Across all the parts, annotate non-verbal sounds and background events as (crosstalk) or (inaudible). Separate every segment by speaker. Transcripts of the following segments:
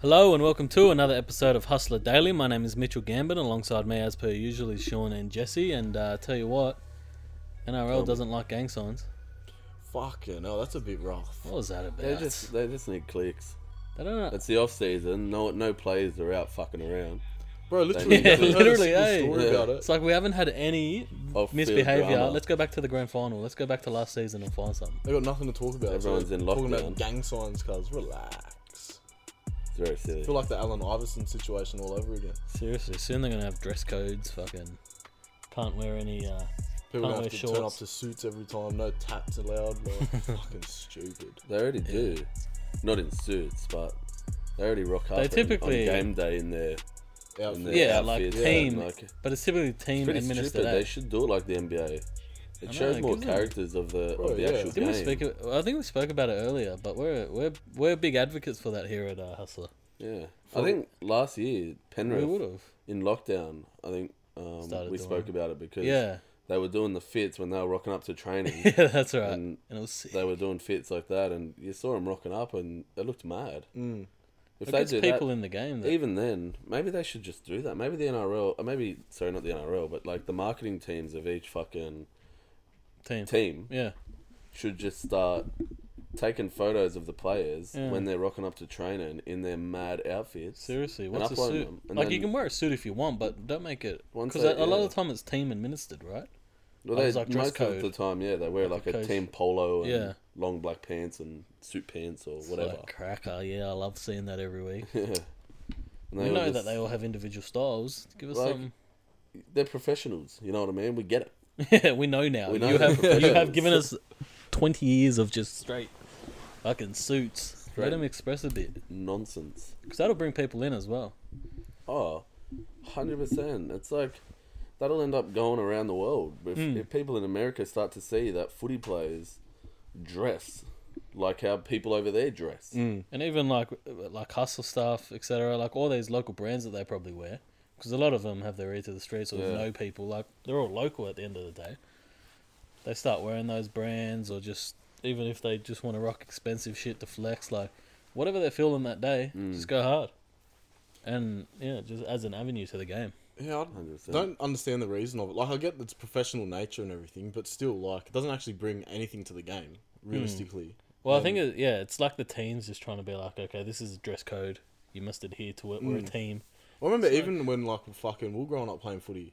Speaker 1: Hello and welcome to another episode of Hustler Daily. My name is Mitchell Gambon. Alongside me, as per usual, is Sean and Jesse. And uh, tell you what, NRL
Speaker 2: me.
Speaker 1: doesn't like gang signs.
Speaker 2: Fucking no, that's a bit rough.
Speaker 1: What was that about?
Speaker 2: They just they just need clicks.
Speaker 1: they don't know.
Speaker 2: It's the off season. No no players are out fucking around.
Speaker 3: Bro, literally,
Speaker 1: Yeah,
Speaker 3: I heard a
Speaker 1: literally,
Speaker 3: s- a
Speaker 1: hey.
Speaker 3: story
Speaker 2: Yeah.
Speaker 3: about it.
Speaker 1: It's like we haven't had any
Speaker 2: Off-field
Speaker 1: misbehavior.
Speaker 2: drama.
Speaker 1: Let's go back to the grand final. Let's go back to last season and find something.
Speaker 3: They got nothing to talk about. so
Speaker 2: Everyone's
Speaker 3: they're
Speaker 2: in
Speaker 3: Talking
Speaker 2: lockdown.
Speaker 3: about gang signs, cuz relax.
Speaker 2: It's very silly.
Speaker 3: I feel like the Allen Iverson situation all over again.
Speaker 1: Seriously, soon they're gonna have dress codes. Fucking can't wear any. Uh,
Speaker 3: People
Speaker 1: Can't
Speaker 3: have
Speaker 1: wear
Speaker 3: to turn up
Speaker 1: shorts.
Speaker 3: to suits every time. No tats allowed.
Speaker 2: (laughs)
Speaker 3: Like, fucking stupid.
Speaker 2: They already do. Not in suits, but they already rock up. on-
Speaker 1: typically-
Speaker 2: on game day in their in
Speaker 3: Outfit.
Speaker 2: their
Speaker 1: Yeah, like
Speaker 2: outfits
Speaker 1: team
Speaker 2: and, like,
Speaker 1: but it's typically team
Speaker 2: pretty
Speaker 1: administered.
Speaker 2: stupid.
Speaker 1: eh?
Speaker 2: They should do it like the NBA. It
Speaker 1: know,
Speaker 2: shows
Speaker 1: it
Speaker 2: more
Speaker 1: gives them-
Speaker 2: characters of the
Speaker 3: Bro,
Speaker 2: of the
Speaker 3: yeah.
Speaker 2: actual
Speaker 1: Didn't we
Speaker 2: game.
Speaker 1: speak? ab- I think we spoke about it earlier, but we're we're we're big advocates for that here at uh, Hustler.
Speaker 2: yeah, I think last year
Speaker 1: We would
Speaker 2: Penrith
Speaker 1: have.
Speaker 2: in lockdown. I think um,
Speaker 1: Started
Speaker 2: we
Speaker 1: doing
Speaker 2: spoke
Speaker 1: it.
Speaker 2: about it because
Speaker 1: Yeah,
Speaker 2: they were doing the fits when they were rocking up to training.
Speaker 1: (laughs) yeah, that's right. And,
Speaker 2: And
Speaker 1: it was sick.
Speaker 2: they were doing fits like that, and you saw them rocking up, and it looked mad.
Speaker 3: Mm.
Speaker 2: If
Speaker 1: It
Speaker 2: they
Speaker 1: gets
Speaker 2: do
Speaker 1: people
Speaker 2: that, e-
Speaker 1: in the game. That,
Speaker 2: even then, maybe they should just do that. Maybe the NRL, or maybe sorry, not the NRL, but like the marketing teams of each fucking
Speaker 1: team.
Speaker 2: team
Speaker 1: Yeah,
Speaker 2: should just start taking photos of the players
Speaker 1: Yeah.
Speaker 2: when they're rocking up to training in their mad outfits.
Speaker 1: seriously.
Speaker 2: And
Speaker 1: What's a
Speaker 2: upload
Speaker 1: suit?
Speaker 2: them, and
Speaker 1: Like you
Speaker 2: then-
Speaker 1: can wear a suit if you want, but don't make it
Speaker 2: Once
Speaker 1: because
Speaker 2: they-
Speaker 1: a, a lot
Speaker 2: yeah.
Speaker 1: of the time it's team administered, right?
Speaker 2: Well,
Speaker 1: Like,
Speaker 2: they,
Speaker 1: it's like dress
Speaker 2: most of the
Speaker 1: code.
Speaker 2: time, yeah, they wear
Speaker 1: Like
Speaker 2: like,
Speaker 1: a
Speaker 2: a,
Speaker 1: coach.
Speaker 2: team polo and
Speaker 1: Yeah.
Speaker 2: long black pants and suit pants or
Speaker 1: It's
Speaker 2: whatever. (laughs)
Speaker 1: Like cracker. Yeah, I love seeing that every week.
Speaker 2: Yeah. And
Speaker 1: We
Speaker 2: all
Speaker 1: know that
Speaker 2: just-
Speaker 1: they all have individual styles. Give us
Speaker 2: Like-
Speaker 1: some. (laughs)
Speaker 2: they're professionals. You know what I mean? We get it.
Speaker 1: Yeah, we know now.
Speaker 2: We know
Speaker 1: you
Speaker 2: they're
Speaker 1: have you
Speaker 2: (laughs)
Speaker 1: have
Speaker 2: professionals.
Speaker 1: given us twenty years of just straight fucking suits. Let
Speaker 2: Straight.
Speaker 1: them express a bit,
Speaker 2: Nonsense.
Speaker 1: because that'll bring people in as well.
Speaker 2: Oh, 100%. It's like that'll end up going around the world. If,
Speaker 1: Hmm.
Speaker 2: if people in America start to see that footy players dress like how people over there dress,
Speaker 1: and even like like hustle stuff, etc. Like all these local brands that they probably wear, because a lot of them have their ear to the streets or
Speaker 2: Yeah.
Speaker 1: know people. Like they're all local at the end of the day. They start wearing those brands, or just even if they just want to rock expensive shit to flex, like whatever they're feeling that day, just go hard. And yeah, it just adds an avenue to the game.
Speaker 3: Yeah, I
Speaker 2: 100%.
Speaker 3: don't understand the reason of it. Like, I get its professional nature and everything, but still, like, it doesn't actually bring anything to the game,
Speaker 2: Hmm.
Speaker 3: realistically.
Speaker 1: Well, I think it, yeah, it's like the teams just trying to be like, okay, this is a dress code. You must adhere to it. We're a team.
Speaker 3: I remember even when like fucking we we're growing up playing footy,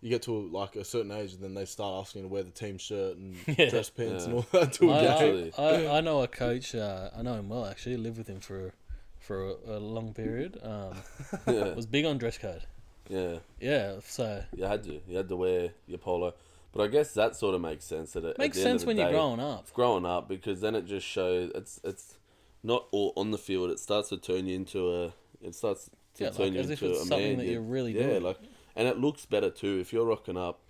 Speaker 3: you get to like a certain age and then they start asking you to wear the team shirt and
Speaker 1: (laughs) Yeah.
Speaker 3: dress pants and
Speaker 2: Yeah.
Speaker 3: all (laughs)
Speaker 2: (laughs)
Speaker 3: that to a game.
Speaker 1: I,
Speaker 2: Literally.
Speaker 1: I, I, I know a coach. Uh, I know him well actually. Lived with him for for a, a long period.
Speaker 2: (laughs)
Speaker 1: Um,
Speaker 2: (laughs) yeah,
Speaker 1: was big on dress code.
Speaker 2: yeah,
Speaker 1: Yeah, so
Speaker 2: you had to. You had to wear your polo. But I guess that sort of makes sense. That it
Speaker 1: makes sense when you're
Speaker 2: growing.
Speaker 1: growing up.
Speaker 2: It's growing up because then it just shows it's it's not all on the field. It starts to turn you into a it starts to
Speaker 1: Yeah,
Speaker 2: turn
Speaker 1: like,
Speaker 2: you
Speaker 1: as if
Speaker 2: into
Speaker 1: it's
Speaker 2: a
Speaker 1: something
Speaker 2: man.
Speaker 1: that
Speaker 2: You-
Speaker 1: you're really
Speaker 2: yeah,
Speaker 1: doing.
Speaker 2: like and it looks better too if you're rocking up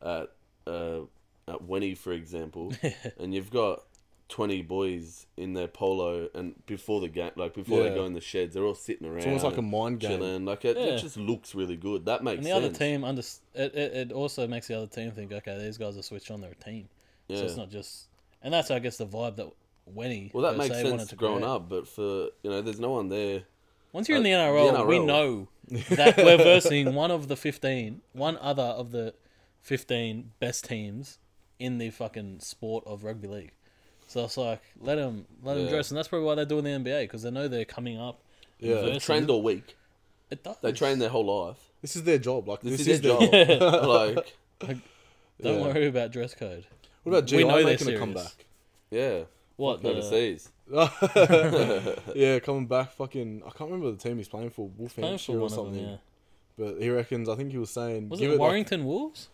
Speaker 2: at uh, at Wenny
Speaker 1: (laughs)
Speaker 2: for example, and you've got. 20 boys in their polo and before the game like before they
Speaker 3: Yeah.
Speaker 2: go in the sheds they're all sitting around it's
Speaker 3: almost like a mind game.
Speaker 2: chilling. like it,
Speaker 1: Yeah.
Speaker 2: it just looks really good that makes
Speaker 1: And the
Speaker 2: sense
Speaker 1: other team under it, it, it also makes the other team think, okay, these guys are switched on. They're a team. So it's
Speaker 2: Yeah.
Speaker 1: not just. And that's I guess the vibe that Wenny.
Speaker 2: well that
Speaker 1: per
Speaker 2: makes
Speaker 1: se,
Speaker 2: sense
Speaker 1: wanted to
Speaker 2: growing
Speaker 1: create.
Speaker 2: up but for you know there's no one there
Speaker 1: Once you're in
Speaker 2: Uh,
Speaker 1: the
Speaker 2: the
Speaker 1: NRL, we
Speaker 2: NRL.
Speaker 1: know that we're versing one of the 15, one other of the 15 best teams in the fucking sport of rugby league. So it's like, let them, let them
Speaker 2: Yeah.
Speaker 1: dress. And that's probably why they're doing the NBA, because they know they're coming up.
Speaker 3: Yeah.
Speaker 2: they
Speaker 1: Versus-
Speaker 2: trained all week
Speaker 1: It does.
Speaker 2: they train their whole life
Speaker 3: This is their job. Like
Speaker 2: This,
Speaker 3: this,
Speaker 2: is, their job. like,
Speaker 1: Don't
Speaker 3: yeah.
Speaker 1: worry about dress code.
Speaker 3: What about
Speaker 1: (laughs) We
Speaker 3: GI
Speaker 1: know they're
Speaker 3: making a
Speaker 1: serious.
Speaker 3: comeback?
Speaker 2: yeah,
Speaker 1: What? The,
Speaker 2: overseas.
Speaker 3: yeah, coming back. (laughs) Fucking, I can't remember the team he's playing for.
Speaker 1: playing for
Speaker 3: Wolfhampshire or
Speaker 1: one of them,
Speaker 3: something.
Speaker 1: yeah.
Speaker 3: But he reckons. I think he was saying.
Speaker 1: Was
Speaker 3: give
Speaker 1: it
Speaker 3: it, like,
Speaker 1: Warrington Wolves?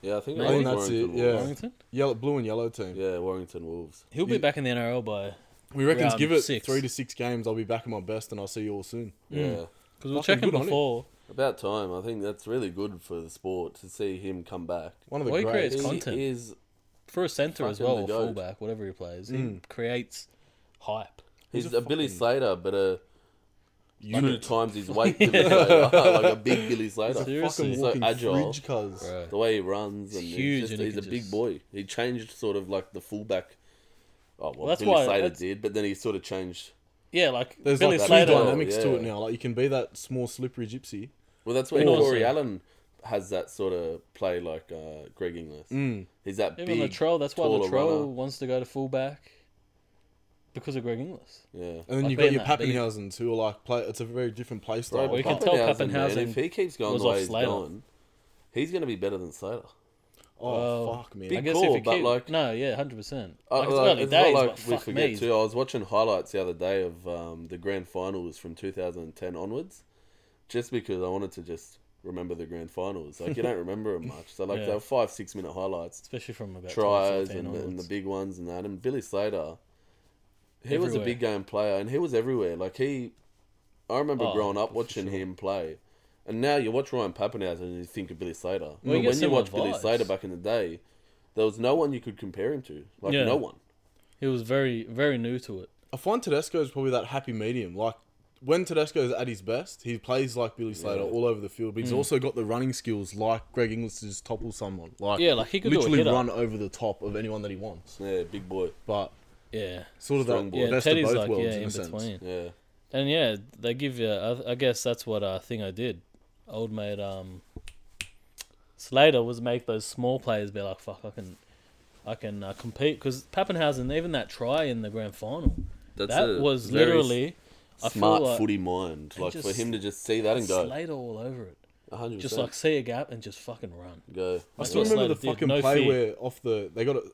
Speaker 2: Yeah, I think,
Speaker 1: I
Speaker 2: it
Speaker 1: think
Speaker 2: was
Speaker 3: that's it,
Speaker 2: Warrington
Speaker 3: yeah.
Speaker 2: Wolves.
Speaker 1: Warrington?
Speaker 3: yellow, blue and yellow team.
Speaker 2: Yeah, Warrington Wolves.
Speaker 1: He'll be
Speaker 3: You-
Speaker 1: back in the NRL by.
Speaker 3: We reckons
Speaker 1: Round
Speaker 3: give it
Speaker 1: six.
Speaker 3: three to six games. I'll be back in my best, and I'll see you all soon.
Speaker 2: Yeah,
Speaker 1: Because we'll
Speaker 3: Fucking
Speaker 1: check him
Speaker 3: good on him.
Speaker 1: before.
Speaker 2: about time. I think that's really good for the sport to see him come back.
Speaker 3: One of the
Speaker 1: Well, he
Speaker 3: greats.
Speaker 1: It's
Speaker 2: he
Speaker 1: content.
Speaker 2: is.
Speaker 1: For a centre as
Speaker 2: Fucking
Speaker 1: well,
Speaker 2: the
Speaker 1: or
Speaker 2: goat.
Speaker 1: fullback, whatever he plays. He creates hype.
Speaker 2: He's,
Speaker 3: a
Speaker 2: a, Billy
Speaker 3: fucking-
Speaker 2: Slater, but a two
Speaker 3: Unit.
Speaker 2: times his weight. Billy Slater, (laughs) like a big Billy Slater.
Speaker 1: Seriously.
Speaker 3: Fucking
Speaker 2: So
Speaker 3: walking
Speaker 2: agile.
Speaker 3: fridge, cuz.
Speaker 1: Right.
Speaker 2: The way he runs and
Speaker 1: He's
Speaker 2: he's,
Speaker 1: huge
Speaker 2: just-
Speaker 1: and he
Speaker 2: he's a
Speaker 1: can
Speaker 2: big
Speaker 1: just-
Speaker 2: boy. He changed sort of like the fullback. Oh, well,
Speaker 1: that's
Speaker 2: Billy
Speaker 1: why-
Speaker 2: Slater
Speaker 1: that's-
Speaker 2: did, but then he sort of changed
Speaker 1: Yeah, like
Speaker 3: There's
Speaker 1: Billy
Speaker 3: like two
Speaker 1: Slater.
Speaker 3: dynamics to
Speaker 2: yeah.
Speaker 3: it now. Like you can be that small slippery gypsy.
Speaker 2: Well, that's where
Speaker 1: Or-
Speaker 2: Corey Allen has that sort of play like uh, Greg Inglis. Mm. He's that
Speaker 1: Even
Speaker 2: big,
Speaker 1: Latrell, that's why
Speaker 2: taller
Speaker 1: Latrell
Speaker 2: runner.
Speaker 1: wants to go to fullback because of Greg Inglis.
Speaker 2: Yeah.
Speaker 3: And then
Speaker 1: Like being
Speaker 3: you've got your
Speaker 1: that big.
Speaker 3: Pappenhausens who are like play. It's a very different play style.
Speaker 2: Bro,
Speaker 1: Well, you can
Speaker 3: Like,
Speaker 1: tell
Speaker 2: man,
Speaker 1: Pappenhausen
Speaker 2: if he keeps going
Speaker 1: was
Speaker 2: the
Speaker 1: off
Speaker 2: way he's
Speaker 1: Slater.
Speaker 2: going, he's going to be better than Slater.
Speaker 3: oh
Speaker 1: Well,
Speaker 3: fuck, man!
Speaker 1: I
Speaker 2: big-
Speaker 1: guess
Speaker 2: call,
Speaker 1: if you
Speaker 2: but
Speaker 1: keep,
Speaker 2: like-
Speaker 1: no, yeah, hundred percent.
Speaker 2: Uh,
Speaker 1: Like it's
Speaker 2: like,
Speaker 1: early
Speaker 2: it's
Speaker 1: days,
Speaker 2: not
Speaker 1: but
Speaker 2: like we
Speaker 1: fuck
Speaker 2: forget
Speaker 1: me,
Speaker 2: too. I was watching highlights the other day of um, the grand finals from 2010 onwards, just because I wanted to just remember the grand finals.
Speaker 1: (laughs)
Speaker 2: Like you don't remember them much, so like
Speaker 1: Yeah.
Speaker 2: they were five six minute highlights,
Speaker 1: especially from about
Speaker 2: tries
Speaker 1: 2014
Speaker 2: and, the- and the
Speaker 1: onwards.
Speaker 2: big ones and that. And Billy Slater, he was a
Speaker 1: Everywhere.
Speaker 2: big game player and he was everywhere. Like he, I remember
Speaker 1: Oh,
Speaker 2: growing up
Speaker 1: for
Speaker 2: watching
Speaker 1: sure.
Speaker 2: him play. And now you watch Ryan Pappenhausen and you think of Billy Slater.
Speaker 1: you
Speaker 2: but
Speaker 1: get
Speaker 2: when you
Speaker 1: similar
Speaker 2: watch Billy
Speaker 1: vibes.
Speaker 2: Slater back in the day, there was no one you could compare him to. Like
Speaker 1: Yeah.
Speaker 2: no one.
Speaker 1: He was very, very new to it.
Speaker 3: I find Tedesco is probably that happy medium. Like when Tedesco is at his best, he plays like Billy Slater
Speaker 2: Yeah.
Speaker 3: all over the field,
Speaker 1: Mm.
Speaker 3: but he's also got the running skills like Greg Inglis to just topple someone. Like
Speaker 1: Yeah, like, he could do a
Speaker 3: literally
Speaker 1: hit-up.
Speaker 3: run over the top of anyone that he wants.
Speaker 2: Yeah, big boy.
Speaker 3: But
Speaker 1: Yeah,
Speaker 3: sort of
Speaker 2: Strong
Speaker 3: that
Speaker 2: boy.
Speaker 1: yeah.
Speaker 3: best
Speaker 1: Teddy's
Speaker 3: of both
Speaker 1: like
Speaker 3: worlds
Speaker 1: yeah,
Speaker 3: in,
Speaker 1: in
Speaker 3: a sense.
Speaker 1: between.
Speaker 2: Yeah.
Speaker 1: And yeah, they give you. I, I guess that's what I think I did. Old mate, um, Slater was make those small players be like, "Fuck, I can, I can uh, compete." Because Pappenhausen, even that try in the grand final,
Speaker 2: That's
Speaker 1: that
Speaker 2: a
Speaker 1: was
Speaker 2: very
Speaker 1: literally I feel
Speaker 2: smart
Speaker 1: like
Speaker 2: footy mind. Like for
Speaker 1: just
Speaker 2: him to just see that and go,
Speaker 1: Slater all over it.
Speaker 2: 100%.
Speaker 1: Just like see a gap and just fucking run.
Speaker 2: go.
Speaker 3: I
Speaker 1: That's
Speaker 3: still
Speaker 1: what
Speaker 3: remember
Speaker 1: Slater
Speaker 3: the
Speaker 1: did,
Speaker 3: fucking
Speaker 1: no
Speaker 3: play
Speaker 1: fear.
Speaker 3: where off the they got it.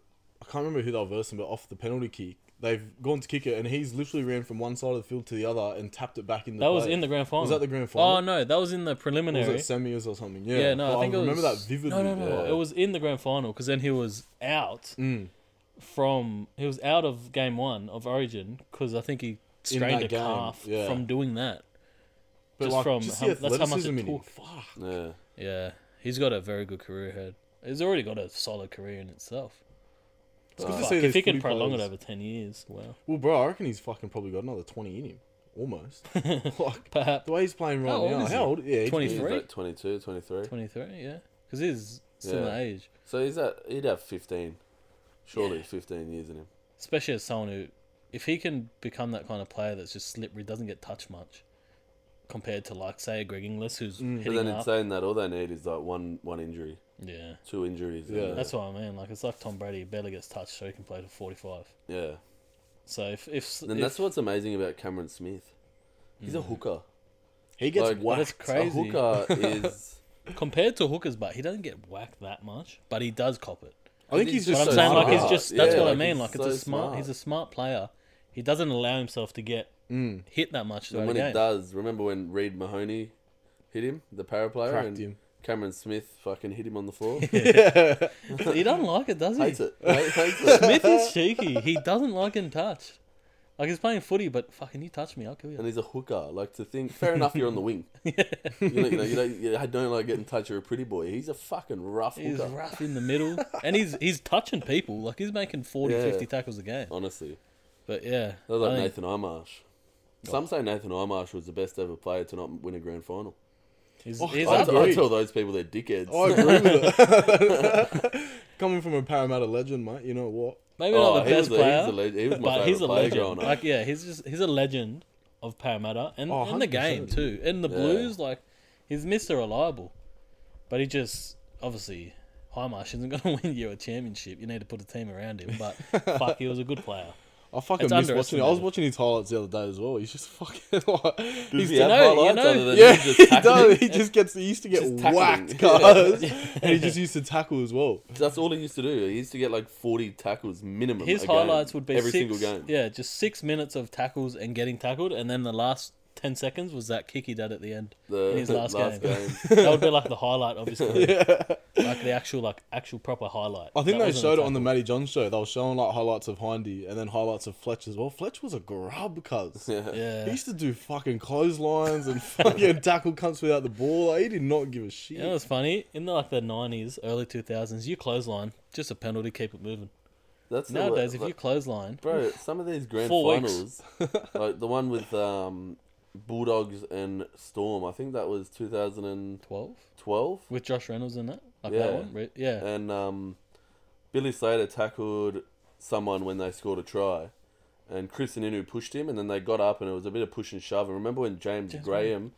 Speaker 3: I can't remember who they were versing, but off the penalty kick, they've gone to kick it, and he's literally ran from one side of the field to the other and tapped it back in the.
Speaker 1: That was
Speaker 3: play.
Speaker 1: in the grand final.
Speaker 3: Was that the grand final?
Speaker 1: Oh no, that was in the
Speaker 3: Or was
Speaker 1: preliminary.
Speaker 3: it semis or something? Yeah,
Speaker 1: yeah, no,
Speaker 3: but
Speaker 1: I think it
Speaker 3: remember
Speaker 1: was-
Speaker 3: that vividly.
Speaker 1: No, no, no,
Speaker 2: yeah.
Speaker 1: it was in the grand final because then he was out
Speaker 3: Mm.
Speaker 1: from he was out of game one of Origin because I think he strained
Speaker 3: that
Speaker 1: a
Speaker 3: game,
Speaker 1: calf
Speaker 3: yeah.
Speaker 1: from doing that.
Speaker 3: But
Speaker 1: just
Speaker 3: like,
Speaker 1: from
Speaker 3: just
Speaker 1: how,
Speaker 3: the
Speaker 1: that's how much
Speaker 3: athleticism
Speaker 1: it
Speaker 3: in him.
Speaker 1: took. Fuck.
Speaker 2: Yeah.
Speaker 1: Yeah, he's got a very good career ahead. He's already got a solid career in itself.
Speaker 3: It's good to
Speaker 1: Fuck,
Speaker 3: see
Speaker 1: if
Speaker 3: these
Speaker 1: he can
Speaker 3: footy
Speaker 1: prolong it
Speaker 3: players.
Speaker 1: over ten years, wow,
Speaker 3: Well, bro, I reckon he's fucking probably got another twenty in him, almost.
Speaker 1: (laughs)
Speaker 3: like
Speaker 1: perhaps
Speaker 3: the way he's playing right
Speaker 1: How old
Speaker 3: now.
Speaker 1: is
Speaker 3: how
Speaker 1: he?
Speaker 3: old? Yeah, he's-
Speaker 1: 23.
Speaker 2: He's
Speaker 1: Three?
Speaker 2: like 22, 23.
Speaker 1: twenty three. Yeah, because he's similar
Speaker 2: Yeah.
Speaker 1: age.
Speaker 2: So he's at, he'd have 15. Surely 15 years in him.
Speaker 1: especially as someone who, if he can become that kind of player that's just slippery, doesn't get touched much, compared to like say a Greg Inglis who's
Speaker 2: But
Speaker 1: hitting
Speaker 2: then
Speaker 1: up.
Speaker 2: in saying that, all they need is like one one injury,
Speaker 1: yeah,
Speaker 2: two injuries. and
Speaker 3: Yeah.
Speaker 2: then-
Speaker 1: that's what I mean. Like it's like Tom Brady, he barely gets touched, so he can play to forty five.
Speaker 2: yeah.
Speaker 1: So if if,
Speaker 2: And
Speaker 1: if- Mm.
Speaker 2: that's what's amazing about Cameron Smith. He's a hooker.
Speaker 3: He gets
Speaker 2: Like,
Speaker 1: that's
Speaker 3: whacked.
Speaker 2: A
Speaker 1: crazy (laughs)
Speaker 2: hooker is.
Speaker 1: compared to hookers, but he doesn't get whacked that much, but he does cop it.
Speaker 3: I think he's
Speaker 2: he's
Speaker 3: just.
Speaker 1: But I'm
Speaker 2: so
Speaker 1: saying like he's
Speaker 2: smart.
Speaker 1: just that's
Speaker 2: Yeah,
Speaker 1: what I
Speaker 2: like,
Speaker 1: mean.
Speaker 2: he's
Speaker 1: Like it's
Speaker 2: so
Speaker 1: a smart,
Speaker 2: smart.
Speaker 1: He's a smart player. He doesn't allow himself to get hit that much throughout the
Speaker 2: And Mm. when it
Speaker 1: game.
Speaker 2: does, remember when Reed Mahoney hit him, the para player,
Speaker 3: Cracked
Speaker 2: and
Speaker 3: him.
Speaker 2: Cameron Smith fucking hit him on
Speaker 1: (laughs)
Speaker 2: the floor?
Speaker 3: (laughs)
Speaker 1: he doesn't like it, does
Speaker 2: (laughs)
Speaker 1: he? (laughs)
Speaker 2: Hates it. Hate- hates it.
Speaker 1: Smith
Speaker 2: (laughs)
Speaker 1: is cheeky. He doesn't like getting touched. Like he's playing footy, but fucking you touch me, I'll kill you.
Speaker 2: and he's a hooker. Like to think, fair enough, you're on
Speaker 1: (laughs)
Speaker 2: the wing. you, know, you, know, you, know, you don't like getting touched. You're a pretty boy. He's a fucking rough
Speaker 1: He's
Speaker 2: hooker.
Speaker 1: rough in the middle, and he's he's touching people. Like he's making 40,
Speaker 2: Yeah.
Speaker 1: 50 tackles a game.
Speaker 2: Honestly,
Speaker 1: But yeah,
Speaker 2: they're like
Speaker 1: I think-
Speaker 2: Nathan Imarsh. Some say Nathan Imarsh was the best ever player to not win a grand final.
Speaker 1: he's,
Speaker 3: Oh,
Speaker 1: he's
Speaker 3: I
Speaker 2: I,
Speaker 1: up
Speaker 3: agree.
Speaker 1: there.
Speaker 2: I tell those people they're dickheads.
Speaker 3: I agree
Speaker 2: (laughs)
Speaker 3: with it. Coming from a Parramatta legend, mate, you know what?
Speaker 1: Maybe
Speaker 2: Oh,
Speaker 1: not the
Speaker 2: he
Speaker 1: best
Speaker 2: was a- he
Speaker 1: player,
Speaker 2: was a leg- he was my
Speaker 1: but he's a
Speaker 2: favourite player
Speaker 1: legend.
Speaker 2: growing up.
Speaker 1: Like yeah, he's just he's a legend of Parramatta and
Speaker 3: Oh,
Speaker 1: in the game
Speaker 3: 100%.
Speaker 1: too. In the Blues, like he's Mister Reliable, but he just obviously Highmarsh isn't going to (laughs) win you a championship. You need to put a team around him.
Speaker 2: (laughs)
Speaker 1: But fuck, he was a good player.
Speaker 3: I fucking
Speaker 1: It's
Speaker 3: miss watching it. I was
Speaker 1: underestimated.
Speaker 3: watching his highlights the other day as well. He's just (laughs) fucking like.
Speaker 2: Does
Speaker 3: He's,
Speaker 2: he have
Speaker 1: you know-
Speaker 2: highlights
Speaker 1: you know-
Speaker 2: other than
Speaker 3: yeah,
Speaker 2: him (laughs) just
Speaker 3: he
Speaker 2: tackling?
Speaker 3: does. He just gets. He used to get
Speaker 2: Just tackling. (laughs)
Speaker 3: whacked, guys. and he just used to tackle as well.
Speaker 2: That's all he used to do. He used to get like 40 tackles minimum.
Speaker 1: His
Speaker 2: a game,
Speaker 1: highlights would be
Speaker 2: every
Speaker 1: six,
Speaker 2: single game.
Speaker 1: Yeah, just six minutes of tackles and getting tackled, and then the last ten seconds was that kick he did at the end
Speaker 2: The
Speaker 1: in
Speaker 2: (laughs)
Speaker 1: his last, game.
Speaker 2: game.
Speaker 1: (laughs) that would be like the highlight of
Speaker 2: (laughs)
Speaker 1: his career, like the actual like actual proper highlight.
Speaker 3: I
Speaker 1: That
Speaker 3: think they
Speaker 1: wasn't a
Speaker 3: showed it on the
Speaker 1: tackle.
Speaker 3: Matty John show. They were showing like highlights of Hindy and then highlights of Fletch as well. Fletch was a grub, cuz. He
Speaker 1: Yeah.
Speaker 3: used to do fucking clotheslines and (laughs) fucking tackle cunts without the ball. Like, he did not give a shit.
Speaker 1: You know what's funny? In the, like the nineties, early two thousands, you clothesline, just a penalty, keep it moving.
Speaker 2: That's the way-
Speaker 1: Nowadays, if
Speaker 2: like-
Speaker 1: you clothesline,
Speaker 2: Bro, some of these grand
Speaker 1: Four
Speaker 2: finals,
Speaker 1: (laughs)
Speaker 2: like the one with um, Bulldogs and Storm, I think that was 2012,
Speaker 1: twelve with Josh Reynolds in that, like
Speaker 2: Yeah.
Speaker 1: that one, Re- yeah.
Speaker 2: and um, Billy Slater tackled someone when they scored a try, and Chris and Inu pushed him, and then they got up, and it was a bit of push and shove. And remember when James Graham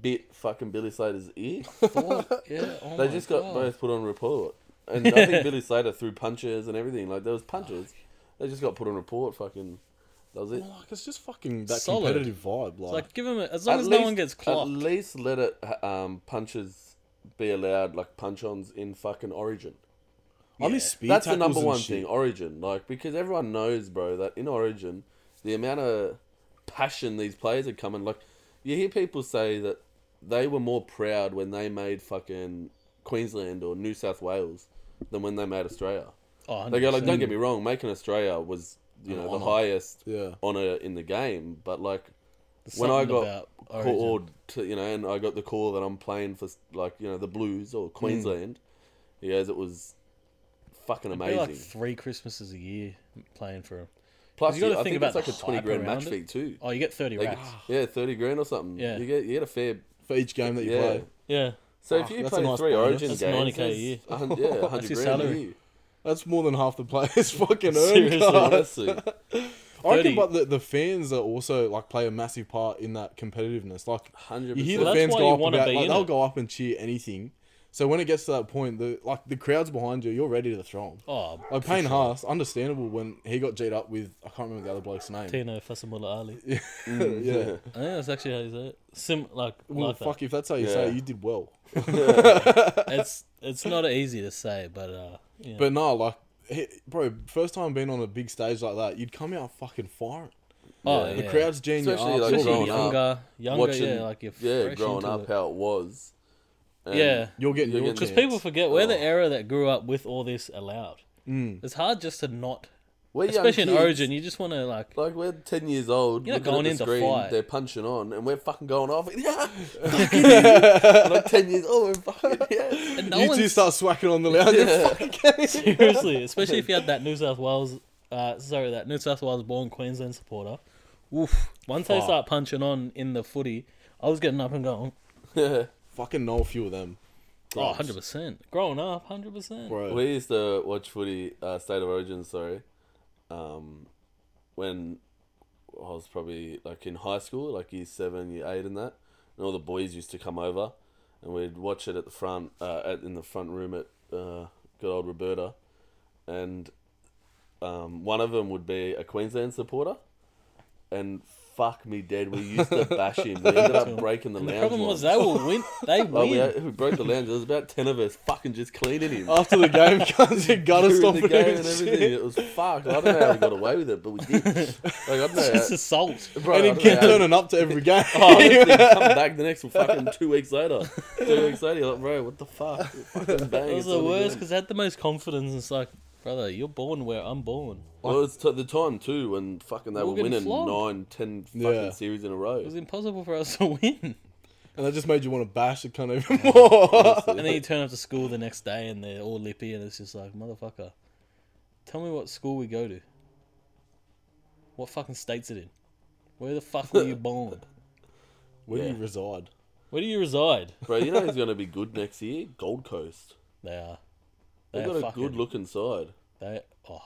Speaker 2: bit fucking Billy Slater's ear?
Speaker 1: yeah, (laughs) oh
Speaker 2: Uh, they
Speaker 1: my
Speaker 2: just
Speaker 1: God.
Speaker 2: got both put on report, and I
Speaker 1: (laughs)
Speaker 2: think Billy Slater threw punches and everything. Like there was punches, they just got put on report. Fucking, that was it.
Speaker 3: Like it's just fucking that
Speaker 1: Solid.
Speaker 3: competitive vibe. Like,
Speaker 1: It's like give him a, as long as no one gets
Speaker 2: At
Speaker 1: clocked.
Speaker 2: least let it ha- um, punches be allowed, like punch ons in fucking Origin.
Speaker 3: only speed
Speaker 2: That's the
Speaker 3: tackles
Speaker 2: number
Speaker 3: and
Speaker 2: one
Speaker 3: shit.
Speaker 2: thing, Origin. Like because everyone knows, bro, that in Origin, the amount of passion these players are coming. Like you hear people say that they were more proud when they made fucking Queensland or New South Wales than when they made Australia.
Speaker 1: oh,
Speaker 2: They go like,
Speaker 1: 100%.
Speaker 2: don't get me wrong, making Australia was you
Speaker 3: An
Speaker 2: know
Speaker 3: honour.
Speaker 2: the highest
Speaker 3: Yeah.
Speaker 2: honor in the game, but like
Speaker 1: There's
Speaker 2: when I
Speaker 1: something
Speaker 2: got
Speaker 1: about Origin.
Speaker 2: called to you know, and I got the call that I'm playing for like you know the Blues
Speaker 1: Hmm.
Speaker 2: or Queensland, he goes, it was fucking
Speaker 1: It'd be
Speaker 2: amazing.
Speaker 1: like three Christmases a year playing for him.
Speaker 2: Plus,
Speaker 1: you gotta
Speaker 2: yeah, I
Speaker 1: think
Speaker 2: think
Speaker 1: about
Speaker 2: it's like
Speaker 1: the
Speaker 2: a twenty
Speaker 1: hype
Speaker 2: grand
Speaker 1: around
Speaker 2: match
Speaker 1: it.
Speaker 2: fee too.
Speaker 1: Oh, you get thirty
Speaker 2: Like, ah.
Speaker 1: racks.
Speaker 2: yeah, thirty grand or something.
Speaker 1: Yeah.
Speaker 2: you get you get a fair.
Speaker 3: for each game that you
Speaker 2: Yeah.
Speaker 3: play.
Speaker 1: Yeah,
Speaker 2: So
Speaker 3: Fuck,
Speaker 2: if you
Speaker 3: that's a
Speaker 2: play
Speaker 3: nice
Speaker 2: three
Speaker 3: bonus.
Speaker 2: Origin
Speaker 1: Oh, That's
Speaker 2: games,
Speaker 1: 90K a
Speaker 2: that's
Speaker 1: year.
Speaker 2: a hun- yeah,
Speaker 1: (laughs) That's
Speaker 2: hundred
Speaker 1: your
Speaker 2: grand a
Speaker 1: salary.
Speaker 3: (laughs)
Speaker 2: year.
Speaker 3: That's more than half the players (laughs) fucking earn.
Speaker 1: Seriously.
Speaker 3: guys.
Speaker 2: Honestly,
Speaker 3: I
Speaker 1: 30.
Speaker 3: reckon, but the, the fans are also like play a massive part in that competitiveness. Like
Speaker 2: hundred
Speaker 3: you hear
Speaker 2: percent.
Speaker 1: Well, that's
Speaker 3: the fans
Speaker 1: why
Speaker 3: go
Speaker 1: you
Speaker 3: up
Speaker 1: wanna
Speaker 3: about,
Speaker 1: be
Speaker 3: like,
Speaker 1: in
Speaker 3: they'll
Speaker 1: it.
Speaker 3: go up and cheer anything. So when it gets to that point, the like the crowd's behind you, you're ready to throw them.
Speaker 1: Oh,
Speaker 3: Like Payne Haas, understandable when he got G'd up with I can't remember the other bloke's
Speaker 1: (laughs)
Speaker 3: name.
Speaker 1: Tino Fasamula Ali.
Speaker 3: yeah.
Speaker 1: I think that's actually how you say it. Sim, like,
Speaker 3: Well,
Speaker 1: like
Speaker 3: fuck, if that's how you say it,
Speaker 2: Yeah.
Speaker 3: you did well.
Speaker 1: that. It's it's not easy to say, but uh, yeah.
Speaker 3: But no, like, he, bro, first time being on a big stage like that, you'd come out fucking firing.
Speaker 1: oh,
Speaker 2: yeah.
Speaker 1: yeah.
Speaker 3: The crowd's genius.
Speaker 2: Especially, like,
Speaker 1: Especially
Speaker 2: growing up,
Speaker 1: younger, younger, yeah, like you're
Speaker 2: yeah,
Speaker 1: fresh
Speaker 2: growing
Speaker 1: into
Speaker 2: up
Speaker 1: it.
Speaker 2: how it was. And
Speaker 1: yeah,
Speaker 3: you're getting
Speaker 2: You're
Speaker 3: your
Speaker 2: getting-
Speaker 1: because
Speaker 3: chance.
Speaker 1: people forget we're the
Speaker 2: Oh.
Speaker 1: era that grew up with all this allowed. Mm. It's hard just to not,
Speaker 2: we're young
Speaker 1: especially in
Speaker 2: kids.
Speaker 1: Origin. You just want to like,
Speaker 2: Like we're ten years old,
Speaker 1: You're not
Speaker 2: looking
Speaker 1: going
Speaker 2: at
Speaker 1: in
Speaker 2: the
Speaker 1: to
Speaker 2: screen,
Speaker 1: fight.
Speaker 2: they're punching on, and we're fucking
Speaker 1: (laughs)
Speaker 2: going off. (laughs) Yeah, fucking you. And I'm ten years old,
Speaker 1: (laughs)
Speaker 2: and fucking yeah.
Speaker 1: and no
Speaker 3: you two
Speaker 1: one's
Speaker 3: start swacking on the lounge. (laughs)
Speaker 1: Seriously, especially if you had that New South Wales, uh, sorry, that New South Wales born Queensland supporter. Woof. Once they
Speaker 3: Fuck.
Speaker 1: start punching on in the footy, I was getting up and going,
Speaker 3: fucking know a few of them.
Speaker 1: oh, 100%. Growing up, 100%.
Speaker 3: Bro.
Speaker 2: We used to watch footy, uh, State of Origin, sorry, um, when I was probably like in high school, like year seven, year eight, and that, and all the boys used to come over, and we'd watch it at the front, uh, at, in the front room at uh, good old Roberta, and um, one of them would be a Queensland supporter, and fuck me dead, we used to bash him. We ended
Speaker 1: (laughs)
Speaker 2: up breaking the
Speaker 1: And the
Speaker 2: lounge.
Speaker 1: problem
Speaker 2: once.
Speaker 1: was they will win.
Speaker 3: (laughs)
Speaker 1: They
Speaker 2: Oh, we,
Speaker 1: win.
Speaker 2: we broke the lounge. There was about ten of us fucking just cleaning him
Speaker 1: Oh,
Speaker 3: After the game (laughs) comes, you
Speaker 2: (laughs)
Speaker 3: gotta
Speaker 2: during
Speaker 3: stop
Speaker 2: the
Speaker 3: it.
Speaker 2: game and everything. It was fucked. I don't know how we got away with it, but we did. Like, I don't know.
Speaker 1: (laughs) It's (laughs)
Speaker 2: How,
Speaker 3: (laughs)
Speaker 1: assault.
Speaker 2: bro,
Speaker 3: And
Speaker 2: I
Speaker 3: he
Speaker 2: don't
Speaker 3: kept
Speaker 2: know how-
Speaker 3: turning up to
Speaker 1: (laughs)
Speaker 3: every game.
Speaker 2: (laughs)
Speaker 3: (laughs)
Speaker 2: Oh, this thing come back the next fucking two weeks later.
Speaker 1: (laughs)
Speaker 2: Two weeks later, you're like, bro, what the fuck? Fucking bang,
Speaker 1: It was
Speaker 2: it's
Speaker 1: the
Speaker 2: on
Speaker 1: worst
Speaker 2: again.
Speaker 1: because they had the most confidence. It's like, brother, you're born where I'm born.
Speaker 2: Well, it's t- the time too when fucking they
Speaker 1: We were
Speaker 2: were
Speaker 1: getting
Speaker 2: winning
Speaker 1: flogged.
Speaker 2: nine, ten fucking
Speaker 3: Yeah.
Speaker 2: series in a
Speaker 1: It was
Speaker 2: row.
Speaker 1: impossible for us to (laughs) win.
Speaker 3: And that just made you want to bash the cunt even
Speaker 1: (laughs)
Speaker 3: more.
Speaker 1: And then you turn up to school the next day and they're all lippy and it's just like, motherfucker, tell me what school we go to. What fucking state's it in? Where the fuck
Speaker 2: (laughs)
Speaker 1: were you born?
Speaker 3: Where do
Speaker 2: Yeah.
Speaker 3: you reside?
Speaker 1: Where do you reside?
Speaker 2: bro, you know
Speaker 1: (laughs)
Speaker 2: who's going to be good next year? Gold Coast.
Speaker 1: They are. They
Speaker 2: They've
Speaker 1: are
Speaker 2: got a
Speaker 1: fucking,
Speaker 2: good looking side.
Speaker 1: They, oh,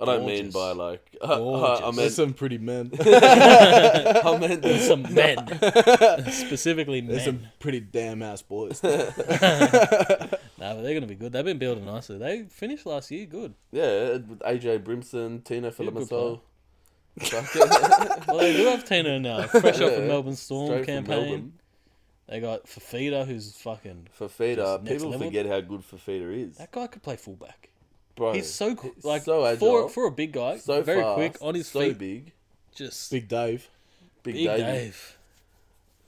Speaker 2: I don't mean
Speaker 1: Gorgeous.
Speaker 2: by like. (laughs) I, I,
Speaker 1: Gorgeous.
Speaker 3: There's
Speaker 2: meant,
Speaker 3: some
Speaker 1: (laughs)
Speaker 3: pretty men.
Speaker 2: I meant the (laughs)
Speaker 1: some men. Specifically men.
Speaker 3: There's some pretty damn
Speaker 1: (laughs)
Speaker 3: ass boys.
Speaker 1: Nah, but they're going to be good. They've been building nicely. They finished last year good.
Speaker 2: Yeah, with AJ Brimson, Tino
Speaker 1: a good
Speaker 2: Filimassol.
Speaker 1: (laughs) Well, they do have Tino now.
Speaker 2: (laughs)
Speaker 1: Fresh off the Melbourne Storm
Speaker 2: Straight from
Speaker 1: campaign.
Speaker 2: Melbourne.
Speaker 1: They got Fafita, who's fucking...
Speaker 2: Fafita,
Speaker 1: Just next
Speaker 2: people
Speaker 1: level.
Speaker 2: forget how good Fafita is.
Speaker 1: That guy could play fullback.
Speaker 2: Bro,
Speaker 1: He's so qu- like
Speaker 2: so agile,
Speaker 1: for for a big guy,
Speaker 2: so
Speaker 1: very
Speaker 2: fast,
Speaker 1: quick on his
Speaker 2: so
Speaker 1: feet.
Speaker 2: big.
Speaker 1: Just big,
Speaker 3: Big Dave.
Speaker 2: Big,
Speaker 1: Dave.
Speaker 2: Dave.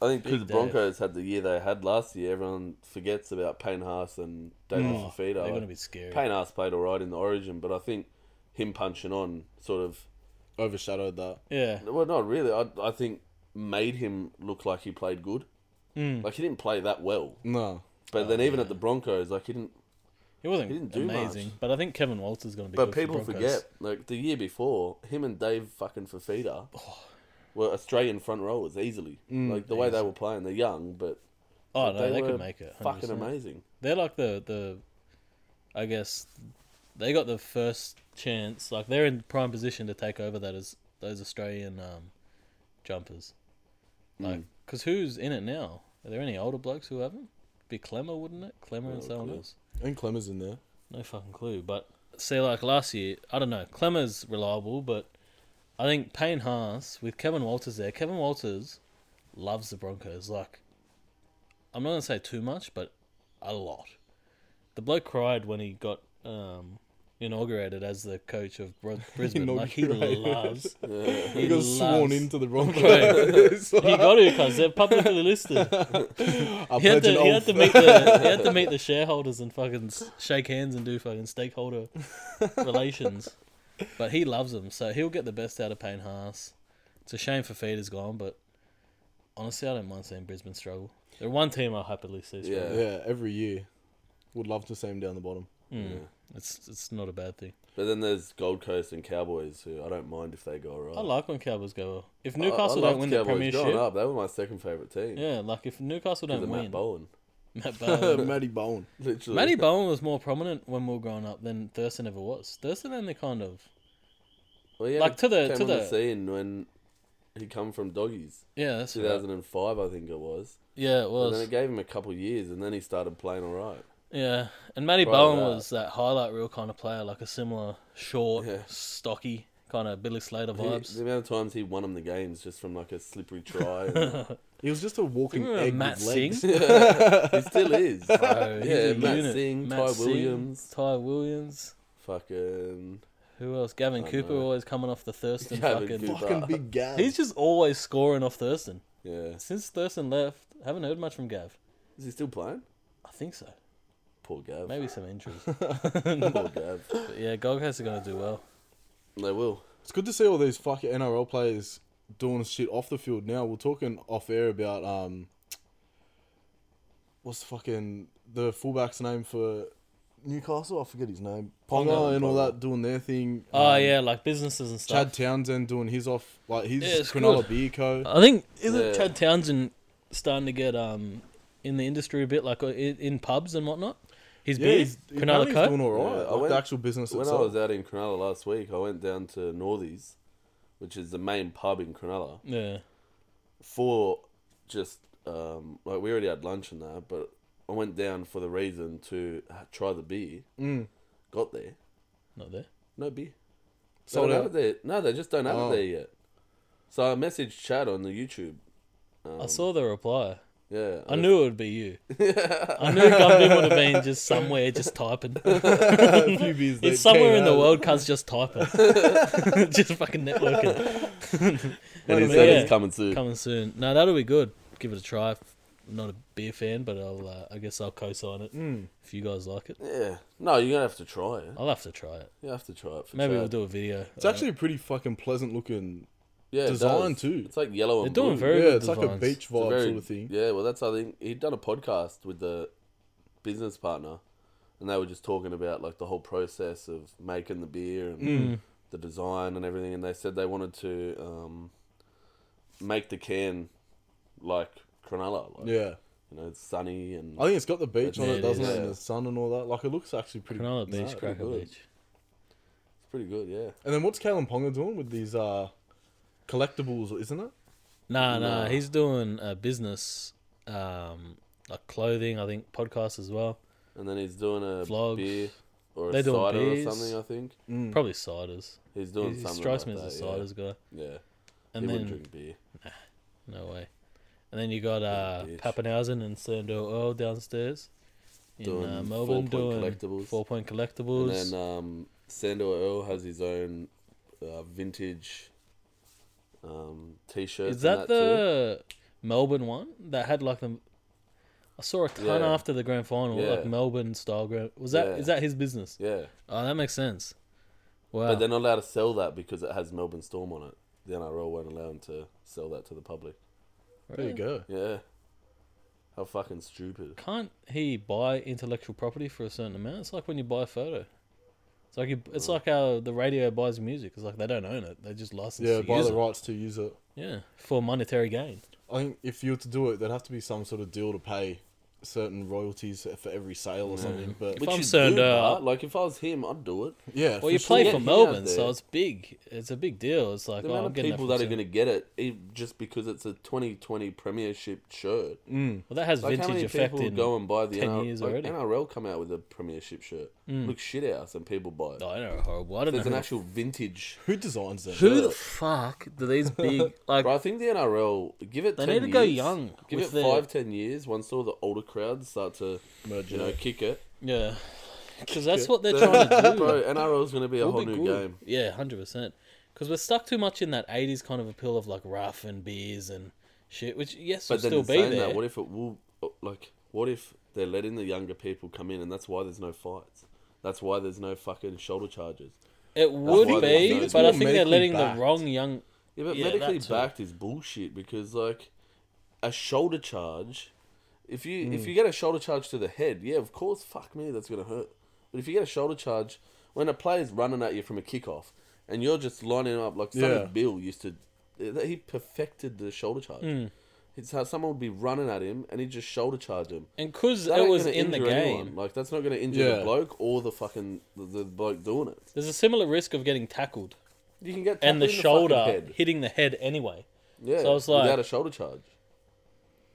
Speaker 2: I think because the
Speaker 1: Dave.
Speaker 2: Broncos had the year they had last year, everyone forgets about Payne Haas and David
Speaker 1: Oh, they're
Speaker 2: Fafita.
Speaker 1: gonna
Speaker 2: Like,
Speaker 1: be scary.
Speaker 2: Payne Haas played all right in the Origin, but I think him punching on sort of
Speaker 3: Overshadowed that.
Speaker 1: Yeah,
Speaker 2: well, not really. I, I think made him look like he played good.
Speaker 1: Hmm.
Speaker 2: Like he didn't play that well,
Speaker 3: No.
Speaker 1: Oh,
Speaker 2: but then even at the Broncos, like he didn't
Speaker 1: he wasn't
Speaker 2: He didn't do
Speaker 1: amazing,
Speaker 2: much.
Speaker 1: but I think Kevin Walters going to be.
Speaker 2: But
Speaker 1: good for
Speaker 2: people
Speaker 1: Broncos.
Speaker 2: forget, like the year before, him and Dave fucking Fafita
Speaker 1: (sighs)
Speaker 2: were Australian front rowers easily. like the way they were playing, they're young, but
Speaker 1: Mm, Oh no,
Speaker 2: they,
Speaker 1: they,
Speaker 2: were
Speaker 1: could make it. 100%.
Speaker 2: fucking amazing.
Speaker 1: They're like the the, I guess, they got the first chance. Like they're in prime position to take over that as those Australian um, jumpers.
Speaker 2: Hmm.
Speaker 1: Like, because who's in it now? Are there any older blokes who haven't? Be Clemmer, wouldn't it? Clemmer and
Speaker 2: Oh,
Speaker 1: someone
Speaker 2: yeah.
Speaker 1: else.
Speaker 3: And Clemmer's in there.
Speaker 1: No fucking clue. But see, like last year, I don't know. Clemmer's reliable, but I think Payne Haas with Kevin Walters there. Kevin Walters loves the Broncos. Like, I'm not gonna say too much, but a lot. The bloke cried when he got um, inaugurated as the coach of
Speaker 3: (laughs)
Speaker 1: Bro- Brisbane. like he
Speaker 3: Inaugurated.
Speaker 1: loves.
Speaker 2: Yeah.
Speaker 1: He,
Speaker 3: He got sworn
Speaker 1: loves-
Speaker 3: into
Speaker 1: (laughs)
Speaker 3: the (laughs) wrong
Speaker 1: Right.
Speaker 3: place. Like,
Speaker 1: He got it because they're publicly listed.
Speaker 3: I
Speaker 1: He had,
Speaker 3: pledge
Speaker 1: to,
Speaker 3: an
Speaker 1: he had
Speaker 3: oath.
Speaker 1: to meet
Speaker 2: (laughs)
Speaker 1: the he had to meet the shareholders and fucking s- shake hands and do fucking stakeholder
Speaker 2: (laughs)
Speaker 1: relations. But he loves them, so he'll get the best out of Payne Haas. It's a shame Fafita's gone, but honestly, I don't mind seeing Brisbane struggle. They're one team I'll happily see struggle.
Speaker 2: Yeah.
Speaker 3: Yeah, every year. Would love to see him down the bottom.
Speaker 1: (laughs) Mm.
Speaker 2: Yeah.
Speaker 1: It's it's not a bad thing.
Speaker 2: But then there's Gold Coast and Cowboys, who I don't mind if they go right.
Speaker 1: I like when Cowboys go well. If
Speaker 2: I- I
Speaker 1: Newcastle
Speaker 2: loved
Speaker 1: don't win
Speaker 2: Cowboys
Speaker 1: the
Speaker 2: Growing
Speaker 1: premiership,
Speaker 2: up, they were my second favourite team.
Speaker 1: yeah, like if Newcastle
Speaker 2: Because
Speaker 1: don't
Speaker 2: of
Speaker 1: win,
Speaker 2: Matt Bowen. (laughs)
Speaker 1: Matt Bowen.
Speaker 3: Matty Bowen.
Speaker 2: Literally.
Speaker 1: Matty Bowen was more prominent when we were growing up than Thurston ever was. Thurston only kind of
Speaker 2: Well, yeah,
Speaker 1: like, to the-
Speaker 2: came
Speaker 1: to
Speaker 2: on
Speaker 1: the-
Speaker 2: scene when he come from Doggies,
Speaker 1: yeah, that's right.
Speaker 2: 2005 I think it was.
Speaker 1: Yeah, it
Speaker 2: And
Speaker 1: was.
Speaker 2: then it gave him a couple of years, and then he started playing all right.
Speaker 1: yeah, and Matty
Speaker 2: Prior to
Speaker 1: Bowen
Speaker 2: that-
Speaker 1: was that highlight reel kind of player, like a similar short,
Speaker 2: Yeah.
Speaker 1: stocky kind of Billy Slater
Speaker 2: He-
Speaker 1: vibes.
Speaker 2: the amount of times he won him the games just from like a
Speaker 1: (laughs)
Speaker 2: slippery try, and
Speaker 3: He was just a walking
Speaker 1: Remember
Speaker 3: egg
Speaker 1: Hmm, Matt (laughs)
Speaker 3: with legs.
Speaker 1: Singh?
Speaker 2: he still
Speaker 1: (laughs)
Speaker 2: is. (laughs)
Speaker 1: Bro, he's
Speaker 2: yeah,
Speaker 1: a
Speaker 2: Matt
Speaker 1: unit.
Speaker 2: Singh,
Speaker 1: Matt
Speaker 2: Ty
Speaker 1: Singh,
Speaker 2: Williams,
Speaker 1: Ty Williams.
Speaker 2: fucking
Speaker 1: Who else? Gavin
Speaker 2: I
Speaker 1: Cooper
Speaker 2: know.
Speaker 1: always coming off the Thurston
Speaker 2: (laughs) Gavin
Speaker 1: fucking.
Speaker 2: Cooper.
Speaker 3: (laughs) Fucking big guy.
Speaker 1: He's just always scoring off Thurston.
Speaker 2: yeah.
Speaker 1: Since Thurston left, haven't heard much from Gav.
Speaker 2: Is he still playing?
Speaker 1: I think so.
Speaker 2: Poor Gav.
Speaker 1: Maybe some
Speaker 2: (laughs)
Speaker 1: injuries.
Speaker 2: Poor Gav.
Speaker 1: but yeah, Gold Coast are going to do well.
Speaker 2: They will.
Speaker 3: It's good to see all these fucking NRL players doing shit off the field now. We're talking off air about um what's the fucking the fullback's name for Newcastle? I forget his name. Ponga and all that doing their thing.
Speaker 1: Oh
Speaker 3: Um,
Speaker 1: yeah, like businesses and stuff.
Speaker 3: Chad Townsend doing his off like his
Speaker 1: Yeah, it's
Speaker 3: Cronulla
Speaker 1: good. Uh,
Speaker 3: Beer Co.
Speaker 1: I think isn't
Speaker 2: Yeah.
Speaker 1: Chad Townsend starting to get um in the industry a bit, like uh, i- in pubs and whatnot. His
Speaker 3: Yeah,
Speaker 1: beer,
Speaker 3: he's, apparently
Speaker 1: Cronulla
Speaker 3: he's
Speaker 1: Co.
Speaker 3: doing all right.
Speaker 2: Yeah, I
Speaker 3: like
Speaker 2: went-
Speaker 3: the actual business
Speaker 2: When I
Speaker 3: itself.
Speaker 2: was out in Cronulla last week, I went down to Northies, which is the main pub in Cronulla,
Speaker 1: Yeah,
Speaker 2: for just um, like we already had lunch and that, but I went down for the reason to ha- try the beer.
Speaker 3: Mm.
Speaker 2: Got there,
Speaker 1: not there.
Speaker 2: no beer. They
Speaker 3: Sold
Speaker 2: don't have
Speaker 3: out.
Speaker 2: it there. No, they just don't have
Speaker 3: Oh.
Speaker 2: it there yet. So I messaged Chad on the YouTube. Um,
Speaker 1: I saw the reply.
Speaker 2: Yeah,
Speaker 1: I knew it would be
Speaker 3: (laughs)
Speaker 1: you. I knew Gumby would have been just somewhere, just typing.
Speaker 3: (laughs) a few beers that
Speaker 1: It's somewhere
Speaker 3: came
Speaker 1: in the
Speaker 3: out.
Speaker 1: world, cuz just
Speaker 3: (laughs)
Speaker 1: typing, (laughs) just fucking networking.
Speaker 2: And he
Speaker 1: But
Speaker 2: said
Speaker 1: yeah.
Speaker 2: he's coming soon.
Speaker 1: Coming soon. No, that'll be good. Give it a try. Not a beer fan, but I'll. Uh, I guess I'll co-sign it
Speaker 3: Hmm.
Speaker 1: if you guys like it.
Speaker 2: Yeah. No, you're gonna have to try it.
Speaker 1: I'll have to try it.
Speaker 2: You have to try it for
Speaker 1: Maybe
Speaker 2: Chad.
Speaker 1: we'll do a video.
Speaker 3: It's actually pretty fucking pleasant looking.
Speaker 2: yeah, it
Speaker 3: design
Speaker 2: does.
Speaker 3: too.
Speaker 2: It's like yellow
Speaker 1: They're
Speaker 2: and
Speaker 1: doing
Speaker 2: blue.
Speaker 1: very
Speaker 3: yeah,
Speaker 1: good
Speaker 3: it's like a
Speaker 1: designs.
Speaker 3: beach
Speaker 2: It's a
Speaker 3: vibe
Speaker 2: very-
Speaker 3: sort of thing.
Speaker 2: Yeah, well, that's I think he'd done a podcast with the business partner, and they were just talking about like the whole process of making the beer and the design and everything. And they said they wanted to um, make the can like Cronulla, like,
Speaker 3: Yeah.
Speaker 2: you know, it's sunny and
Speaker 1: Oh,
Speaker 3: I think it's got the beach
Speaker 2: Yeah,
Speaker 3: on it,
Speaker 1: it
Speaker 3: doesn't
Speaker 2: is.
Speaker 3: it? And
Speaker 2: Yeah.
Speaker 3: the sun and all that. Like it looks actually pretty.
Speaker 1: Cronulla
Speaker 3: nice.
Speaker 1: Beach,
Speaker 2: pretty
Speaker 1: Cracker
Speaker 2: good.
Speaker 1: Beach.
Speaker 2: it's pretty good. Yeah,
Speaker 3: And then what's Kalen Ponga doing with these uh, collectibles? Isn't it?
Speaker 1: Nah, nah,
Speaker 2: Nah.
Speaker 1: he's doing a business, um, like clothing. I think podcast as well.
Speaker 2: and then he's doing a
Speaker 1: Vlogs.
Speaker 2: beer or a
Speaker 1: They're doing
Speaker 2: cider
Speaker 1: beers.
Speaker 2: or something. I think
Speaker 1: Probably ciders.
Speaker 2: he's
Speaker 1: He,
Speaker 2: Hmm. doing
Speaker 1: he
Speaker 2: something.
Speaker 1: strikes
Speaker 2: like
Speaker 1: me
Speaker 2: that,
Speaker 1: as a
Speaker 2: yeah.
Speaker 1: ciders guy.
Speaker 2: Yeah,
Speaker 1: And
Speaker 2: he
Speaker 1: then
Speaker 2: wouldn't drink beer.
Speaker 1: no way. And then you got uh,
Speaker 2: bitch.
Speaker 1: Pappenhausen and Sando Earl downstairs in
Speaker 2: Doing
Speaker 1: uh, Melbourne doing
Speaker 2: four-point collectibles.
Speaker 1: four point
Speaker 2: And
Speaker 1: collectibles.
Speaker 2: then um, Sandor Earl has his own uh, vintage um, t-shirt.
Speaker 1: Is that, the Melbourne one that had like the? I saw a ton
Speaker 2: Yeah.
Speaker 1: after the grand final,
Speaker 2: Yeah.
Speaker 1: like Melbourne style grand. Was that is
Speaker 2: Yeah.
Speaker 1: that his business?
Speaker 2: too? Yeah,
Speaker 1: Oh, that makes sense. Wow.
Speaker 2: but they're not allowed to sell that because it has Melbourne Storm on it. The NRL won't allow them to sell that to the public.
Speaker 3: There you go.
Speaker 2: Yeah, how fucking stupid.
Speaker 1: Can't he buy intellectual property for a certain amount? It's like when you buy a photo. It's like you, it's like how the radio buys music. It's like they don't own it; they just license.
Speaker 3: Yeah,
Speaker 1: to
Speaker 3: buy
Speaker 1: use
Speaker 3: the
Speaker 1: it.
Speaker 3: rights to use it.
Speaker 1: Yeah, for monetary gain.
Speaker 3: I think if you were to do it, there'd have to be some sort of deal to pay certain royalties for every sale or something. But
Speaker 1: Which- I'm
Speaker 2: you
Speaker 1: saying,
Speaker 2: do,
Speaker 1: uh,
Speaker 2: right? like if I was him, I'd do it.
Speaker 3: yeah,
Speaker 1: Well,
Speaker 3: for
Speaker 1: you
Speaker 3: sure.
Speaker 1: play
Speaker 2: Yeah,
Speaker 1: for
Speaker 2: he out
Speaker 1: Melbourne,
Speaker 2: there.
Speaker 1: so it's big. It's a big deal. It's like,
Speaker 2: The
Speaker 1: oh, I'm
Speaker 2: amount of
Speaker 1: getting
Speaker 2: people
Speaker 1: that,
Speaker 2: that are going to get it, e just because it's a 2020 Premiership shirt.
Speaker 1: Well, that has
Speaker 2: Like how
Speaker 1: Mm, vintage
Speaker 2: many
Speaker 1: effect
Speaker 2: people
Speaker 1: in.
Speaker 2: go and buy the
Speaker 1: 10
Speaker 2: NRL,
Speaker 1: years
Speaker 2: like,
Speaker 1: already. Mm.
Speaker 2: NRL come out with a Premiership shirt, looks shit ass, and people buy it.
Speaker 1: Oh, I know horrible. I don't
Speaker 2: There's
Speaker 1: know.
Speaker 2: an
Speaker 1: who-
Speaker 2: actual vintage.
Speaker 3: Who designs that?
Speaker 1: Who the
Speaker 2: shirt.
Speaker 1: fuck do these
Speaker 2: (laughs)
Speaker 1: big like?
Speaker 2: But I think the NRL give it.
Speaker 1: They
Speaker 2: 10
Speaker 1: need to go
Speaker 2: years,
Speaker 1: young
Speaker 2: Give
Speaker 1: with
Speaker 2: it
Speaker 1: their-
Speaker 2: five, ten years. Once all the older crowds start to,
Speaker 3: Merge
Speaker 2: you know,
Speaker 3: it.
Speaker 2: kick it.
Speaker 1: Yeah, because that's what they're trying
Speaker 2: (laughs)
Speaker 1: to do.
Speaker 2: Bro, NRL's going to be a whole
Speaker 1: We'll be
Speaker 2: new
Speaker 1: good.
Speaker 2: game.
Speaker 1: Yeah, hundred percent. Because we're stuck too much in that '80s kind of appeal of like rough and beers and shit, which yes, will
Speaker 2: But then
Speaker 1: still
Speaker 2: in
Speaker 1: be
Speaker 2: saying
Speaker 1: there.
Speaker 2: that, what if it will? uh, Like, what if they're letting the younger people come in, and that's why there's no fights. That's why there's no fucking shoulder charges.
Speaker 1: it would
Speaker 2: why they're not doing
Speaker 1: be,
Speaker 2: it.
Speaker 1: but I
Speaker 3: It's more
Speaker 1: think they're
Speaker 3: medically
Speaker 1: letting
Speaker 3: backed.
Speaker 1: the wrong young.
Speaker 2: Yeah, but
Speaker 1: Yeah,
Speaker 2: medically
Speaker 1: that too.
Speaker 2: backed is bullshit because like a shoulder charge, if you if
Speaker 1: Hmm.
Speaker 2: you get a shoulder charge to the head, yeah, of course, fuck me, that's gonna hurt. But if you get a shoulder charge when a player's running at you from a kickoff and you're just lining up like Sonny
Speaker 3: Yeah.
Speaker 2: Bill used to, he perfected the shoulder charge.
Speaker 1: Hmm.
Speaker 2: It's how someone would be running at him and he'd just shoulder charge him.
Speaker 1: And because
Speaker 2: That
Speaker 1: it
Speaker 2: ain't
Speaker 1: was
Speaker 2: gonna
Speaker 1: in the
Speaker 2: injure
Speaker 1: game,
Speaker 2: anyone. Like that's not going to injure the
Speaker 3: Yeah.
Speaker 2: bloke or the fucking the, the bloke doing it.
Speaker 1: there's a similar risk of getting tackled
Speaker 2: You can get
Speaker 1: and the,
Speaker 2: tackled in fucking
Speaker 1: shoulder
Speaker 2: head.
Speaker 1: hitting the head anyway.
Speaker 2: Yeah,
Speaker 1: so I was like-
Speaker 2: without a shoulder charge.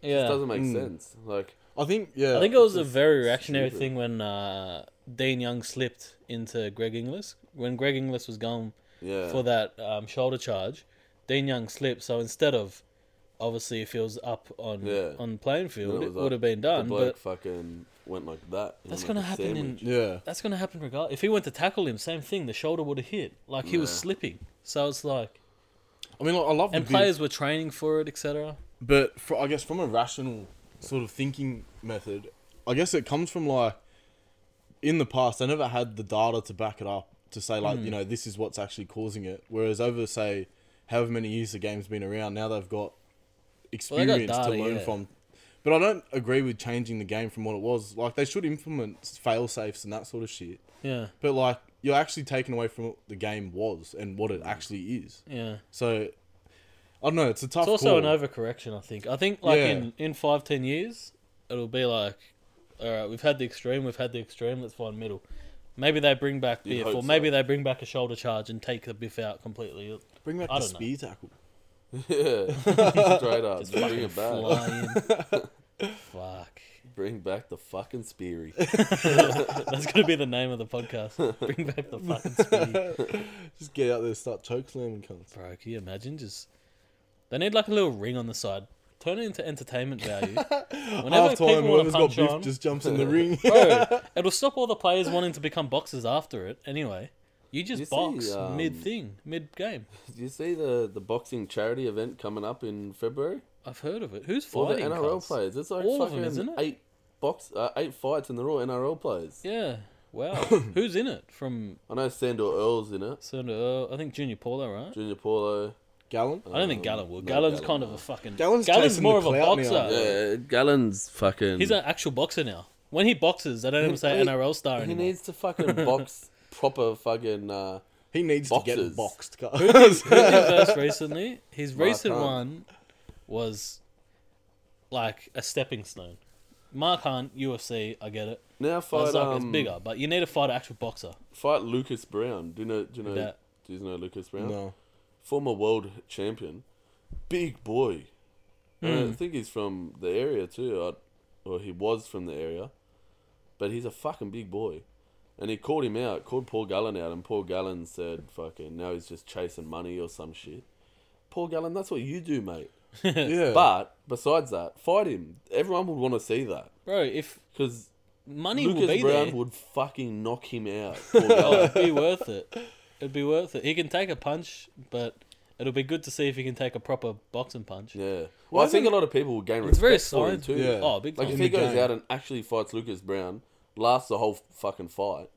Speaker 1: Yeah,
Speaker 2: It doesn't make sense. Like,
Speaker 3: I think yeah.
Speaker 1: I think it was a very reactionary
Speaker 2: stupid.
Speaker 1: thing when uh, Dean Young slipped into Greg Inglis when Greg Inglis was gone
Speaker 2: yeah.
Speaker 1: for that um, shoulder charge. Dean Young slipped, so instead of obviously if he was up on
Speaker 2: Yeah.
Speaker 1: on the playing
Speaker 2: And
Speaker 1: field,
Speaker 2: it
Speaker 1: it,
Speaker 2: was like,
Speaker 1: would have been
Speaker 2: The
Speaker 1: done.
Speaker 2: bloke
Speaker 1: But
Speaker 2: fucking went like that. He
Speaker 1: That's
Speaker 2: went like
Speaker 1: gonna
Speaker 2: a
Speaker 1: happen in-
Speaker 2: sandwich. (laughs)
Speaker 3: yeah.
Speaker 1: that's going to happen regardless. If he went to tackle him, same thing. The shoulder would have hit. Like he was
Speaker 2: Yeah.
Speaker 1: slipping, so it's like
Speaker 3: I mean, like, I love the
Speaker 1: and
Speaker 3: bit-
Speaker 1: players were training for it, etc.
Speaker 3: but for, I guess from a rational sort of thinking method, I guess it comes from like in the past they never had the data to back it up to say like
Speaker 1: Hmm.
Speaker 3: you know this is what's actually causing it. Whereas over say however many years the game's been around, now they've got
Speaker 1: Well, they
Speaker 3: experience
Speaker 1: got data,
Speaker 3: to learn
Speaker 1: yeah.
Speaker 3: from. But I don't agree with changing the game from what it was. Like they should implement fail safes and that sort of shit.
Speaker 1: Yeah,
Speaker 3: But like you're actually taking away from what the game was and what it
Speaker 1: Hmm.
Speaker 3: actually is.
Speaker 1: yeah.
Speaker 3: So I don't know. It's a tough.
Speaker 1: It's also
Speaker 3: call.
Speaker 1: an overcorrection, I think. I think like
Speaker 3: Yeah.
Speaker 1: in in five ten years, it'll be like, all right, we've had the extreme, we've had the extreme. Let's find middle. Maybe they bring back
Speaker 2: You'd
Speaker 1: biff,
Speaker 2: hope
Speaker 1: or maybe
Speaker 2: so.
Speaker 1: they bring back a shoulder charge and take the biff out completely.
Speaker 3: Bring back
Speaker 1: I
Speaker 3: the
Speaker 1: don't know.
Speaker 3: spear tackle.
Speaker 2: Yeah. (laughs) Straight up.
Speaker 1: Just
Speaker 2: bring
Speaker 1: fucking
Speaker 2: it back.
Speaker 1: flying.
Speaker 3: (laughs)
Speaker 1: Fuck. (laughs)
Speaker 2: Bring back the fucking speary. (laughs)
Speaker 1: That's gonna be the name of the podcast. Bring back the fucking
Speaker 3: (laughs)
Speaker 1: speed,
Speaker 3: Just get out there, and start chokeslamming cunts.
Speaker 1: bro. Can you imagine? Just they need like a little ring on the side. Turn it into entertainment
Speaker 3: (laughs)
Speaker 1: value. Whenever
Speaker 3: Half
Speaker 1: people
Speaker 3: time,
Speaker 1: wanna
Speaker 3: whoever's got
Speaker 1: punch
Speaker 3: beef
Speaker 1: on-
Speaker 3: just
Speaker 1: (laughs)
Speaker 3: jumps in the ring.
Speaker 1: Bro, it'll stop all the players wanting to become boxers after it. Anyway, you just
Speaker 2: You see,
Speaker 1: box
Speaker 2: um,
Speaker 1: mid thing, mid game.
Speaker 2: Did you see the, the boxing charity event coming up in February?
Speaker 1: I've heard of it. Who's
Speaker 2: For the
Speaker 1: fighting?
Speaker 2: NRL
Speaker 1: cunts?
Speaker 2: players. It's like
Speaker 1: All of
Speaker 2: fucking
Speaker 1: them, isn't it?
Speaker 2: eight box uh, eight fights and they're all NRL players.
Speaker 1: Yeah.
Speaker 2: (laughs)
Speaker 1: Wow. Who's in it? From
Speaker 2: I know Sandor Earl's in it.
Speaker 1: Sandra Earl, I think Junior Paulo, right?
Speaker 2: Junior Paulo.
Speaker 3: (laughs) Gallon.
Speaker 1: I don't think Gallon will.
Speaker 2: Um, no,
Speaker 1: Gallon's
Speaker 2: Gallon,
Speaker 1: kind of
Speaker 2: no.
Speaker 1: a fucking. Gallon's,
Speaker 3: Gallon's chasing
Speaker 1: more
Speaker 3: the
Speaker 1: of a
Speaker 3: clout
Speaker 1: boxer.
Speaker 3: now.
Speaker 2: Yeah, Gallon's fucking
Speaker 1: He's an actual boxer now. When he boxes, they don't even say
Speaker 2: He-
Speaker 1: NRL star
Speaker 2: (laughs) He
Speaker 1: anymore.
Speaker 2: needs to
Speaker 1: (laughs)
Speaker 2: fucking box proper fucking uh
Speaker 3: He needs to
Speaker 2: Boxers.
Speaker 1: (laughs)
Speaker 3: get boxed. guys.
Speaker 1: Who did he verse recently? His
Speaker 2: Mark
Speaker 1: recent
Speaker 2: Hunt.
Speaker 1: one was like a stepping stone. Mark Hunt, UFC, I get it.
Speaker 2: now
Speaker 1: But
Speaker 2: fight
Speaker 1: it's, like, it's
Speaker 2: um,
Speaker 1: bigger, but you need to fight an actual boxer.
Speaker 2: fight Lucas Brown. Do you know? Do you know?
Speaker 1: that.
Speaker 2: Do you know Lucas Brown?
Speaker 3: (laughs) no.
Speaker 2: Former world champion, big boy.
Speaker 1: Hmm.
Speaker 2: And I think he's from the area too, I, or he was from the area, but he's a fucking big boy. And he called him out, called Paul Gallen out, and Paul Gallen said, "Fucking now he's just chasing money or some shit." Paul Gallen, that's what you do, mate.
Speaker 3: Yeah.
Speaker 2: But besides that, fight him. Everyone would want to see that
Speaker 1: Bro, if
Speaker 2: because
Speaker 1: money will
Speaker 2: Lucas
Speaker 1: be
Speaker 2: Brown
Speaker 1: there,
Speaker 2: would fucking knock him out. Paul Gallen.
Speaker 1: (laughs) oh, it'd be worth it. It'd be worth it. He can take a punch, but it'll be good to see if he can take a proper boxing punch.
Speaker 2: Yeah. Well,
Speaker 3: Well,
Speaker 2: I
Speaker 3: I
Speaker 2: think,
Speaker 3: think-
Speaker 2: a lot of people will gain
Speaker 1: It's
Speaker 2: respect
Speaker 1: very
Speaker 2: for
Speaker 1: solid.
Speaker 2: him too.
Speaker 3: Yeah.
Speaker 1: Oh, big
Speaker 2: Like
Speaker 1: time.
Speaker 2: if
Speaker 3: In
Speaker 2: he
Speaker 3: the
Speaker 2: goes
Speaker 3: game.
Speaker 2: out and actually fights Lucas Brown, lasts the whole fucking fight,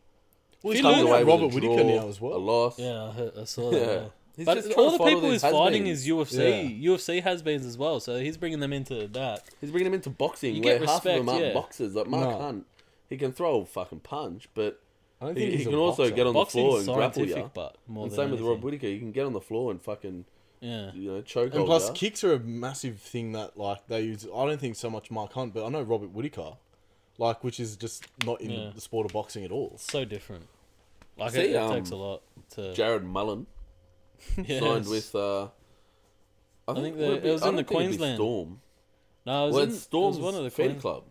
Speaker 3: Well, he's
Speaker 1: He loses-
Speaker 3: coming away
Speaker 1: with
Speaker 3: Robert
Speaker 2: a draw,
Speaker 3: Whittaker now as
Speaker 2: a
Speaker 3: well.
Speaker 2: loss.
Speaker 1: yeah, I, heard- I saw
Speaker 2: Yeah.
Speaker 1: that. Yeah.
Speaker 2: He's just
Speaker 1: But
Speaker 2: trying
Speaker 1: all
Speaker 2: to
Speaker 1: the
Speaker 2: fight all
Speaker 1: people
Speaker 2: these
Speaker 1: he's fighting
Speaker 2: has-beens.
Speaker 1: is UFC. UFC has beens as well, so he's bringing them into that.
Speaker 2: He's bringing him into boxing
Speaker 1: You
Speaker 2: where
Speaker 1: get
Speaker 2: half of them
Speaker 1: respect,
Speaker 2: aren't
Speaker 1: yeah.
Speaker 2: boxers. Like Mark
Speaker 3: No.
Speaker 2: Hunt, he can throw a fucking punch, but
Speaker 3: I don't
Speaker 2: he,
Speaker 3: think
Speaker 2: he
Speaker 3: he's a
Speaker 2: can also
Speaker 3: boxer.
Speaker 2: get on the floor
Speaker 1: Boxing's
Speaker 2: and grapple you.
Speaker 1: scientific, but more
Speaker 2: And
Speaker 1: than
Speaker 2: same with Rob
Speaker 1: anything.
Speaker 2: Whitaker, you can get on the floor and fucking
Speaker 1: Yeah.
Speaker 2: you know, choke
Speaker 3: And plus,
Speaker 2: holder.
Speaker 3: kicks are a massive thing that like they use. I don't think so much Mark Hunt, but I know Robert Whitaker, like which is just not in
Speaker 1: Yeah.
Speaker 3: the sport of boxing at all.
Speaker 1: So different. Like
Speaker 2: See,
Speaker 1: it, it
Speaker 2: um,
Speaker 1: takes a lot to (laughs)
Speaker 2: Jared Mullen
Speaker 1: Yes.
Speaker 2: signed with. Uh, I think,
Speaker 1: think the-
Speaker 2: would be-
Speaker 1: it was
Speaker 2: I
Speaker 1: in
Speaker 2: don't
Speaker 1: the
Speaker 2: think it'd be
Speaker 1: Queensland.
Speaker 2: Storm.
Speaker 1: No, it was,
Speaker 2: Well,
Speaker 1: in,
Speaker 2: it's Storm's
Speaker 1: it was one of the
Speaker 2: feeder
Speaker 1: Queens-
Speaker 2: club.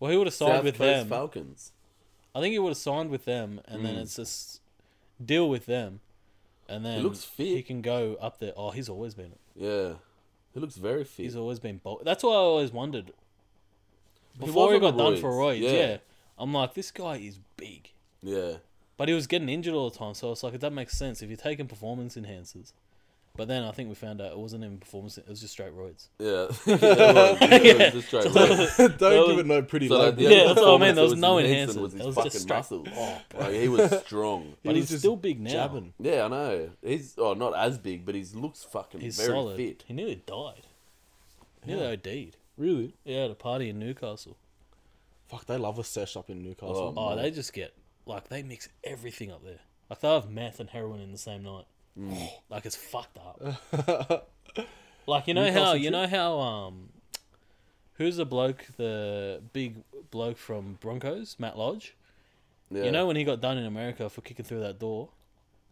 Speaker 1: Well, he would have signed
Speaker 2: South
Speaker 1: with
Speaker 2: Coast
Speaker 1: them.
Speaker 2: Falcons.
Speaker 1: I think he would have signed with them, and
Speaker 2: Hmm.
Speaker 1: then it's just deal with them, and then
Speaker 2: looks
Speaker 1: he
Speaker 2: fit.
Speaker 1: can go up there. Oh, he's always been
Speaker 2: Yeah, he looks very fit.
Speaker 1: he's always been bold. That's why I always wondered
Speaker 2: He
Speaker 1: before
Speaker 2: was
Speaker 1: he
Speaker 2: on the
Speaker 1: got done for
Speaker 2: roids,
Speaker 1: roids. Yeah.
Speaker 2: yeah.
Speaker 1: I'm like this guy is big,
Speaker 2: yeah,
Speaker 1: but he was getting injured all the time. So it's like that makes sense if you're taking performance enhancers. But then I think we found out it wasn't even performance; it was just straight roids. (laughs)
Speaker 2: yeah. (laughs) yeah, it was, yeah, it was just straight away.
Speaker 3: (laughs)
Speaker 1: That
Speaker 3: don't give
Speaker 1: was-
Speaker 3: it no pretty
Speaker 2: So
Speaker 3: label.
Speaker 2: the
Speaker 1: Yeah,
Speaker 2: only
Speaker 1: that's what I mean,
Speaker 2: performance
Speaker 1: there was
Speaker 2: that
Speaker 1: no
Speaker 2: enhancing
Speaker 1: enhancement,
Speaker 2: Was his
Speaker 1: there was
Speaker 2: fucking
Speaker 1: just Oh, straight-
Speaker 2: muscles. like,
Speaker 1: (laughs)
Speaker 2: he was strong.
Speaker 1: But
Speaker 3: was
Speaker 1: he's
Speaker 3: just
Speaker 1: still big now.
Speaker 3: jabbing.
Speaker 2: Yeah, I know. He's oh, not as big, but he looks fucking
Speaker 1: He's
Speaker 2: very
Speaker 1: solid.
Speaker 2: fit.
Speaker 1: He nearly died. He Nearly OD'd.
Speaker 3: Really?
Speaker 1: Yeah, at a party in Newcastle.
Speaker 3: Fuck, they love a sesh up in Newcastle.
Speaker 1: Oh, they just get like they mix everything up there. Like they have meth and heroin in the same night.
Speaker 2: Mm.
Speaker 1: Like it's fucked up.
Speaker 2: (laughs)
Speaker 1: like you know how
Speaker 3: Newcastle
Speaker 1: you know how um, who's the bloke the big bloke from Broncos Matt Lodge?
Speaker 2: Yeah.
Speaker 1: You know when he got done in America for kicking through that door.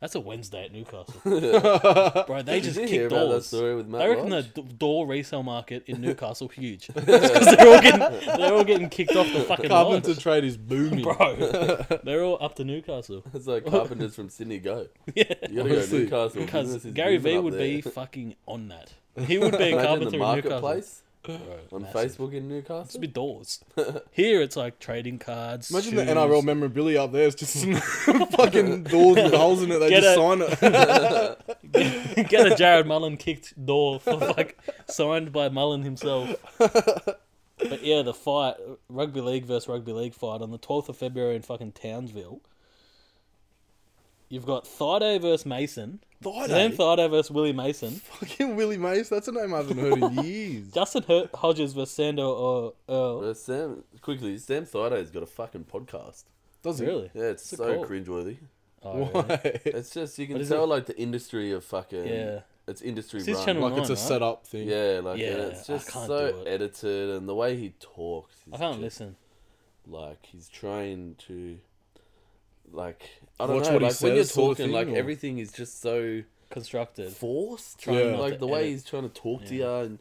Speaker 1: That's a Wednesday at
Speaker 2: (laughs)
Speaker 1: Newcastle, bro. They
Speaker 2: Did
Speaker 1: just
Speaker 2: you
Speaker 1: kick
Speaker 2: hear about that
Speaker 1: doors.
Speaker 2: story with Matt
Speaker 1: I reckon
Speaker 2: Lodge?
Speaker 1: the d- door resale market
Speaker 2: (laughs)
Speaker 1: in Newcastle huge (laughs) because they're all getting they're all getting kicked off the fucking
Speaker 3: Carpenter
Speaker 1: lodge.
Speaker 3: trade is
Speaker 2: (laughs)
Speaker 3: booming.
Speaker 1: bro. (laughs) They're all up to Newcastle.
Speaker 2: (laughs) It's like carpenters from Sydney go.
Speaker 1: (laughs) Yeah,
Speaker 2: You gotta go to
Speaker 3: Honestly.
Speaker 2: Newcastle.
Speaker 1: because
Speaker 2: Business is
Speaker 1: Gary
Speaker 2: booming
Speaker 1: Vee
Speaker 2: up
Speaker 1: would be
Speaker 2: there.
Speaker 1: fucking on
Speaker 2: (laughs)
Speaker 1: that. He would be a
Speaker 2: Imagine
Speaker 1: carpenter
Speaker 2: the
Speaker 1: in Newcastle.
Speaker 2: marketplace
Speaker 1: Bro,
Speaker 2: on
Speaker 1: massive.
Speaker 2: Facebook in Newcastle.
Speaker 1: Just be doors.
Speaker 2: (laughs)
Speaker 1: Here it's like trading cards.
Speaker 3: Imagine
Speaker 1: shoes.
Speaker 3: the NRL memorabilia up there. It's just (laughs) some fucking doors with holes in it. They
Speaker 1: Get
Speaker 3: just
Speaker 1: it.
Speaker 3: sign
Speaker 1: (laughs)
Speaker 3: it.
Speaker 1: Get a Jared Mullen kicked door for like signed by Mullen
Speaker 2: (laughs)
Speaker 1: himself. But yeah, the fight, rugby league versus rugby league fight on the 12th of February in fucking Townsville. You've got Thiday versus Mason.
Speaker 3: Thiday?
Speaker 1: Then Thiday versus Willie Mason.
Speaker 3: fucking Willie Mace. That's a name I haven't heard
Speaker 1: (laughs)
Speaker 3: in years.
Speaker 1: Justin Hur- Hodges versus Sando or Earl.
Speaker 2: Uh, Sam, quickly, Sam Thide's got a fucking podcast.
Speaker 3: Does it?
Speaker 1: Really?
Speaker 2: Yeah, it's
Speaker 1: What's it
Speaker 2: so
Speaker 1: called?
Speaker 2: cringeworthy.
Speaker 1: Oh, really?
Speaker 3: (laughs) Why?
Speaker 2: It's just you
Speaker 1: What
Speaker 2: can
Speaker 1: is it?
Speaker 2: tell like the industry of fucking.
Speaker 1: Yeah.
Speaker 2: It's industry
Speaker 1: It's his
Speaker 2: run.
Speaker 1: channel
Speaker 3: Like it's a
Speaker 1: Online, right?
Speaker 3: setup thing.
Speaker 2: Yeah, like and
Speaker 1: Yeah,
Speaker 2: it's just
Speaker 1: I can't
Speaker 2: so
Speaker 1: do it.
Speaker 2: edited, and the way he talks. Is
Speaker 1: I can't
Speaker 2: just,
Speaker 1: listen.
Speaker 2: Like he's trying to, like I don't
Speaker 3: Watch
Speaker 2: know.
Speaker 3: what he
Speaker 2: like when you're
Speaker 3: says sort of
Speaker 2: talking,
Speaker 3: thing,
Speaker 2: like
Speaker 3: or-
Speaker 2: everything is just so
Speaker 1: Constructed.
Speaker 2: forced.
Speaker 1: Trying
Speaker 3: Yeah.
Speaker 1: not
Speaker 2: Like
Speaker 1: to
Speaker 2: the way
Speaker 1: edit.
Speaker 2: he's trying to talk to
Speaker 1: Yeah.
Speaker 2: you, and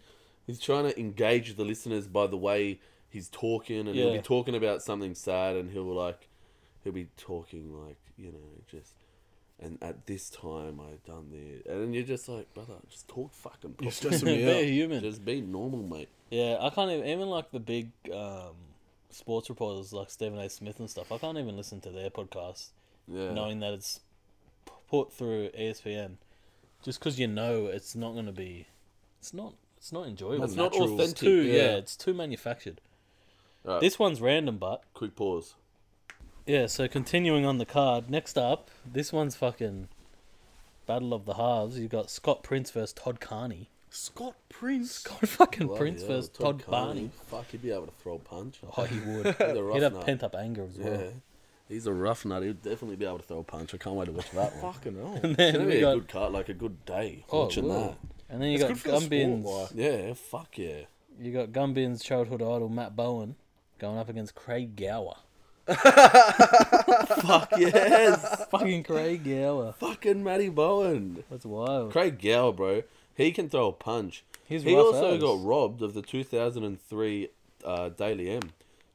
Speaker 2: he's trying to engage the listeners by the way he's talking, and he'll
Speaker 1: Yeah.
Speaker 2: be talking about something sad, and he'll like, he'll be talking like you know just. And at this time, I've done this, and then you're just like, brother, just talk fucking. properly. (laughs)
Speaker 3: You're
Speaker 1: (laughs)
Speaker 3: stressing me
Speaker 1: They're
Speaker 3: out.
Speaker 1: human.
Speaker 2: Just be normal, mate.
Speaker 1: Yeah, I can't e-, even, even like the big um, sports reporters like Stephen A. Smith and stuff. I can't even listen to their podcast
Speaker 2: Yeah.
Speaker 1: knowing that it's p- put through E ESPN, just because you know it's not going to be, it's not, it's not enjoyable.
Speaker 2: It's not
Speaker 1: natural. It's
Speaker 2: authentic,
Speaker 1: too, yeah.
Speaker 2: yeah.
Speaker 1: it's too manufactured.
Speaker 2: Right.
Speaker 1: This one's random, but
Speaker 2: Quick pause.
Speaker 1: yeah. So continuing on the card, next up, this one's fucking battle of the halves. You got Scott Prince versus Todd (laughs) Carney.
Speaker 3: Scott Prince.
Speaker 1: Scott fucking
Speaker 2: Bloody
Speaker 1: Prince
Speaker 2: hell,
Speaker 1: versus Todd, Barney.
Speaker 2: Fuck, he'd be able to throw a punch.
Speaker 1: Oh, he
Speaker 2: (laughs)
Speaker 1: would.
Speaker 2: He's a rough
Speaker 1: He'd have
Speaker 2: nut.
Speaker 1: pent up anger as well. (laughs)
Speaker 2: Yeah. He's a rough nut. He'd definitely be able to throw a punch. I can't wait to
Speaker 1: (laughs)
Speaker 2: watch that one.
Speaker 3: Fucking (laughs) hell.
Speaker 1: And
Speaker 2: It's
Speaker 1: then
Speaker 2: gonna
Speaker 1: we
Speaker 2: be a
Speaker 1: got,
Speaker 2: good cut, like a good day
Speaker 1: Oh, it
Speaker 2: watching
Speaker 1: will.
Speaker 2: that.
Speaker 1: and then you
Speaker 3: It's
Speaker 1: got
Speaker 3: good for the sport,
Speaker 1: Gumbins.
Speaker 3: like.
Speaker 2: Yeah, fuck yeah.
Speaker 1: You got Gumbins childhood idol Matt Bowen going up against Craig
Speaker 2: (laughs)
Speaker 1: Gower.
Speaker 2: Fuck yes.
Speaker 1: Fucking Craig Gower.
Speaker 2: Fucking Matty Bowen.
Speaker 1: That's wild.
Speaker 2: Craig Gower, bro. He can throw a punch.
Speaker 1: He's
Speaker 2: he
Speaker 1: rough
Speaker 2: also
Speaker 1: as.
Speaker 2: got robbed of the 2003 uh, Daily M.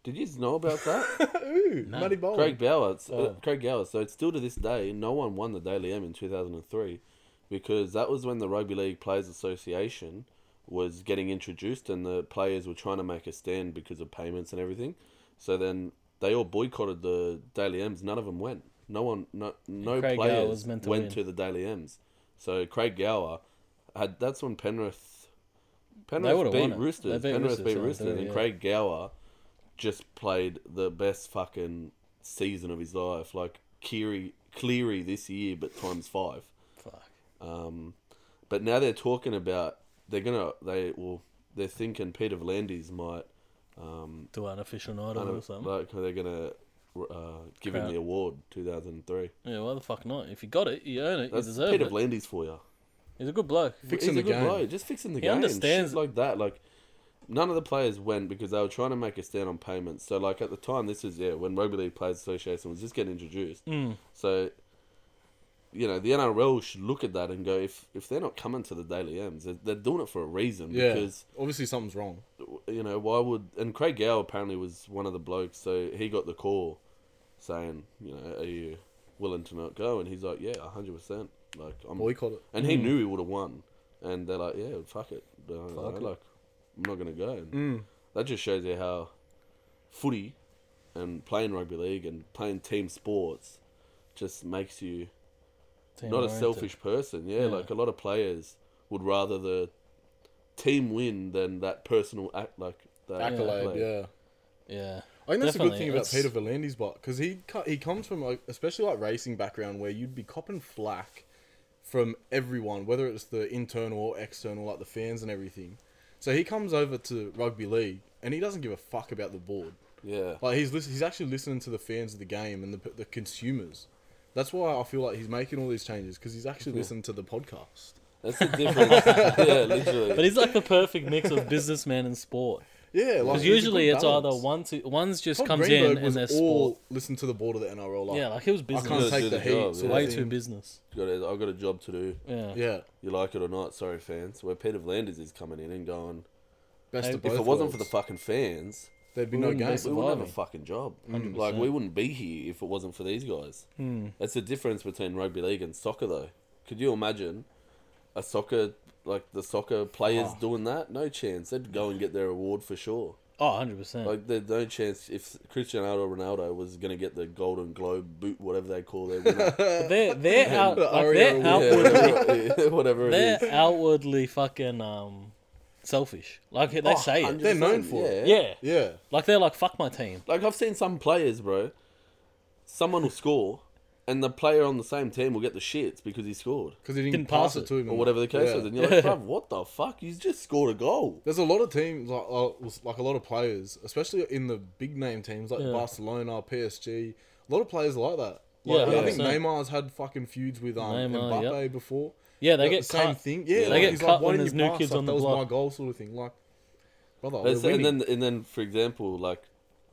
Speaker 2: Did you know about that?
Speaker 3: Ooh, Matty Bowen.
Speaker 2: Craig Bauer, it's-
Speaker 1: Oh.
Speaker 2: uh, Craig Gower. So it's still to this day, no one won the Daily M in 2003 because that was when the Rugby League Players Association was getting introduced and the players were trying to make a stand because of payments and everything. So then they all boycotted the Daily M's. None of them went. No one, no, no
Speaker 1: Craig Gower
Speaker 2: players
Speaker 1: was meant to
Speaker 2: went
Speaker 1: win.
Speaker 2: to the Daily M's. So Craig Gower had. That's when Penrith. Penrith
Speaker 1: would've
Speaker 2: beat
Speaker 1: won it.
Speaker 2: Roosters.
Speaker 1: They beat
Speaker 2: Penrith
Speaker 1: Roosters,
Speaker 2: beat
Speaker 1: yeah,
Speaker 2: Roosters,
Speaker 1: yeah.
Speaker 2: and Craig Gower just played the best fucking season of his life. Like Cleary, Cleary this year, but times five.
Speaker 1: Fuck.
Speaker 2: Um, but now they're talking about they're gonna they well they're thinking Peter Vlandis might um
Speaker 1: To an official idol
Speaker 2: kind
Speaker 1: or
Speaker 2: of,
Speaker 1: something.
Speaker 2: like they're gonna uh, give him
Speaker 1: Crap.
Speaker 2: the award two thousand three.
Speaker 1: Yeah, why the fuck not? If you got it, you earn it. You
Speaker 2: That's
Speaker 1: deserve
Speaker 2: Peter
Speaker 1: it.
Speaker 2: Vlandis for you.
Speaker 1: He's a good bloke.
Speaker 2: He's
Speaker 3: Fixing the
Speaker 2: a good
Speaker 3: game.
Speaker 2: bloke, Just fixing the
Speaker 1: He
Speaker 2: game.
Speaker 1: understands-
Speaker 2: Shit like that. Like none of the players went because they were trying to make a stand on payments. So like at the time, this was yeah when rugby league players association was just getting introduced.
Speaker 3: Mm.
Speaker 2: So you know the NRL should look at that and go if if they're not coming to the daily M's, they're, they're doing it for a reason
Speaker 3: Yeah.
Speaker 2: because
Speaker 3: Obviously, something's wrong.
Speaker 2: you know why would and Craig Gow apparently was one of the blokes, so he got the call saying you know are you willing to not go and he's like yeah hundred percent like I'm
Speaker 3: Boycott it.
Speaker 2: and he knew he would have won. And they're like, yeah, fuck it. But, you know,
Speaker 3: Hmm. Fuck it. Hmm.
Speaker 2: Like, I'm not going to go. And That just shows you how footy and playing rugby league and playing team sports just makes you not a
Speaker 1: Team-oriented.
Speaker 2: selfish person. Yeah, like a lot of players would rather the team win than that personal act, like that
Speaker 3: Accolade, yeah.
Speaker 1: Yeah.
Speaker 3: I think that's
Speaker 1: Definitely,
Speaker 3: a good thing about
Speaker 1: it's-
Speaker 3: Peter Verlandy's bot because he co- he comes from like especially like racing background where you'd be copping flack from everyone, whether it's the internal or external, like the fans and everything. So he comes over to rugby league and he doesn't give a fuck about the board.
Speaker 2: Yeah.
Speaker 3: Like he's lis- he's actually listening to the fans of the game and the p- the consumers. That's why I feel like he's making all these changes because he's actually listening to the podcast.
Speaker 2: That's the difference. (laughs) yeah, literally.
Speaker 1: But he's like the perfect mix of businessman and
Speaker 3: (laughs)
Speaker 1: sport.
Speaker 3: Yeah, like
Speaker 1: Because
Speaker 3: he's a good
Speaker 1: usually it's either
Speaker 3: balance.
Speaker 1: one, two, one's just
Speaker 3: Todd
Speaker 1: comes
Speaker 3: Greenberg
Speaker 1: in
Speaker 3: was
Speaker 1: and they're
Speaker 3: all
Speaker 1: sport.
Speaker 3: listen to the board of the NRL. Like,
Speaker 1: Yeah, like he was
Speaker 3: I
Speaker 1: business.
Speaker 3: can't
Speaker 2: Just
Speaker 3: take
Speaker 2: do
Speaker 3: the
Speaker 2: the
Speaker 3: heat.
Speaker 2: job,
Speaker 3: sort
Speaker 2: yeah.
Speaker 3: of
Speaker 1: Way
Speaker 3: thing.
Speaker 1: too business.
Speaker 2: Got a- I've got a job to do.
Speaker 1: Yeah.
Speaker 3: Yeah,
Speaker 2: You like it or not, sorry, fans. Where Peter Vlanders is coming in and going,
Speaker 3: best
Speaker 1: Hey,
Speaker 3: of
Speaker 1: if
Speaker 3: both.
Speaker 2: if it wasn't for the
Speaker 3: worlds.
Speaker 2: fucking fans,
Speaker 3: There'd be
Speaker 1: We
Speaker 3: no
Speaker 1: wouldn't
Speaker 3: game.
Speaker 1: be
Speaker 2: we wouldn't have a
Speaker 1: surviving.
Speaker 2: fucking job. Like we wouldn't be here if it wasn't for these guys.
Speaker 3: Hmm.
Speaker 2: That's the difference between rugby league and soccer, though. Could you imagine a soccer like the soccer players
Speaker 3: Ah.
Speaker 2: doing that? No chance. They'd go and get their award for sure.
Speaker 1: Oh, 100%.
Speaker 2: Like there's no chance if Cristiano Ronaldo was gonna get the Golden Globe boot, whatever they call their
Speaker 3: (laughs)
Speaker 2: winner.
Speaker 1: but they're, they're, out,
Speaker 3: The
Speaker 1: like,
Speaker 3: Oreo
Speaker 1: they're,
Speaker 2: (laughs) Yeah,
Speaker 1: outward,
Speaker 2: whatever, whatever it is.
Speaker 1: they're outwardly fucking um, selfish. Like they say it.
Speaker 3: They're
Speaker 2: 100%,
Speaker 3: known for it.
Speaker 1: Yeah.
Speaker 3: Oh, Yeah,
Speaker 1: Like they're like, fuck my team.
Speaker 2: Like I've seen some players, bro. Someone will score, and the player on the same team will get the shits because he scored
Speaker 3: because he didn't,
Speaker 1: Didn't
Speaker 3: pass
Speaker 1: pass
Speaker 3: it
Speaker 1: it.
Speaker 3: to him
Speaker 2: or whatever the case
Speaker 3: Yeah.
Speaker 2: was, and you're
Speaker 3: (laughs)
Speaker 2: like, bruv, what the fuck? You just scored a goal.
Speaker 3: There's a lot of teams like uh, like a lot of players, especially in the big name teams like
Speaker 1: Yeah.
Speaker 3: Barcelona, PSG. A lot of players are like that. Like,
Speaker 1: Yeah,
Speaker 3: I think
Speaker 1: 100%.
Speaker 3: Neymar's had fucking feuds with um,
Speaker 1: Neymar,
Speaker 3: Mbappe before.
Speaker 1: Yeah, they
Speaker 3: Like,
Speaker 1: get
Speaker 3: the same
Speaker 1: cut.
Speaker 3: thing. Yeah,
Speaker 2: Yeah.
Speaker 3: like,
Speaker 2: They
Speaker 1: get
Speaker 3: he's
Speaker 1: cut
Speaker 3: like, why
Speaker 1: when
Speaker 3: didn't
Speaker 1: there's
Speaker 3: you
Speaker 1: new
Speaker 3: pass?
Speaker 1: kids
Speaker 3: Like,
Speaker 1: on
Speaker 3: that
Speaker 1: the
Speaker 3: was my
Speaker 1: block.
Speaker 3: goal, sort of thing. Like, brother,
Speaker 2: That's-
Speaker 3: we're
Speaker 2: and
Speaker 3: winning.
Speaker 2: then, and then, for example, like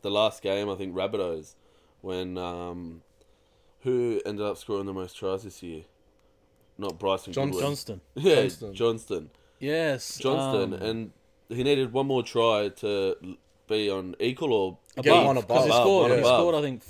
Speaker 2: the last game, I think Rabbitohs, when um, who ended up scoring the most tries this year? Not Bryson
Speaker 3: John-
Speaker 2: Goodwin.
Speaker 1: Johnston.
Speaker 2: (laughs) Yeah,
Speaker 3: Johnston.
Speaker 2: Johnston. Johnston.
Speaker 1: Yes. um,
Speaker 2: and he needed one more try to l- be on equal or
Speaker 3: Get
Speaker 1: above,
Speaker 3: one
Speaker 1: 'cause he
Speaker 3: above,
Speaker 1: scored.
Speaker 2: one
Speaker 1: he
Speaker 2: above.
Speaker 1: scored, I think,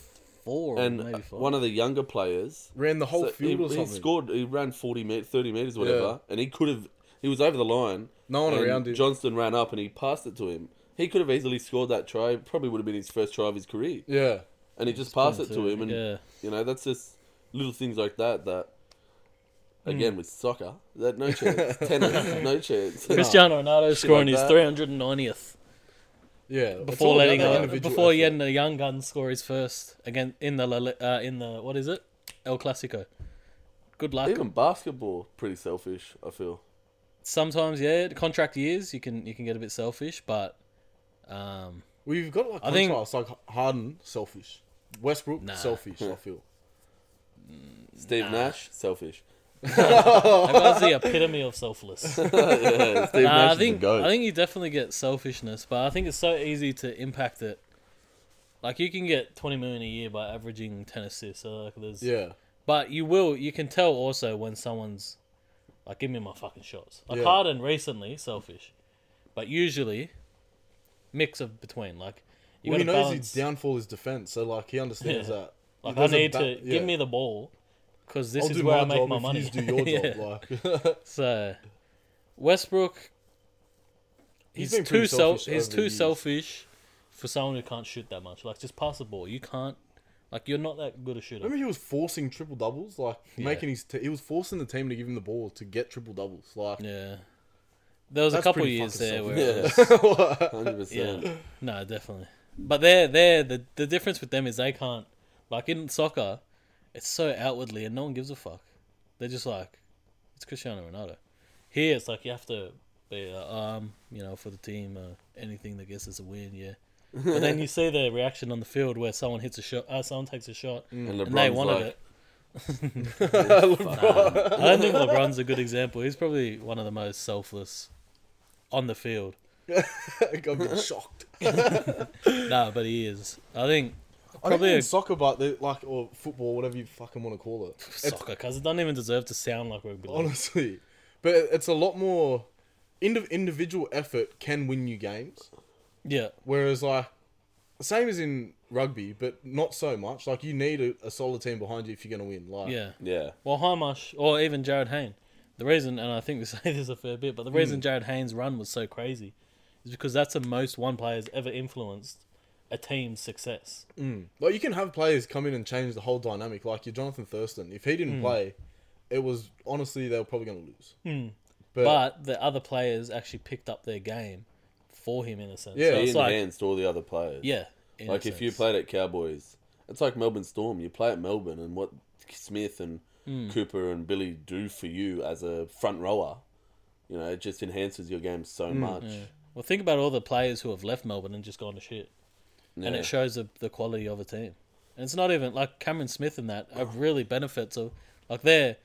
Speaker 1: four
Speaker 2: and
Speaker 1: or maybe five.
Speaker 2: one of the younger players
Speaker 3: ran the whole
Speaker 2: so
Speaker 3: field
Speaker 2: he,
Speaker 3: or
Speaker 2: he
Speaker 3: something.
Speaker 2: scored. He ran forty meters, thirty meters, whatever, and he could have. He was over the line.
Speaker 3: No one
Speaker 2: and
Speaker 3: around him.
Speaker 2: Johnston ran up and he passed it to him. He could have easily scored that try. It Probably would have been his first try of his career,
Speaker 3: Yeah,
Speaker 2: and he just passed it to him. And
Speaker 1: Yeah.
Speaker 2: you know, that's just little things like that. That
Speaker 3: Hmm.
Speaker 2: again with soccer, that no
Speaker 3: (laughs)
Speaker 2: chance. Tennis, no chance.
Speaker 1: Cristiano Ronaldo scoring
Speaker 2: like
Speaker 1: his
Speaker 2: that.
Speaker 1: 390th
Speaker 3: yeah. It's
Speaker 1: before
Speaker 3: all about
Speaker 1: letting
Speaker 3: that
Speaker 1: a,
Speaker 3: individual
Speaker 1: before
Speaker 3: effort.
Speaker 1: letting a young gun score his first again in the La Li- uh, in the what is it El Clasico. Good luck.
Speaker 2: Even basketball, pretty selfish. I feel.
Speaker 1: Sometimes, yeah, contract years you can you can get a bit selfish,
Speaker 2: (laughs)
Speaker 1: but um,
Speaker 3: We've got like
Speaker 1: I think-
Speaker 3: contrasts like Harden selfish, Westbrook
Speaker 1: Nah.
Speaker 3: selfish. I
Speaker 1: (laughs)
Speaker 3: feel
Speaker 2: Steve Nash, selfish.
Speaker 1: that guy's the epitome of selfless.
Speaker 2: (laughs) yeah, Steve
Speaker 1: Nah,
Speaker 2: Nash
Speaker 1: I think
Speaker 2: is the goat.
Speaker 1: I think you definitely get selfishness, but I think it's so easy to impact it. Like you can get twenty million a year by averaging ten assists. So like there's,
Speaker 3: yeah.
Speaker 1: but you will you can tell also when someone's like, give me my fucking shots. Like
Speaker 3: Yeah.
Speaker 1: Harden recently, selfish, but usually mix of between. Like you
Speaker 3: Well, he
Speaker 1: got to
Speaker 3: knows
Speaker 1: balance.
Speaker 3: his downfall is defense, so like he understands
Speaker 1: Yeah.
Speaker 3: that. He
Speaker 1: like I
Speaker 3: doesn't
Speaker 1: need
Speaker 3: ba-
Speaker 1: to
Speaker 3: yeah.
Speaker 1: give me the ball because this
Speaker 3: I'll
Speaker 1: is
Speaker 3: do
Speaker 1: where
Speaker 3: my
Speaker 1: I make
Speaker 3: job
Speaker 1: my
Speaker 3: if
Speaker 1: money.
Speaker 3: yous
Speaker 1: (laughs)
Speaker 3: do your
Speaker 1: Yeah.
Speaker 3: job. Like (laughs)
Speaker 1: So Westbrook,
Speaker 3: He's
Speaker 1: he's,
Speaker 3: been pretty
Speaker 1: too self.
Speaker 3: selfish
Speaker 1: He's
Speaker 3: over
Speaker 1: too
Speaker 3: the years.
Speaker 1: selfish for someone who can't shoot that much. Like just pass the ball. You can't. Like you're not that good a shooter.
Speaker 3: remember he was forcing triple doubles, like
Speaker 1: Yeah.
Speaker 3: making his. T- he was forcing the team to give him the ball to get triple doubles. Like
Speaker 1: yeah. There was a
Speaker 3: That's
Speaker 1: couple
Speaker 3: pretty
Speaker 1: years
Speaker 3: fucking
Speaker 1: there where it
Speaker 2: Yeah, (laughs)
Speaker 3: (laughs)
Speaker 1: was-
Speaker 2: hundred
Speaker 1: yeah,
Speaker 2: percent.
Speaker 1: no, definitely. But they're they're the the difference with them is they can't like in soccer, it's so outwardly and no one gives a fuck. They're just like, it's Cristiano Ronaldo. Here it's like you have to be uh, um you know for the team uh, anything that gets us a win yeah. But then you see the reaction on the field where someone hits a shot, uh, someone takes a shot,
Speaker 2: And
Speaker 1: and they
Speaker 2: LeBron's (laughs)
Speaker 1: wanted
Speaker 2: like,
Speaker 1: it. I don't think LeBron's a good example. He's probably one of the most selfless on the field.
Speaker 3: (laughs) I'm
Speaker 1: (laughs)
Speaker 3: getting shocked.
Speaker 1: Nah, but he is. I think
Speaker 3: I don't
Speaker 1: Probably
Speaker 3: mean
Speaker 1: a-
Speaker 3: soccer, but the, like or football, whatever you fucking want to call it.
Speaker 1: (laughs)
Speaker 3: It's-
Speaker 1: soccer because it doesn't even deserve to sound like rugby. league.
Speaker 3: honestly, but it- it's a lot more. Indiv- individual effort can win you games,
Speaker 1: Yeah,
Speaker 3: whereas like same as in rugby, but not so much. Like you need a, a solid team behind you if you're gonna win. Like
Speaker 1: yeah.
Speaker 2: Yeah.
Speaker 1: Well, Hamish or even Jared Hayne. The reason, and I think we (laughs) say this a fair bit, but the reason Jared Hayne's run was so crazy is because that's the most one player's ever influenced a team's success.
Speaker 3: Like you can have players come in and change the whole dynamic. Like your Jonathan Thurston, if he
Speaker 1: Hmm.
Speaker 3: didn't play, it was honestly they were probably going to lose. But,
Speaker 1: Hmm. But the other players actually picked up their game for him in a sense.
Speaker 3: Yeah,
Speaker 1: so
Speaker 2: He
Speaker 1: it's like,
Speaker 2: enhanced all the other players.
Speaker 1: yeah. in a
Speaker 2: Like if you
Speaker 1: sense.
Speaker 2: played at Cowboys, it's like Melbourne Storm. You play at Melbourne, and what Smith and
Speaker 1: Hmm.
Speaker 2: Cooper and Billy do for you as a front rower, you know, it just enhances your game so
Speaker 1: Hmm,
Speaker 2: much.
Speaker 1: Well, think about all the players who have left Melbourne and just gone to shit. and
Speaker 2: Yeah.
Speaker 1: it shows the, the quality of a team. And it's not even like Cameron Smith and that have really benefits of like they're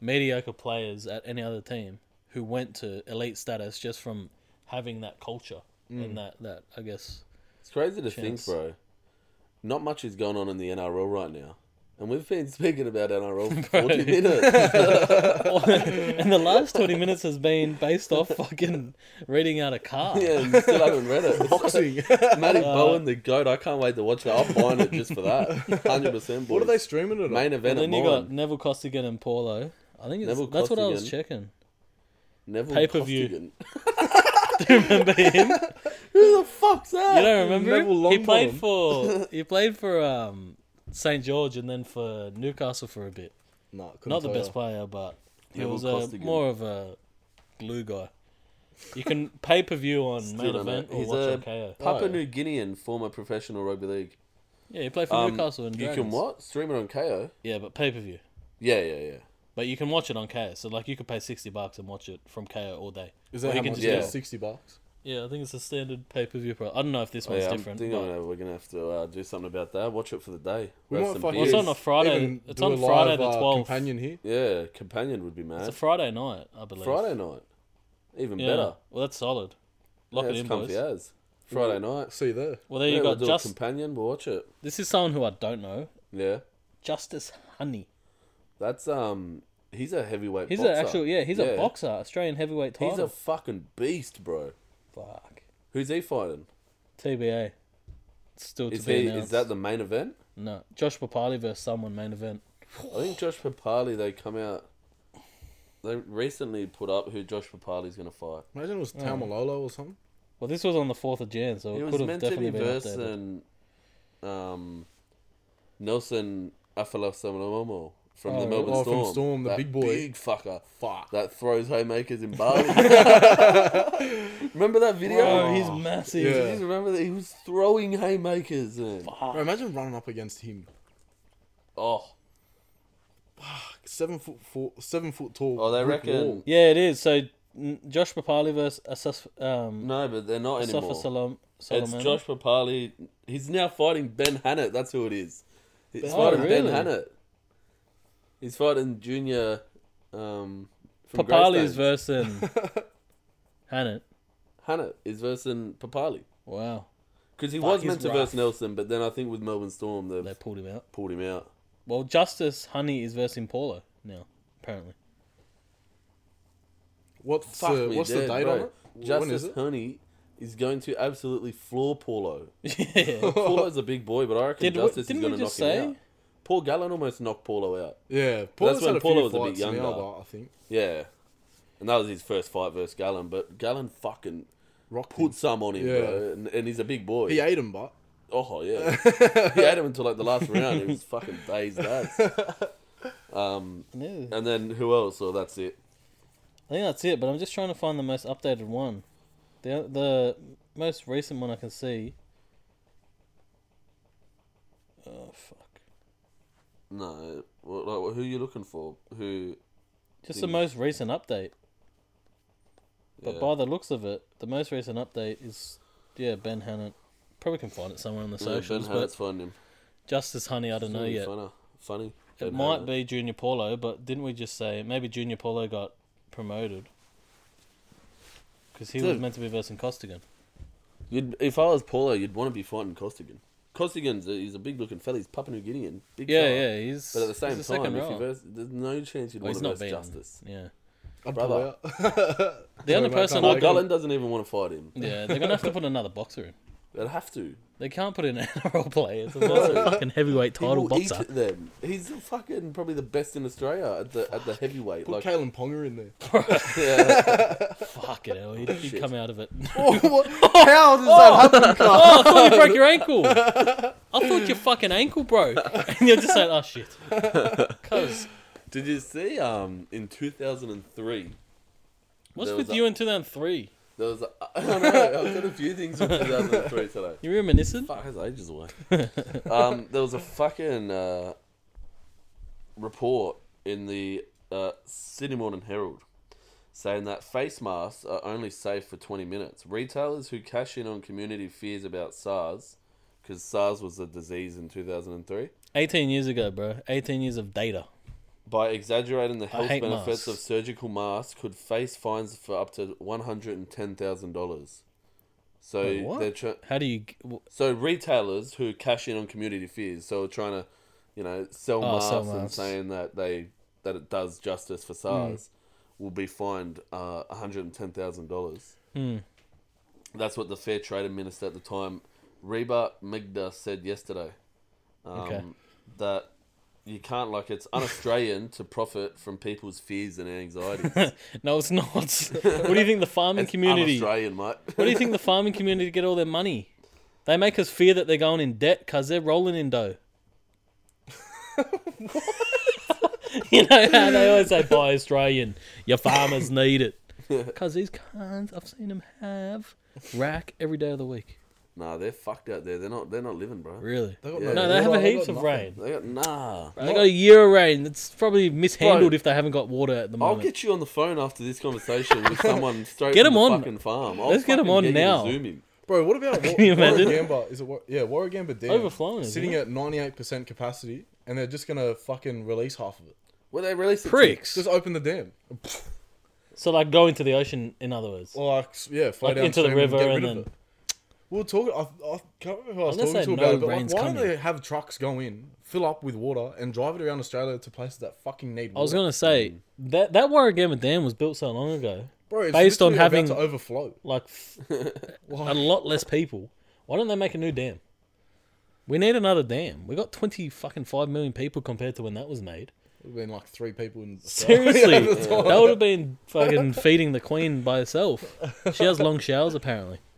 Speaker 1: mediocre players at any other team who went to elite status just from having that culture
Speaker 2: Mm.
Speaker 1: and that that I guess (laughs)
Speaker 2: It's crazy to
Speaker 1: Chance.
Speaker 2: think, bro. Not much is going on in the NRL right now. And we've been (laughs) speaking
Speaker 1: (laughs)
Speaker 2: about NRL for 40 minutes.
Speaker 1: and the last 20 minutes has been based
Speaker 2: (laughs)
Speaker 1: off fucking reading out a card.
Speaker 2: yeah, and still haven't
Speaker 1: (laughs)
Speaker 2: read it.
Speaker 3: boxing.
Speaker 2: (laughs) Matty
Speaker 1: Uh,
Speaker 2: Bowen, the GOAT. I can't wait to watch that. I'll find it just
Speaker 1: (laughs)
Speaker 2: for that. 100%.
Speaker 3: what are
Speaker 2: boys.
Speaker 3: they streaming it
Speaker 2: Main
Speaker 3: on?
Speaker 2: event
Speaker 1: then
Speaker 2: at
Speaker 1: you got
Speaker 2: mine.
Speaker 1: Neville Costigan and Paulo. I think it's,
Speaker 2: Neville
Speaker 1: that's what I was
Speaker 2: Costigan.
Speaker 1: checking.
Speaker 2: Neville
Speaker 1: pay-per-view.
Speaker 2: Costigan. (laughs)
Speaker 1: Remember him?
Speaker 2: Who the fuck's that?
Speaker 1: You don't remember him?
Speaker 3: Neville
Speaker 1: He played
Speaker 3: Longbottom.
Speaker 1: for
Speaker 2: (laughs)
Speaker 1: he played for um, St George and then for Newcastle for a bit.
Speaker 3: Nah, couldn't
Speaker 1: Not the
Speaker 3: tell
Speaker 1: best
Speaker 3: ya.
Speaker 1: player, but he
Speaker 2: Neville
Speaker 1: was a,
Speaker 2: Costigan.
Speaker 1: more of a glue guy. You can pay per view on main
Speaker 2: don't know.
Speaker 1: event or
Speaker 2: He's uh,
Speaker 1: watch
Speaker 2: a
Speaker 1: on KO.
Speaker 2: Papua
Speaker 3: Oh.
Speaker 2: New Guinean former professional rugby league.
Speaker 1: Yeah, he played for
Speaker 2: Um,
Speaker 1: Newcastle and
Speaker 2: you can
Speaker 1: Dragons.
Speaker 2: what? Stream it on KO.
Speaker 1: Yeah, but pay per view.
Speaker 2: Yeah, yeah, yeah.
Speaker 1: But you can watch it on KO. So like you could pay sixty bucks and watch it from KO all day.
Speaker 3: Is
Speaker 1: Or
Speaker 3: that
Speaker 1: you
Speaker 3: how
Speaker 1: can
Speaker 3: much?
Speaker 1: just
Speaker 3: Yeah.
Speaker 1: go-
Speaker 3: sixty bucks.
Speaker 1: Yeah, I think it's a standard pay per view. Pro- I don't know if this one's
Speaker 2: Oh, yeah I'm
Speaker 1: different.
Speaker 2: thinking
Speaker 1: but-
Speaker 2: uh, we're gonna have to uh, do something about that. Watch it for the day.
Speaker 3: We
Speaker 2: Grab
Speaker 3: might
Speaker 2: some
Speaker 3: fucking
Speaker 1: Well, it's
Speaker 2: beers.
Speaker 1: on a Friday-
Speaker 3: even
Speaker 1: it's
Speaker 3: do
Speaker 1: on
Speaker 3: a
Speaker 1: Friday the
Speaker 3: uh,
Speaker 1: 12th.
Speaker 3: Companion here.
Speaker 2: Yeah, companion would be
Speaker 1: It's a
Speaker 2: mad.
Speaker 1: Friday night, I believe.
Speaker 2: Friday night, even
Speaker 1: Yeah.
Speaker 2: better.
Speaker 1: Well, that's solid.
Speaker 2: Yeah,
Speaker 1: Lock it
Speaker 2: it's
Speaker 1: in, boys.
Speaker 2: comfy as. Friday night.
Speaker 3: See you there.
Speaker 1: Well, there
Speaker 2: yeah,
Speaker 1: you
Speaker 2: we'll
Speaker 1: go.
Speaker 2: do a
Speaker 1: Just
Speaker 2: companion. We'll watch it.
Speaker 1: this is someone who I don't know.
Speaker 2: Yeah,
Speaker 1: Justice Honey.
Speaker 2: that's um. He's a heavyweight.
Speaker 1: He's
Speaker 2: boxer.
Speaker 1: an actual yeah. He's a boxer, Australian heavyweight title.
Speaker 2: He's a fucking beast, bro.
Speaker 1: fuck.
Speaker 2: Who's he fighting?
Speaker 1: TBA. It's still to
Speaker 2: Is
Speaker 1: be
Speaker 2: he?
Speaker 1: announced.
Speaker 2: Is that the main event?
Speaker 1: no? Josh Papali versus someone main event.
Speaker 2: I think Josh Papali. They come out. They recently put up who Josh Papali's going to fight.
Speaker 3: Imagine it
Speaker 1: Oh.
Speaker 3: was Tamalolo or something.
Speaker 1: Well, this was on the fourth of Jan, so
Speaker 2: It
Speaker 1: it
Speaker 2: was
Speaker 1: could have
Speaker 2: meant to be
Speaker 1: definitely been updated.
Speaker 2: versus um, Nelson Afalasamonomo from
Speaker 1: Oh,
Speaker 2: the Melbourne
Speaker 3: oh, from
Speaker 2: Storm.
Speaker 3: Storm, the
Speaker 2: That
Speaker 3: big boy.
Speaker 2: big fucker
Speaker 3: Fuck.
Speaker 2: that throws haymakers in
Speaker 3: (laughs)
Speaker 2: Bali. (laughs) remember that video?
Speaker 1: Bro, Oh, he's massive.
Speaker 2: Did
Speaker 3: Yeah.
Speaker 2: you just remember that he was throwing haymakers. And,
Speaker 3: Bro, imagine running up against him.
Speaker 2: oh,
Speaker 3: Seven foot four, seven foot tall.
Speaker 2: oh, they
Speaker 3: brick wall.
Speaker 2: reckon.
Speaker 1: Yeah, it is. So n- Josh Papali versus Asaf, um,
Speaker 2: No, but they're not anymore.
Speaker 1: Safa Salom.
Speaker 2: It's
Speaker 1: Solomon.
Speaker 2: Josh Papali. He's now fighting Ben Hannett. That's who it is. He's
Speaker 3: Ben-
Speaker 2: fighting
Speaker 1: Oh,
Speaker 2: Ben
Speaker 1: really?
Speaker 2: Hannett. He's fighting Junior. Um, from
Speaker 1: Papali
Speaker 2: Greystones.
Speaker 1: is versus
Speaker 2: (laughs)
Speaker 1: Hannett.
Speaker 2: Hannett is versing Papali
Speaker 1: Wow,
Speaker 2: because he
Speaker 1: Fuck,
Speaker 2: was
Speaker 1: he's
Speaker 2: meant to
Speaker 1: rough.
Speaker 2: verse Nelson, but then I think with Melbourne Storm they
Speaker 1: they
Speaker 2: have
Speaker 1: pulled him out.
Speaker 2: pulled him out.
Speaker 1: Well, Justice Honey is versus Paulo now, apparently. (laughs)
Speaker 3: What's,
Speaker 2: Fuck
Speaker 3: uh,
Speaker 2: me
Speaker 3: what's the
Speaker 2: dead,
Speaker 3: date
Speaker 2: bro.
Speaker 3: on it? when is
Speaker 2: Justice
Speaker 3: it?
Speaker 2: Honey is going to absolutely
Speaker 1: (laughs)
Speaker 2: floor Paulo.
Speaker 1: yeah.
Speaker 2: (laughs) Paulo's a big boy, but I reckon
Speaker 1: Did we-
Speaker 2: Justice is
Speaker 1: didn't we
Speaker 2: going to knock
Speaker 1: just
Speaker 2: him
Speaker 1: say-
Speaker 2: out. Paul Gallen almost knocked Paulo out.
Speaker 3: Yeah, Paula's
Speaker 2: when
Speaker 3: had a
Speaker 2: Paula
Speaker 3: few
Speaker 2: was a bit
Speaker 3: fights in the
Speaker 2: younger.
Speaker 3: Alba, I think.
Speaker 2: Yeah, and that was his first fight versus Gallen, but Gallen fucking
Speaker 3: Rock
Speaker 2: put some on him,
Speaker 3: Yeah.
Speaker 2: bro, and, and he's a big boy.
Speaker 3: He ate him, but
Speaker 2: Oh
Speaker 3: (laughs)
Speaker 2: yeah, he had him until like the last round. He was fucking dazed as.
Speaker 3: (laughs)
Speaker 2: Um,
Speaker 1: No.
Speaker 2: and then who else? Or that's it.
Speaker 1: I think that's it, but I'm just trying to find the most updated one. The the most recent one I can see. Oh fuck!
Speaker 2: No, well, like, well, who are you looking for? Who?
Speaker 1: Just the
Speaker 2: Things.
Speaker 1: most recent update. But
Speaker 2: yeah.
Speaker 1: by the looks of it, the most recent update is yeah Ben Hannett. Probably can find it somewhere on the
Speaker 2: No,
Speaker 1: socials.
Speaker 2: ben Hurt's
Speaker 1: but
Speaker 2: finding him.
Speaker 1: Justice Honey, I don't know
Speaker 2: Really
Speaker 1: yet.
Speaker 2: funner- Funny.
Speaker 1: It
Speaker 2: And
Speaker 1: might
Speaker 2: Hamlet.
Speaker 1: be Junior Paulo, but didn't we just say maybe Junior Paulo got promoted? Because he was
Speaker 2: Dude.
Speaker 1: meant to be versing Costigan.
Speaker 2: You'd, if I was Paulo, you'd want to be fighting Costigan. Costigan's a, he's a big looking fella. He's Papua New Guinean. Big
Speaker 1: Yeah,
Speaker 2: fella.
Speaker 1: yeah, he's.
Speaker 2: But at the same
Speaker 1: he's
Speaker 2: time,
Speaker 1: second
Speaker 2: if you
Speaker 1: row.
Speaker 2: verse, there's no chance you'd
Speaker 1: Well,
Speaker 2: want
Speaker 1: he's
Speaker 2: to
Speaker 1: not
Speaker 2: verse
Speaker 1: beaten.
Speaker 2: Justice.
Speaker 1: Yeah,
Speaker 3: I'd
Speaker 2: Brother.
Speaker 3: pull out.
Speaker 1: the only person.
Speaker 3: about
Speaker 1: I
Speaker 3: Carl
Speaker 2: Paul
Speaker 3: Like-
Speaker 2: Gallen doesn't even want to fight him.
Speaker 1: yeah, they're gonna have to put another boxer in.
Speaker 2: They'd have to.
Speaker 1: They can't put in an (laughs) NRL player. It's a fucking heavyweight
Speaker 2: He
Speaker 1: title
Speaker 2: will eat
Speaker 1: boxer.
Speaker 2: them. He's the fucking probably the best in Australia at the at the heavyweight.
Speaker 3: (laughs) Put
Speaker 2: Like,
Speaker 3: Kalen Ponga in there.
Speaker 2: (laughs)
Speaker 3: (laughs)
Speaker 2: yeah.
Speaker 1: Fuck it, hell, he'd, he'd
Speaker 2: Shit.
Speaker 1: come out of
Speaker 2: (laughs)
Speaker 1: it. (laughs)
Speaker 2: How does that happen?
Speaker 1: oh, I thought you broke your
Speaker 2: (laughs)
Speaker 1: ankle. I thought your fucking ankle broke, and you're just like, oh
Speaker 2: (laughs)
Speaker 1: shit, because.
Speaker 2: Did you see? Um, in 2003,
Speaker 1: What's
Speaker 2: There was
Speaker 1: with
Speaker 2: a-
Speaker 1: you in 2003?
Speaker 2: there was. A, (laughs) I don't know. I've got a few things from 2003 today.
Speaker 1: You reminiscent?
Speaker 2: Fuck, that's
Speaker 1: (laughs)
Speaker 2: ages away. um, there was a fucking uh, report in the uh, Sydney Morning Herald saying that face masks are only safe for 20 minutes. Retailers who cash in on community fears about SARS, because SARS was a disease in 2003,
Speaker 1: 18 years ago, bro. 18 years of data.
Speaker 2: by exaggerating the health
Speaker 1: hate
Speaker 2: benefits
Speaker 1: masks.
Speaker 2: of surgical masks, could face fines for up to $110,000. So
Speaker 1: Wait, what?
Speaker 2: they're trying.
Speaker 1: How do you? g- w-
Speaker 2: So retailers who cash in on community fears, so are trying to, you know, sell,
Speaker 1: Oh,
Speaker 2: masks,
Speaker 1: sell
Speaker 2: and
Speaker 1: masks. Hmm.
Speaker 2: saying that they that it does justice for SARS, will be fined uh, one hundred and ten thousand dollars.
Speaker 1: Hmm.
Speaker 2: That's what the Fair Trade Minister at the time, Reba Migda, said yesterday. Um,
Speaker 1: Okay.
Speaker 2: That you can't
Speaker 1: (laughs)
Speaker 2: like it's un-Australian to profit from people's fears and anxieties.
Speaker 1: No, it's not. (laughs) what do you think the farming
Speaker 2: It's
Speaker 1: community? What
Speaker 2: Un-Australian, mate. (laughs)
Speaker 1: do you think the farming community get all their money? They make us fear that they're going in debt because they're rolling in dough. (laughs) you know how they always say, "Buy Australian. Your farmers need it." Because these cons, I've seen them have rack every day of the week.
Speaker 2: nah, they're fucked out there. They're not. They're not living, bro.
Speaker 1: Really?
Speaker 3: They got
Speaker 2: Yeah.
Speaker 1: No, they have
Speaker 3: water,
Speaker 1: a
Speaker 3: they
Speaker 1: heaps of
Speaker 3: got nothing.
Speaker 1: rain.
Speaker 2: They got nah.
Speaker 1: They got a year of rain. It's probably mishandled
Speaker 2: Bro.
Speaker 1: if they haven't got water at the
Speaker 2: I'll
Speaker 1: moment.
Speaker 2: get you on the phone after this conversation
Speaker 1: (laughs)
Speaker 2: with someone straight
Speaker 1: Get
Speaker 2: from
Speaker 1: him
Speaker 2: the
Speaker 1: on.
Speaker 2: fucking farm. I'll
Speaker 1: Let's get him
Speaker 2: fucking
Speaker 1: on
Speaker 2: you to
Speaker 1: now.
Speaker 2: Zoom him.
Speaker 3: Bro,
Speaker 2: (laughs)
Speaker 3: what about Can
Speaker 1: you imagine?
Speaker 3: Warragamba? Is it War- yeah, Warragamba Dam
Speaker 1: Overflowing, isn't
Speaker 3: sitting
Speaker 1: it?
Speaker 3: at ninety eight percent capacity, and they're just gonna fucking release half of it.
Speaker 2: Well, they released it to-
Speaker 1: Pricks.
Speaker 3: Just open the dam,
Speaker 1: So like go into the ocean, in other words.
Speaker 3: or like s- yeah, flow
Speaker 1: Like
Speaker 3: down
Speaker 1: into the river
Speaker 3: and, get
Speaker 1: and
Speaker 3: rid of
Speaker 1: then-
Speaker 3: it. We We'll talk. I, I can't remember who I was
Speaker 1: Unless
Speaker 3: talking to
Speaker 1: they
Speaker 3: about
Speaker 1: know
Speaker 3: it, but like,
Speaker 1: rain's
Speaker 3: why
Speaker 1: coming.
Speaker 3: don't they have trucks go in, fill up with water, and drive it around Australia to places that fucking need water?
Speaker 1: I was gonna say that that Warragamba Dam was built so long ago,
Speaker 3: Bro, it's
Speaker 1: based on
Speaker 3: literally about
Speaker 1: having-
Speaker 3: to overflow.
Speaker 1: like f-
Speaker 3: (laughs)
Speaker 1: a lot less people. Why don't they make a new dam? We need another dam. We got twenty fucking five million people compared to when that was
Speaker 3: (laughs)
Speaker 1: made.
Speaker 3: We've been like three people in
Speaker 1: (laughs)
Speaker 3: Australia. (laughs)
Speaker 1: Seriously,
Speaker 3: at the
Speaker 1: that
Speaker 3: time.
Speaker 1: would have been fucking feeding the queen by herself. She has long showers apparently. (laughs)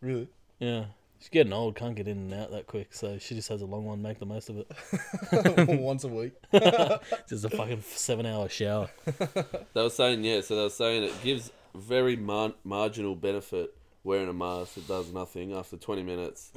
Speaker 3: Really? (laughs)
Speaker 1: Yeah, she's getting old, can't get in and out that quick, so she just has a long one. Make the most of it.
Speaker 3: Once a week.
Speaker 1: Just a fucking seven-hour shower.
Speaker 2: They were saying, yeah, so they were saying it gives very mar- marginal benefit wearing a mask. It does nothing. After 20 minutes,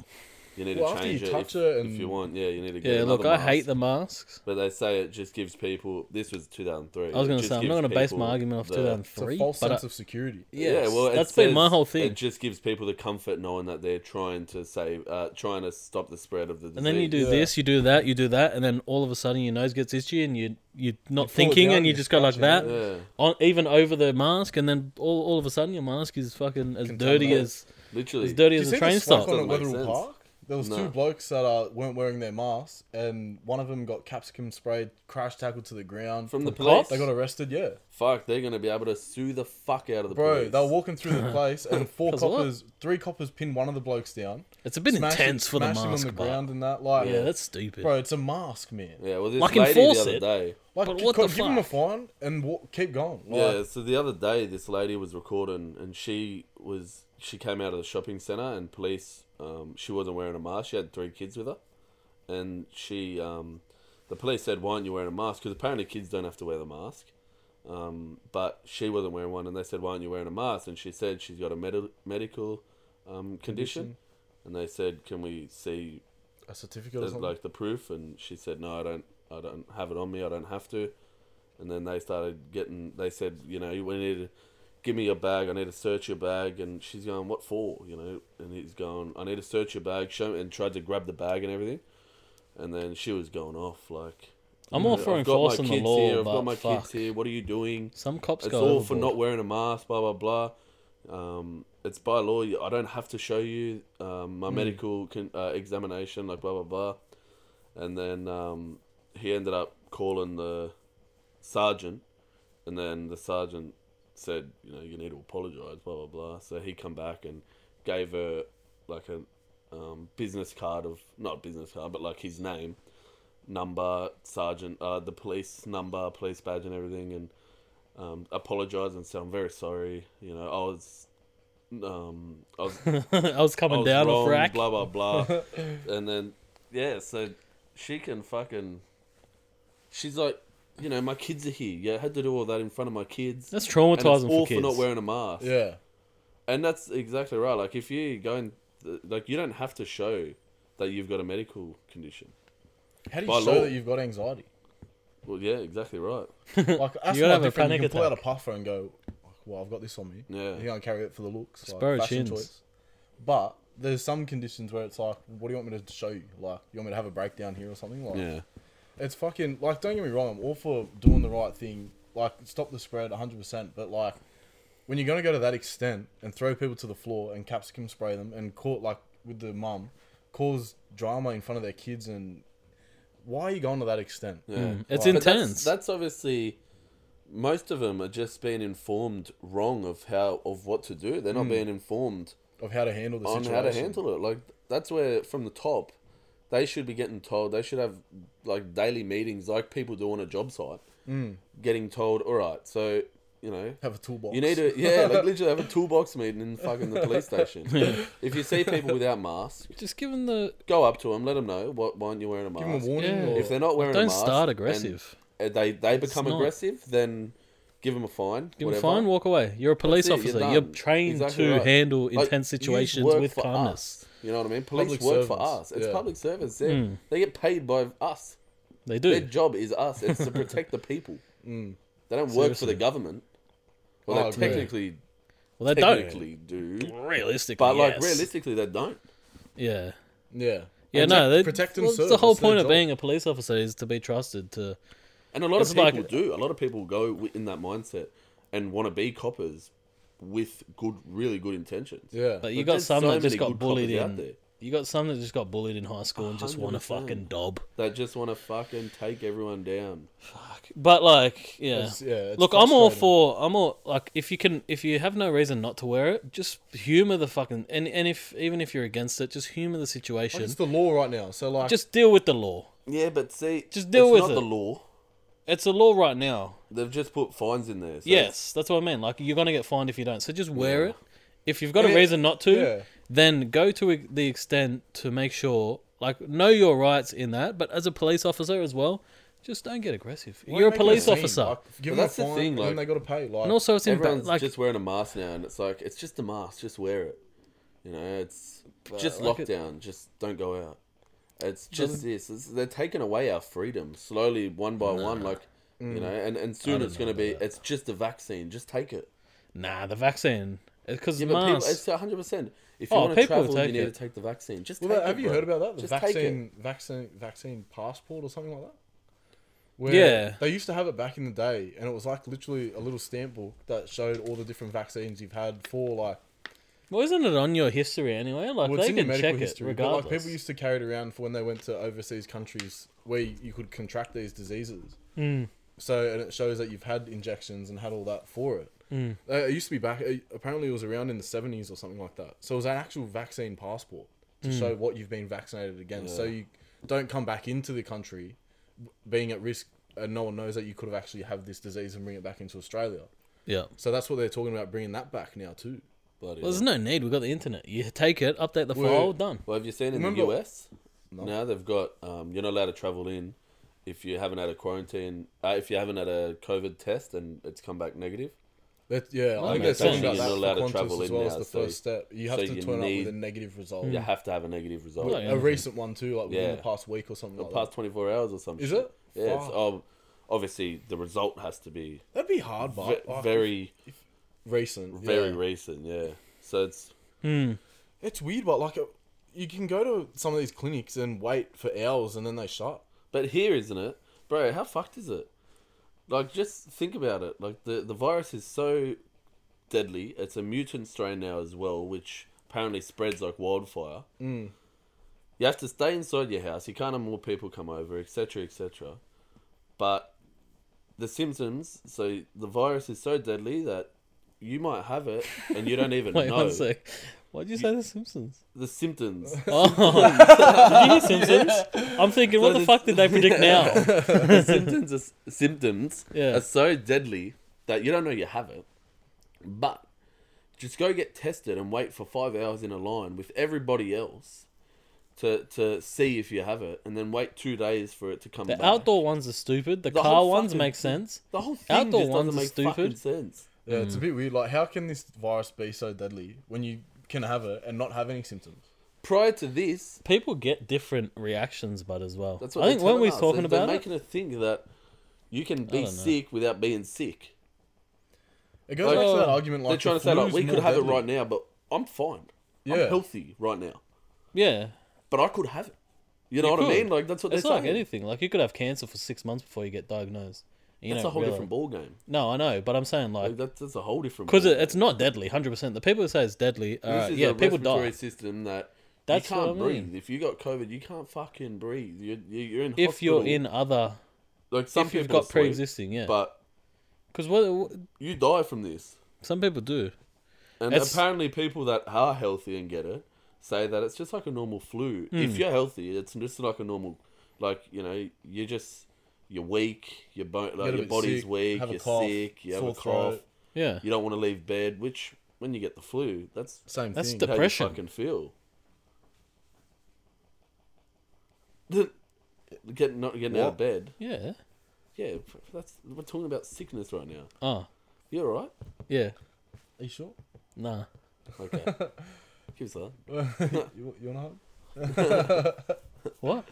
Speaker 2: you need
Speaker 3: Well,
Speaker 2: to
Speaker 3: after you
Speaker 2: change it, if,
Speaker 3: touch it
Speaker 2: if
Speaker 3: and-
Speaker 2: you want. Yeah, you need to get
Speaker 1: Yeah, look, I
Speaker 2: another
Speaker 1: hate
Speaker 2: mask.
Speaker 1: the masks.
Speaker 2: But they say it just gives people. This was 2003.
Speaker 1: I was
Speaker 2: it
Speaker 1: going to
Speaker 2: just
Speaker 1: say, I'm
Speaker 2: gives
Speaker 1: not going to base
Speaker 2: people
Speaker 1: my argument off
Speaker 2: the-
Speaker 1: 2003.
Speaker 3: It's a false
Speaker 1: but uh,
Speaker 3: sense
Speaker 1: I-
Speaker 3: of security.
Speaker 1: yes,
Speaker 2: yeah, well, it
Speaker 1: that's been my
Speaker 2: says
Speaker 1: whole thing.
Speaker 2: It just gives people the comfort knowing that they're trying to save, uh, trying to stop the spread of the disease.
Speaker 1: and then you do
Speaker 3: Yeah.
Speaker 1: this, you do that, you do that, and then all of a sudden your nose gets itchy and you you're not
Speaker 3: fall
Speaker 1: thinking and
Speaker 3: down and
Speaker 1: you
Speaker 3: you
Speaker 1: just go like
Speaker 3: scratch
Speaker 1: that,
Speaker 3: it.
Speaker 2: Yeah.
Speaker 1: on even over the mask, and then all, all of a sudden your mask is fucking as dirty
Speaker 3: Contaminated.
Speaker 1: as
Speaker 2: Literally.
Speaker 1: as dirty
Speaker 3: Did
Speaker 1: as a
Speaker 3: you see the
Speaker 1: train
Speaker 3: smoke
Speaker 1: stop.
Speaker 3: on
Speaker 2: Doesn't
Speaker 3: at
Speaker 2: make
Speaker 3: Wetherill
Speaker 2: sense.
Speaker 3: Park? There was
Speaker 2: No.
Speaker 3: two blokes that uh, weren't wearing their masks, and one of them got capsicum sprayed, crash tackled to the ground.
Speaker 2: From the
Speaker 1: cops?
Speaker 2: police.
Speaker 3: they got arrested, yeah.
Speaker 2: Fuck, they're gonna be able to sue the fuck out of the
Speaker 3: Bro,
Speaker 2: police.
Speaker 3: they were walking through
Speaker 2: (laughs)
Speaker 3: the place, and four
Speaker 1: 'Cause of what?
Speaker 3: coppers, three coppers pinned one of the blokes down.
Speaker 1: It's a bit
Speaker 3: smashed him-
Speaker 1: intense for the
Speaker 3: smashed him
Speaker 1: mask,
Speaker 3: on the
Speaker 1: but-
Speaker 3: ground and that. Like,
Speaker 1: yeah, that's stupid.
Speaker 3: bro, it's a mask, man.
Speaker 2: Yeah, well, this
Speaker 1: Like,
Speaker 2: lady
Speaker 1: enforce
Speaker 2: the other
Speaker 1: it.
Speaker 2: day.
Speaker 3: Like,
Speaker 1: But
Speaker 3: g-
Speaker 1: what
Speaker 3: co-
Speaker 1: the
Speaker 3: give him a fine and wa- keep going. Like,
Speaker 2: Yeah, so the other day, this lady was recording, and she was she came out of the shopping center, and police. Um, she wasn't wearing a mask. She had three kids with her, and she. Um, the police said, "Why aren't you wearing a mask?" Because apparently, kids don't have to wear the mask. Um, but she wasn't wearing one, and they said, "Why aren't you wearing a mask?" And she said she's got a med- medical um, condition, and they said, "Can we see
Speaker 3: a certificate or
Speaker 2: as,
Speaker 3: something.
Speaker 2: like the proof and she said no i don't i don't have it on me i don't have to and then they started getting they said you know we need to give me your bag i need to search your bag and she's going what for you know and he's going i need to search your bag show me," and tried to grab the bag and everything and then she was going off like.
Speaker 1: I'm
Speaker 2: you
Speaker 1: all
Speaker 2: know,
Speaker 1: for
Speaker 2: I've got my
Speaker 1: enforcing the
Speaker 2: kids
Speaker 1: law,
Speaker 2: Here, I've
Speaker 1: but
Speaker 2: got my
Speaker 1: fuck.
Speaker 2: kids here. What are you doing?
Speaker 1: Some cops
Speaker 2: It's
Speaker 1: go
Speaker 2: all for
Speaker 1: overboard.
Speaker 2: not wearing a mask. Blah blah blah. Um, it's by law. you- I don't have to show you um,
Speaker 1: Hmm.
Speaker 2: my medical con- uh, examination. Like blah blah blah. And then um, he ended up calling the sergeant, and then the sergeant said, you know, you need to apologize. Blah blah blah. So he come back and gave her like a um, business card of not a business card, but like his name, number, sergeant, uh, the police number, police badge, and everything, and um, apologize and say I'm very sorry. You know, I was, um,
Speaker 1: (laughs)
Speaker 2: I was, I
Speaker 1: I was coming
Speaker 2: was
Speaker 1: down
Speaker 2: wrong.
Speaker 1: off rack.
Speaker 2: Blah blah blah,
Speaker 1: (laughs)
Speaker 2: and then yeah, so she can fucking. She's like, you know, my kids are here. Yeah, I had to do all that in front of my kids.
Speaker 1: That's
Speaker 2: And it's
Speaker 1: traumatizing for
Speaker 2: all for
Speaker 1: kids.
Speaker 2: not wearing a mask.
Speaker 3: Yeah.
Speaker 2: And that's exactly right. Like if you go and like you don't have to show that you've got a medical condition.
Speaker 3: How do you
Speaker 2: By
Speaker 3: show
Speaker 2: law.
Speaker 3: that you've
Speaker 1: (laughs)
Speaker 3: got anxiety?
Speaker 2: Well, yeah, exactly right.
Speaker 3: Like that's
Speaker 1: gotta
Speaker 3: not
Speaker 1: have a
Speaker 3: different.
Speaker 1: panic
Speaker 3: you can pull out a
Speaker 1: attack.
Speaker 3: puffer and go, like, "Well, I've got this on me.
Speaker 2: Yeah.
Speaker 3: you're gonna carry it for the looks, like
Speaker 1: Spur
Speaker 3: fashion
Speaker 1: chins.
Speaker 3: choice." But there's some conditions where it's like, "What do you want me to show you? Like, you want me to have a breakdown here or something?" Like,
Speaker 2: Yeah,
Speaker 3: it's fucking like. Don't get me wrong. I'm all for doing the right thing. Like, stop the spread 100. percent But like, when you're gonna go to that extent and throw people to the floor and capsicum spray them and caught like with the mum, cause drama in front of their kids and why are you going to that extent?
Speaker 2: yeah. Mm.
Speaker 1: it's
Speaker 2: But that's-
Speaker 1: intense.
Speaker 2: That's, obviously most of them are just being informed wrong of how of what to do. They're not being informed
Speaker 3: Of how to handle Mm. the
Speaker 2: on
Speaker 3: situation.
Speaker 2: how to handle it. Like that's where from the top, they should be getting told. They should have like daily meetings, like people do on a job site, mm. getting told. All right, so you know,
Speaker 3: Have a toolbox.
Speaker 2: You need to, (laughs) yeah,
Speaker 3: (laughs)
Speaker 2: like literally have a toolbox meeting in fucking the police station. if you see people without masks,
Speaker 1: Just given the
Speaker 2: go up to them, let them know what, why aren't you wearing a mask?
Speaker 3: Give them a warning.
Speaker 1: Yeah.
Speaker 3: Or,
Speaker 2: If they're not wearing a
Speaker 1: don't
Speaker 2: mask,
Speaker 1: start
Speaker 2: and,
Speaker 1: aggressive.
Speaker 2: uh, they they become
Speaker 1: not.
Speaker 2: aggressive, then give them a fine.
Speaker 1: Give them
Speaker 2: whatever.
Speaker 1: fine, walk away. You're a police
Speaker 2: it, you're
Speaker 1: officer. You're,
Speaker 2: done.
Speaker 1: trained
Speaker 2: Exactly
Speaker 1: to
Speaker 2: right.
Speaker 1: handle
Speaker 2: Like,
Speaker 1: intense
Speaker 2: you just
Speaker 1: situations
Speaker 2: work
Speaker 1: with
Speaker 2: for
Speaker 1: calmness.
Speaker 2: us. You know what I mean? Police
Speaker 3: Public
Speaker 2: work for us.
Speaker 3: servants,
Speaker 2: It's
Speaker 3: yeah.
Speaker 2: public service. They're,
Speaker 1: Hmm.
Speaker 2: They get paid by us.
Speaker 1: They
Speaker 2: Their
Speaker 1: do.
Speaker 2: job is us.
Speaker 1: (laughs)
Speaker 2: It's to protect the people. They don't work for
Speaker 1: Hmm. Seriously.
Speaker 2: the government. Well,
Speaker 3: Oh,
Speaker 2: they
Speaker 3: yeah.
Speaker 2: technically,
Speaker 1: Well, they don't.
Speaker 2: technically do.
Speaker 1: Realistically,
Speaker 2: But like
Speaker 1: yes.
Speaker 2: realistically, they don't.
Speaker 1: yeah.
Speaker 3: yeah.
Speaker 1: Yeah, no, they
Speaker 3: protect and
Speaker 1: well,
Speaker 3: serve.
Speaker 1: That's the whole
Speaker 3: It's their
Speaker 1: point of
Speaker 3: job.
Speaker 1: being a police officer is to be trusted. To
Speaker 2: And a lot
Speaker 1: It's
Speaker 2: of people
Speaker 1: like-
Speaker 2: do. A lot of people go wi- in that mindset and want to be coppers with good, really good intentions.
Speaker 3: Yeah.
Speaker 1: but you
Speaker 2: But
Speaker 1: got
Speaker 2: there's
Speaker 1: some
Speaker 2: so
Speaker 1: that just
Speaker 2: many
Speaker 1: got
Speaker 2: good coppers
Speaker 1: bullied
Speaker 2: out
Speaker 1: in.
Speaker 2: there.
Speaker 1: You got some that just got bullied in high school and just want to
Speaker 2: 100%.
Speaker 1: fucking dob.
Speaker 2: They just want to fucking take everyone down.
Speaker 1: But like, yeah,
Speaker 3: It's- yeah, it's
Speaker 1: Look, I'm all
Speaker 3: frustrating.
Speaker 1: for. I'm all like, if you can, if you have no reason not to wear it, just humor the fucking and and if even if you're against it, just humor the situation.
Speaker 3: it's
Speaker 1: Just,
Speaker 3: the law right now. So like,
Speaker 1: deal with the law.
Speaker 2: Yeah, but see,
Speaker 1: Just deal
Speaker 2: it's
Speaker 1: with
Speaker 2: not
Speaker 1: it.
Speaker 2: the law.
Speaker 1: It's a law right now.
Speaker 2: They've just put fines in there. So
Speaker 1: yes, that's what I mean. Like, you're gonna get fined if you don't. So just wear
Speaker 2: Yeah.
Speaker 1: it. If you've got a
Speaker 3: Yeah,
Speaker 1: reason not to,
Speaker 3: yeah.
Speaker 1: then go to e- the extent to make sure, like, know your rights in that. But as a police officer as well, just don't get aggressive.
Speaker 3: why
Speaker 1: you're a
Speaker 3: make it
Speaker 1: police
Speaker 3: mean?
Speaker 1: officer,
Speaker 3: Like,
Speaker 2: But
Speaker 3: give them a
Speaker 2: that's the
Speaker 3: fine,
Speaker 2: thing,
Speaker 3: and
Speaker 2: like-
Speaker 3: they got to pay. Like,
Speaker 1: and also it's embarrassing.
Speaker 2: everyone's
Speaker 1: Like,
Speaker 2: just wearing a mask now, and it's like it's just a mask. Just wear it. You know, it's just
Speaker 1: like it-
Speaker 2: lockdown. Just don't go out. It's just this. It's, they're taking away our freedom slowly, one by one. Like you know, and and soon
Speaker 1: Mm. don't
Speaker 2: it's going
Speaker 1: know
Speaker 2: to be.
Speaker 1: about
Speaker 2: It's just a vaccine. Just take it.
Speaker 1: nah, the vaccine because
Speaker 2: Yeah, but people,
Speaker 1: masks.
Speaker 2: it's hundred percent. If you
Speaker 1: Oh,
Speaker 2: want to
Speaker 1: people will
Speaker 2: travel,
Speaker 1: take
Speaker 2: you need
Speaker 1: it.
Speaker 2: to take the vaccine. Just
Speaker 3: well,
Speaker 2: take
Speaker 3: that- have
Speaker 2: it,
Speaker 3: you
Speaker 2: bro.
Speaker 3: heard about that? The
Speaker 2: Just take it.
Speaker 3: vaccine, vaccine, vaccine passport or something like that. Where
Speaker 1: Yeah.
Speaker 3: They used to have it back in the day, and it was like literally a little stamp book that showed all the different vaccines you've had for like.
Speaker 1: Well, isn't it on your history anyway? Like
Speaker 3: Well, it's
Speaker 1: they
Speaker 3: in your
Speaker 1: can
Speaker 3: medical
Speaker 1: check
Speaker 3: history,
Speaker 1: it
Speaker 3: but
Speaker 1: regardless.
Speaker 3: like people used to carry it around for when they went to overseas countries where you could contract these diseases.
Speaker 1: Hmm.
Speaker 3: So and it shows that you've had injections and had all that for it.
Speaker 1: Hmm.
Speaker 3: Mm. It used to be back. it- Apparently, it was around in the seventies or something like that. So it was an actual vaccine passport to
Speaker 1: Hmm.
Speaker 3: show what you've been vaccinated against. So
Speaker 2: Yeah.
Speaker 3: you don't come back into the country being at risk, and no one knows that you could have actually have this disease and bring it back into Australia.
Speaker 1: yeah.
Speaker 3: So that's what they're talking about bringing that back now too.
Speaker 2: Bloody
Speaker 1: Well,
Speaker 2: hell.
Speaker 1: there's no need. We've got the internet. You take it, update the
Speaker 3: Well-
Speaker 1: file, done. (laughs)
Speaker 2: Well, have you seen in the
Speaker 3: Remember-
Speaker 2: US? Now they've got um, you're not allowed to travel in if you haven't had a quarantine, uh, if you haven't had a COVID test and it's come back negative.
Speaker 3: That, yeah, I think
Speaker 1: no,
Speaker 3: they're talking
Speaker 1: essentially
Speaker 3: about
Speaker 1: you're
Speaker 3: that
Speaker 2: not allowed
Speaker 3: for
Speaker 2: to
Speaker 3: Qantas
Speaker 2: travel
Speaker 3: as
Speaker 2: in
Speaker 3: well as
Speaker 2: now,
Speaker 3: the
Speaker 2: so-
Speaker 3: first step. You have
Speaker 2: so
Speaker 3: to
Speaker 2: you
Speaker 3: turn up
Speaker 2: need-
Speaker 3: with a negative result.
Speaker 2: You have to have a negative result.
Speaker 1: Well, yeah.
Speaker 3: A recent one too, like within
Speaker 2: Yeah.
Speaker 3: the past week or something
Speaker 2: The
Speaker 3: like
Speaker 2: past 24 hours or something.
Speaker 3: Is it?
Speaker 2: Yeah. It's,
Speaker 3: Fuck.
Speaker 2: ob- obviously, the result has to be
Speaker 3: that. That'd be hard,
Speaker 2: ve-
Speaker 3: but like,
Speaker 2: very,
Speaker 3: recent.
Speaker 2: very
Speaker 3: yeah.
Speaker 2: recent. Yeah. So it's
Speaker 3: It's weird, but like, uh, you can go to some of these clinics and wait for hours and then they shut.
Speaker 2: But here, isn't it, bro? How fucked is it? Like, just think about it. Like the the virus is so deadly. It's a mutant strain now as well, which apparently spreads like wildfire.
Speaker 1: Mm.
Speaker 2: You have to stay inside your house. You can't have more people come over, etc., etc. But the symptoms. So the virus is so deadly that you might have it and you
Speaker 1: (laughs)
Speaker 2: don't even
Speaker 1: Wait
Speaker 2: know
Speaker 1: one sec. Why'd you say The Simpsons?
Speaker 2: the symptoms.
Speaker 1: Oh, did you hear Simpsons? I'm thinking, what
Speaker 2: So
Speaker 1: the
Speaker 2: this-
Speaker 1: fuck did they predict
Speaker 2: (laughs)
Speaker 1: now?
Speaker 2: the symptoms are, symptoms
Speaker 1: Yeah.
Speaker 2: are so deadly that you don't know you have it. But just go get tested and wait for five hours in a line with everybody else to to see if you have it, and then wait two days for it to come
Speaker 1: The
Speaker 2: back.
Speaker 1: outdoor ones are stupid. The,
Speaker 2: The
Speaker 1: car
Speaker 2: whole
Speaker 1: ones
Speaker 2: fucking
Speaker 1: make
Speaker 2: thing-
Speaker 1: sense.
Speaker 2: the whole thing
Speaker 1: outdoor
Speaker 2: just
Speaker 1: ones
Speaker 2: doesn't
Speaker 1: are
Speaker 2: make fucking
Speaker 1: stupid.
Speaker 2: sense.
Speaker 3: Yeah, it's a bit weird. Like, how can this virus be so deadly when you can have it and not have any symptoms?
Speaker 2: Prior to this,
Speaker 1: People get different reactions, but as well.
Speaker 2: That's what
Speaker 1: I think when we
Speaker 2: we're
Speaker 1: were talking
Speaker 2: they're
Speaker 1: about it,
Speaker 2: making a thing that you can be
Speaker 1: know.
Speaker 2: sick without being sick.
Speaker 3: It goes back to that argument. Like
Speaker 2: They're trying
Speaker 3: the
Speaker 2: to say like
Speaker 3: flu's
Speaker 2: we
Speaker 3: more
Speaker 2: could have it
Speaker 3: deadly.
Speaker 2: right now, but I'm fine.
Speaker 3: Yeah.
Speaker 2: I'm healthy right now,
Speaker 1: yeah,
Speaker 2: but I could have it. You know
Speaker 1: You
Speaker 2: what
Speaker 1: could.
Speaker 2: I mean? Like that's what
Speaker 1: it's
Speaker 2: they're
Speaker 1: like
Speaker 2: saying.
Speaker 1: anything. Like you could have cancer for six months before you get diagnosed. and You
Speaker 2: that's
Speaker 1: don't
Speaker 2: a whole
Speaker 1: realize-
Speaker 2: different ball game.
Speaker 1: No, I know, but I'm saying like
Speaker 2: Like, that's, that's a whole different.
Speaker 1: because
Speaker 2: ball
Speaker 1: it, it's not deadly, hundred percent. The people who say it's deadly,
Speaker 2: game. this
Speaker 1: alright,
Speaker 2: is
Speaker 1: yeah,
Speaker 2: a
Speaker 1: people
Speaker 2: respiratory
Speaker 1: die.
Speaker 2: system that
Speaker 1: That's
Speaker 2: you
Speaker 1: what
Speaker 2: can't
Speaker 1: I mean.
Speaker 2: breathe. If you got COVID, you can't fucking breathe. You're, you're- you're in.
Speaker 1: If you're
Speaker 2: hospital.
Speaker 1: in other,
Speaker 2: like some
Speaker 1: if you've
Speaker 2: people
Speaker 1: got
Speaker 2: are asleep,
Speaker 1: pre-existing, yeah,
Speaker 2: but
Speaker 1: because what, what
Speaker 2: you die from this.
Speaker 1: some people do.
Speaker 2: And
Speaker 1: It's-
Speaker 2: apparently, people that are healthy and get it say that it's just like a normal flu.
Speaker 1: Hmm.
Speaker 2: If you're healthy, it's just like a normal, like you know, you're just you're weak, your bone,
Speaker 3: a
Speaker 2: like your
Speaker 3: bit
Speaker 2: body's
Speaker 3: sick,
Speaker 2: weak,
Speaker 3: have a
Speaker 2: you're
Speaker 3: cough,
Speaker 2: sick, you have a
Speaker 3: sore
Speaker 2: cough,
Speaker 3: throat.
Speaker 1: Yeah,
Speaker 2: (laughs) you don't want to leave bed. Which when you get the flu, that's
Speaker 3: Same
Speaker 1: That's
Speaker 3: thing.
Speaker 1: the- Depression.
Speaker 2: how you fucking feel. The- Getting not getting out of
Speaker 3: What?
Speaker 2: bed.
Speaker 1: yeah.
Speaker 2: Yeah, that's we're talking about sickness right now.
Speaker 1: Oh,
Speaker 2: You all right?
Speaker 1: yeah.
Speaker 3: Are you sure? (laughs)
Speaker 1: Nah. (laughs)
Speaker 2: Okay, give us that.
Speaker 1: Uh,
Speaker 3: you, you want a hug?
Speaker 1: What?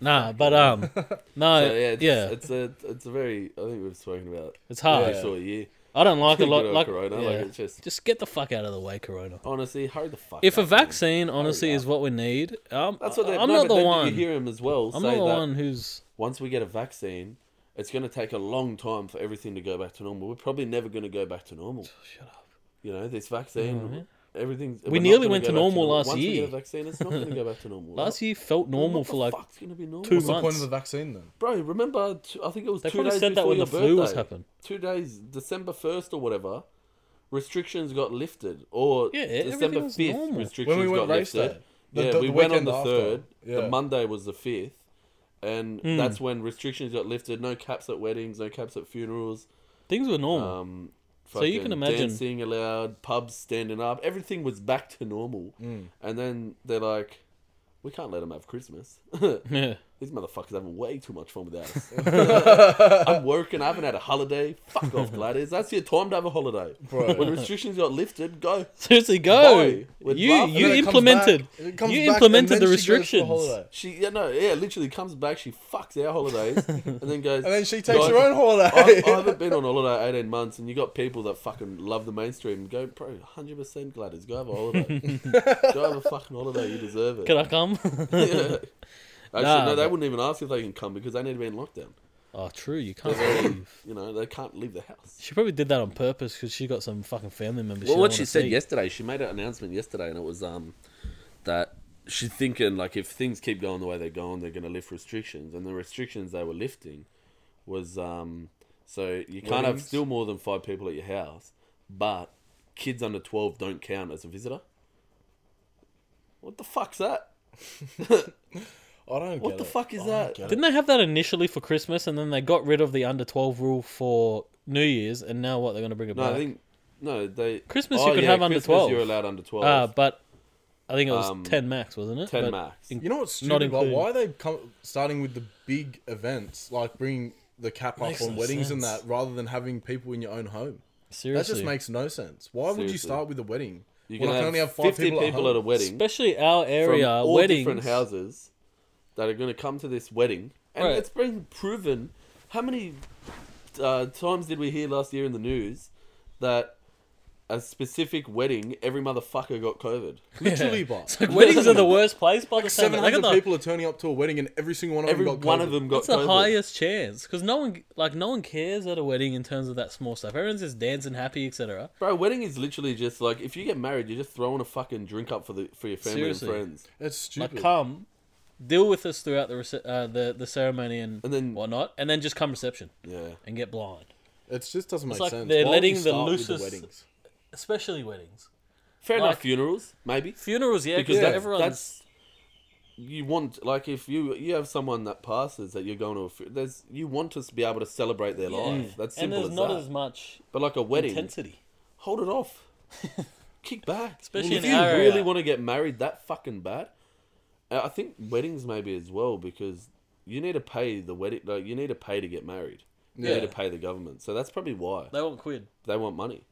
Speaker 1: Nah, but (laughs) um, no,
Speaker 2: So, yeah, it's,
Speaker 1: yeah, it's,
Speaker 2: it's a it's a very. I think we've spoken about
Speaker 1: hard.
Speaker 2: every sort of year.
Speaker 1: I don't like a
Speaker 2: uh, Good
Speaker 1: lot.
Speaker 2: old
Speaker 1: Like,
Speaker 2: corona,
Speaker 1: yeah.
Speaker 2: like, it's
Speaker 1: just...
Speaker 2: just-
Speaker 1: get the fuck out of the way, Corona.
Speaker 2: Honestly, hurry the fuck.
Speaker 1: If a
Speaker 2: up, man.
Speaker 1: vaccine, honestly,
Speaker 2: Hurry
Speaker 1: is
Speaker 2: up.
Speaker 1: what we need, um,
Speaker 2: Oh, that's what they.
Speaker 1: I'm
Speaker 2: no,
Speaker 1: not
Speaker 2: but
Speaker 1: the
Speaker 2: then
Speaker 1: one.
Speaker 2: You hear him as well
Speaker 1: I'm not
Speaker 2: say
Speaker 1: the
Speaker 2: that
Speaker 1: one who's.
Speaker 2: once we get a vaccine, it's going to take a long time for everything to go back to normal. We're probably never going to go back to normal.
Speaker 1: Shut up.
Speaker 2: You know, this vaccine,
Speaker 1: man.
Speaker 2: everything's.
Speaker 1: Mm-hmm. We
Speaker 2: we're not
Speaker 1: nearly
Speaker 2: gonna
Speaker 1: went
Speaker 2: go
Speaker 1: to
Speaker 2: back
Speaker 1: normal last
Speaker 2: Once we
Speaker 1: year.
Speaker 2: get a vaccine, it's not going to go back to
Speaker 1: (laughs)
Speaker 2: normal.
Speaker 1: Last year felt normal
Speaker 2: what
Speaker 1: for
Speaker 2: the
Speaker 1: like
Speaker 2: fuck's going to be normal?
Speaker 1: two
Speaker 3: What's the point
Speaker 1: months.
Speaker 3: of the vaccine then?
Speaker 2: Bro, remember? t- I think it was
Speaker 1: They
Speaker 2: two
Speaker 1: probably
Speaker 2: days
Speaker 1: said that
Speaker 2: before
Speaker 1: when
Speaker 2: your
Speaker 1: the flu was
Speaker 2: birthday.
Speaker 1: happening.
Speaker 2: Two days, December first or whatever, restrictions got lifted, or
Speaker 1: Yeah, everything
Speaker 2: December
Speaker 1: was
Speaker 2: fifth
Speaker 1: normal.
Speaker 2: restrictions
Speaker 3: When we went
Speaker 2: got
Speaker 3: race
Speaker 2: lifted.
Speaker 3: day. The-
Speaker 2: yeah,
Speaker 3: the-
Speaker 2: we
Speaker 3: the
Speaker 2: went on
Speaker 3: weekend
Speaker 2: the
Speaker 3: after.
Speaker 2: third.
Speaker 3: Yeah.
Speaker 2: The Monday was the fifth, and
Speaker 1: Hmm.
Speaker 2: that's when restrictions got lifted. No caps at weddings, no caps at funerals.
Speaker 1: things were normal.
Speaker 2: Um,
Speaker 1: So you can
Speaker 2: fucking
Speaker 1: imagine-
Speaker 2: dancing allowed, pubs standing up. Everything was back to normal,
Speaker 3: Hmm.
Speaker 2: and then they're like, "We can't let them have Christmas." (laughs)
Speaker 1: yeah.
Speaker 2: These motherfuckers having way too much fun without us.
Speaker 3: (laughs)
Speaker 2: I'm working. I haven't had a holiday. Fuck off, Gladys. That's your time to have a holiday.
Speaker 3: Bro.
Speaker 2: When restrictions got lifted, go.
Speaker 1: (laughs) Seriously, go.
Speaker 2: Boy, with
Speaker 1: you
Speaker 2: love, and
Speaker 1: you
Speaker 2: then it
Speaker 1: implemented you implemented the restrictions.
Speaker 2: She, yeah, no, yeah, literally comes back. She fucks our holidays, and then goes.
Speaker 3: And then she takes
Speaker 2: "Guys,
Speaker 3: her own holiday.
Speaker 2: I, I haven't been on holiday eighteen months, and you got people that fucking love the mainstream. Go, bro, hundred percent, Gladys. Go have a
Speaker 3: (laughs)
Speaker 2: holiday. go have a fucking holiday. You deserve it.
Speaker 1: Can I come? (laughs)
Speaker 2: Yeah. Actually,
Speaker 1: Nah,
Speaker 2: no, they
Speaker 1: but-
Speaker 2: wouldn't even ask if they can come because they need to be in lockdown.
Speaker 1: oh, true. You can't leave.
Speaker 2: You know, they can't leave the house.
Speaker 1: She probably did that on purpose because she got some fucking family members.
Speaker 2: Well,
Speaker 1: don't
Speaker 2: what she
Speaker 1: wanna
Speaker 2: said
Speaker 1: see.
Speaker 2: yesterday, she made an announcement yesterday, and it was um that she's thinking like if things keep going the way they're going, they're going to lift restrictions, and the restrictions they were lifting was um so you can't have
Speaker 3: Weddings.
Speaker 2: still more than five people at your house, but kids under twelve don't count as a visitor. What the fuck's that?
Speaker 3: I don't get
Speaker 2: What the
Speaker 3: it.
Speaker 2: fuck is
Speaker 3: I
Speaker 2: that?
Speaker 3: don't get it.
Speaker 1: Didn't they have that initially for Christmas, and then they got rid of the under twelve rule for New Year's, and now what? They're going to bring it
Speaker 2: No,
Speaker 1: back.
Speaker 2: I think no. They oh,
Speaker 1: Christmas you can have under
Speaker 2: Christmas
Speaker 1: 12.
Speaker 2: You're allowed under twelve.
Speaker 1: uh, but I think it was
Speaker 2: Um,
Speaker 1: ten max, wasn't it?
Speaker 2: 10
Speaker 1: But
Speaker 2: max.
Speaker 1: in-
Speaker 3: You know what's
Speaker 1: Not
Speaker 3: stupid? Like,
Speaker 1: including-
Speaker 3: why are they come, starting with the big events, like bringing the cap up
Speaker 1: Makes
Speaker 3: on
Speaker 1: no
Speaker 3: weddings and
Speaker 1: sense.
Speaker 3: that, rather than having people in your own home?
Speaker 1: seriously,
Speaker 3: That just makes no sense. Why would you
Speaker 2: Seriously.
Speaker 3: start with a wedding?
Speaker 2: you can,
Speaker 3: when I
Speaker 2: have
Speaker 3: can only have five
Speaker 2: fifty people,
Speaker 3: people,
Speaker 2: at a
Speaker 3: home?
Speaker 2: wedding.
Speaker 1: especially our area
Speaker 2: from all
Speaker 1: weddings.
Speaker 2: different houses that are going to come to this wedding, and
Speaker 1: Right.
Speaker 2: it's been proven. How many uh, times did we hear last year in the news that a specific wedding, every motherfucker got COVID.
Speaker 3: (laughs) Literally,
Speaker 1: (laughs) Yeah.
Speaker 3: but
Speaker 1: It's like weddings
Speaker 2: (laughs)
Speaker 1: are the worst place by the
Speaker 3: seven
Speaker 1: time. Like,
Speaker 3: hundred
Speaker 1: the,
Speaker 3: people are turning up to a wedding, and every single one of
Speaker 2: Every
Speaker 3: them got
Speaker 2: one
Speaker 3: COVID.
Speaker 2: of them got
Speaker 1: What's the
Speaker 2: COVID.
Speaker 1: highest chance? Because no one, like, no one cares at a wedding in terms of that small stuff. Everyone's just dancing, happy, etc.
Speaker 2: Bro, wedding is literally just like if you get married, you're just throwing a fucking drink up for the for your family
Speaker 1: Seriously.
Speaker 2: and friends.
Speaker 3: That's
Speaker 1: Like,
Speaker 3: stupid.
Speaker 1: come, deal with us throughout the rece- uh, the the ceremony and,
Speaker 2: And then-
Speaker 1: whatnot, and then just come reception
Speaker 2: Yeah.
Speaker 1: and get blind.
Speaker 3: It just doesn't make
Speaker 1: like
Speaker 3: sense.
Speaker 1: they're
Speaker 3: Why would
Speaker 1: letting
Speaker 3: you
Speaker 1: the
Speaker 3: start with
Speaker 1: loosest-
Speaker 3: weddings?
Speaker 1: Especially weddings,
Speaker 2: Fair
Speaker 1: Like-
Speaker 2: enough. Funerals, maybe.
Speaker 1: funerals, yeah,
Speaker 2: Because
Speaker 1: because
Speaker 2: that's,
Speaker 1: everyone's
Speaker 2: that's you want like if you you have someone that passes that you're going to a fu- there's you want us to be able to celebrate their
Speaker 1: yeah.
Speaker 2: life. That's
Speaker 1: and
Speaker 2: simple
Speaker 1: there's
Speaker 2: as
Speaker 1: not
Speaker 2: that.
Speaker 1: as much
Speaker 2: but like a wedding,
Speaker 1: intensity.
Speaker 2: hold
Speaker 1: (laughs)
Speaker 2: it off. Kick back.
Speaker 1: Especially
Speaker 2: if
Speaker 1: in
Speaker 2: you
Speaker 1: our
Speaker 2: really
Speaker 1: area.
Speaker 2: want to get married that fucking bad, uh, I think weddings maybe as well because you need to pay the wedding. Like you need to pay to get married. You
Speaker 1: Yeah.
Speaker 2: need to pay the government. So that's probably why
Speaker 1: They won't quid.
Speaker 2: they want money.